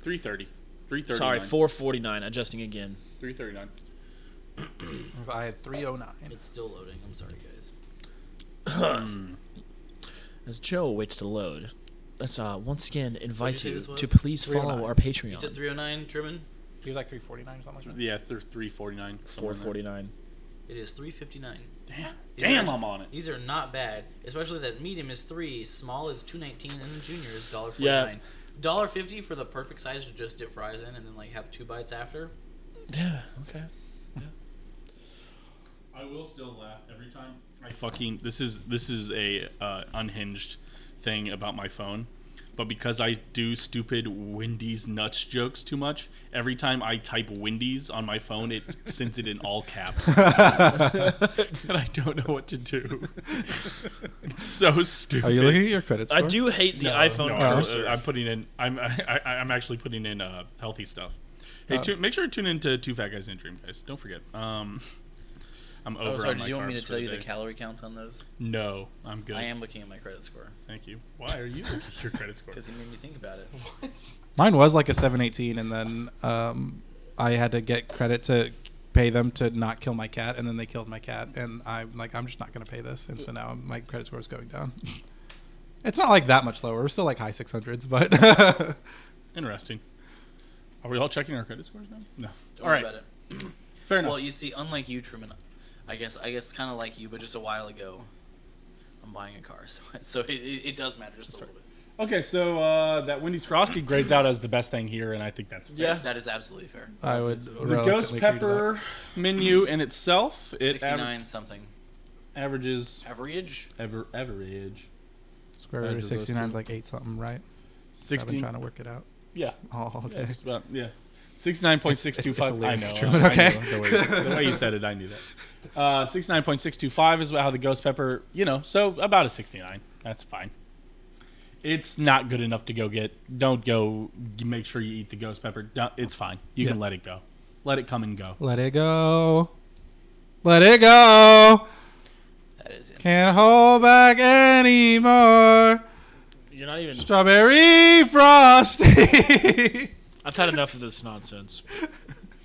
Speaker 1: 330. 339.
Speaker 7: Sorry, 449. Adjusting again.
Speaker 1: 339.
Speaker 3: I had 309.
Speaker 2: It's still loading. I'm sorry, guys.
Speaker 7: As Joe waits to load, let's uh, once again invite
Speaker 2: What'd you
Speaker 7: you
Speaker 2: say this
Speaker 7: to
Speaker 2: was?
Speaker 7: please
Speaker 3: 309.
Speaker 7: follow our
Speaker 2: You said
Speaker 7: Patreon.
Speaker 2: 309, Truman.
Speaker 3: He was like 349 or something like that.
Speaker 1: Yeah, th- 349. somewhere in there.
Speaker 7: 449.
Speaker 2: It is 359.
Speaker 1: Damn.
Speaker 2: These are
Speaker 1: Damn,
Speaker 2: actually-
Speaker 1: I'm on it.
Speaker 2: These are not bad, especially that medium is three, small is two nineteen, and the junior is dollar forty
Speaker 7: Yeah.
Speaker 2: nine. Dollar fifty for the perfect size to just dip fries in and then like have two bites after.
Speaker 7: Yeah, okay.
Speaker 1: I will still laugh every time. I fucking this is this is a uh, unhinged thing about my phone, but because I do stupid Wendy's nuts jokes too much, every time I type Wendy's on my phone, it sends it in all caps, and I don't know what to do. It's so stupid.
Speaker 13: Are you looking at your credits?
Speaker 7: I do hate the iPhone
Speaker 1: No,
Speaker 7: cursor.
Speaker 1: I'm putting in. I'm I, I, I'm actually putting in uh, healthy stuff. Hey, tu- make sure to tune into Two Fat Guys in a Dream, guys. Don't forget. Um, I'm over.
Speaker 2: Oh, sorry.
Speaker 1: on my
Speaker 2: Did you want me
Speaker 1: carbs
Speaker 2: to
Speaker 1: for
Speaker 2: tell you the
Speaker 1: day.
Speaker 2: calorie counts on those?
Speaker 1: No, I'm good.
Speaker 2: I am looking at my credit score
Speaker 1: Thank you. Why are you looking at your credit score?
Speaker 2: because it made me think about it.
Speaker 3: Mine was like a 718, and then um, I had to get credit to pay them to not kill my cat, and then they killed my cat, and I'm like, I'm just not going to pay this, and so now my credit score is going down. it's not like that much lower. We're still like high 600s, but
Speaker 1: Interesting. Are we all checking our credit scores now? No.
Speaker 2: Don't
Speaker 1: All
Speaker 2: worry
Speaker 1: right.
Speaker 2: about it.
Speaker 1: Fair enough.
Speaker 2: Well, you see, unlike you, Truman, I guess I guess kind of like you, but just a while ago, I'm buying a car, so so it, it, it does matter just a little bit.
Speaker 1: okay, so uh, that Wendy's Frosty grades out as the best thing here, and I think that's fair.
Speaker 2: That is absolutely fair.
Speaker 3: I would.
Speaker 1: The ghost pepper menu in itself it
Speaker 2: Sixty
Speaker 1: aver-
Speaker 2: nine something
Speaker 1: averages
Speaker 2: average.
Speaker 1: ever average
Speaker 3: Square
Speaker 1: root
Speaker 3: root
Speaker 1: of
Speaker 3: of 69 is like 8 something, right? I've been
Speaker 1: 16
Speaker 3: trying to work it out
Speaker 1: yeah
Speaker 3: all
Speaker 1: yeah,
Speaker 3: day.
Speaker 1: just about, yeah. 69.625 I
Speaker 3: lyric,
Speaker 1: know
Speaker 3: Truman,
Speaker 1: I
Speaker 3: okay.
Speaker 1: know. the, way, the way you said it I knew that uh, 69.625 is how the ghost pepper you know so about a 69 that's fine it's not good enough to go get don't go make sure you eat the ghost pepper Don't- it's fine you can
Speaker 3: Yeah.
Speaker 1: let it go let it come and go
Speaker 3: Let it go. Let it go.
Speaker 2: That is it.
Speaker 3: Can't hold back anymore.
Speaker 7: You're not even.
Speaker 3: Strawberry Oh, frosty.
Speaker 7: I've had enough of this nonsense.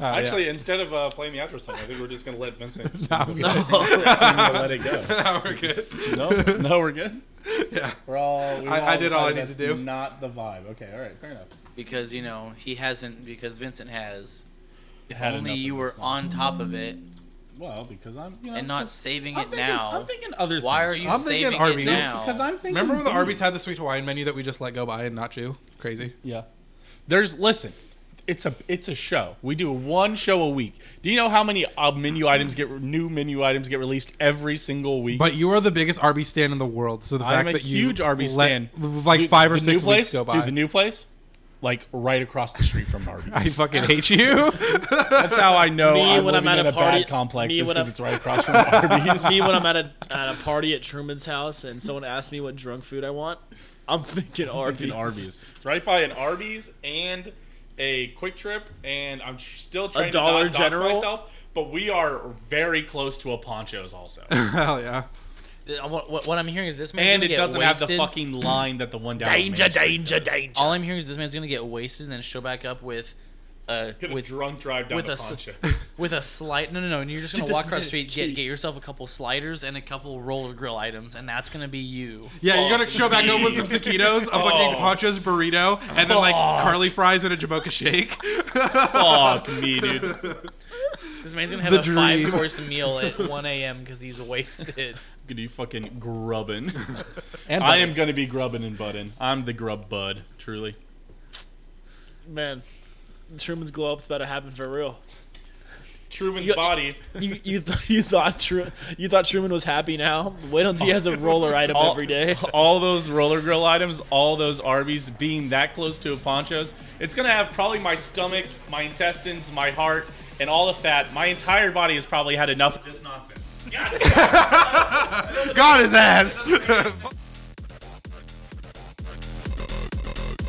Speaker 3: Actually,
Speaker 1: instead of uh, playing the outro song, I think we're just gonna let Vincent let it go.
Speaker 3: we're good.
Speaker 1: No, no, we're good.
Speaker 3: Yeah.
Speaker 1: we're all. We
Speaker 3: I-
Speaker 1: all
Speaker 3: I did all I
Speaker 1: decided
Speaker 3: need to
Speaker 1: that's
Speaker 3: do.
Speaker 1: Not the vibe. Okay, all right, fair enough.
Speaker 2: Because you know he hasn't. Because Vincent has. If
Speaker 1: Had
Speaker 2: only
Speaker 1: enough
Speaker 2: you
Speaker 1: of
Speaker 2: were
Speaker 1: this now.
Speaker 2: on top of it
Speaker 1: Well, because I'm you know,
Speaker 2: and not
Speaker 1: just-
Speaker 2: saving
Speaker 1: I'm
Speaker 2: it
Speaker 1: thinking,
Speaker 2: now.
Speaker 1: I'm thinking other.
Speaker 2: why are
Speaker 1: things.
Speaker 2: you
Speaker 3: I'm thinking
Speaker 2: saving it
Speaker 3: Arby's.
Speaker 2: now?
Speaker 1: Because I'm thinking.
Speaker 3: Remember when the
Speaker 1: things.
Speaker 3: Arby's had the sweet Hawaiian menu that we just let go by and not chew? Crazy.
Speaker 1: Yeah. There's listen. It's a it's a show. We do one show a week. Do you know how many uh, menu items get new menu items get released every single week?
Speaker 3: But you are the biggest Arby's stand in the world, so the
Speaker 1: I'm
Speaker 3: fact
Speaker 1: a
Speaker 3: that you
Speaker 1: huge Arby's
Speaker 3: let
Speaker 1: stand.
Speaker 3: like
Speaker 1: Dude,
Speaker 3: five or
Speaker 1: the new
Speaker 3: six
Speaker 1: place,
Speaker 3: weeks go by.
Speaker 1: Dude, the new place, like right across the street from Arby's.
Speaker 3: I fucking hate you.
Speaker 1: That's how I know
Speaker 7: Me,
Speaker 1: I'm
Speaker 7: when I'm
Speaker 1: living in
Speaker 7: at a
Speaker 1: a,
Speaker 7: party-
Speaker 1: bad complex
Speaker 7: me,
Speaker 1: is
Speaker 7: when
Speaker 1: 'cause
Speaker 7: I'm-
Speaker 1: it's right across from Arby's.
Speaker 7: See, when I'm at a, at a party at Truman's house and someone asks me what drunk food I want, I'm thinking Arby's.
Speaker 1: Fucking Arby's. It's right by an Arby's and a Quick Trip, and I'm tr- still trying to
Speaker 7: Dollar
Speaker 1: dot, dox
Speaker 7: General?
Speaker 1: myself. But we are very close to a Ponchos also,
Speaker 3: Hell yeah.
Speaker 2: Th- what, what- what I'm hearing is this man's
Speaker 1: and
Speaker 2: gonna
Speaker 1: it
Speaker 2: get
Speaker 1: doesn't have the
Speaker 2: wasted.
Speaker 1: fucking line that the one down on Main
Speaker 7: Danger,
Speaker 1: Street
Speaker 7: danger,
Speaker 1: does.
Speaker 7: danger.
Speaker 2: All I'm hearing is this man's gonna get wasted and then show back up with, uh,
Speaker 1: Gonna
Speaker 2: with
Speaker 1: drunk drive down
Speaker 2: with
Speaker 1: to
Speaker 2: a s-
Speaker 1: Ponchos.
Speaker 2: with a slide. No, no, no. And you're just gonna
Speaker 7: this
Speaker 2: walk across
Speaker 7: man's
Speaker 2: the street, get get
Speaker 7: cheeks.
Speaker 2: yourself a couple sliders and a couple roller grill items, and that's gonna be you.
Speaker 3: Yeah, you're gonna show back up with some taquitos, a fucking ponchos burrito, and then like curly fries and a jamocha shake.
Speaker 1: Fuck me, dude.
Speaker 2: This man's gonna have
Speaker 3: The
Speaker 2: a
Speaker 3: dream.
Speaker 2: five course meal at 1 a.m. because he's wasted.
Speaker 1: Gonna be fucking grubbin.
Speaker 3: And
Speaker 1: I am gonna be grubbin and buddin. I'm the grub bud, truly.
Speaker 7: Man, Truman's glow up's about to happen for real.
Speaker 1: Truman's
Speaker 7: You-
Speaker 1: body.
Speaker 7: You you th- you thought Tru- you thought Truman was happy now? Wait until he has a roller item
Speaker 1: all-
Speaker 7: every day.
Speaker 1: all those roller grill items, all those Arby's being that close to a ponchos, it's gonna have probably my stomach, my intestines, my heart, and all the fat. My entire body has probably had enough of this nonsense. God.
Speaker 3: Got his ass.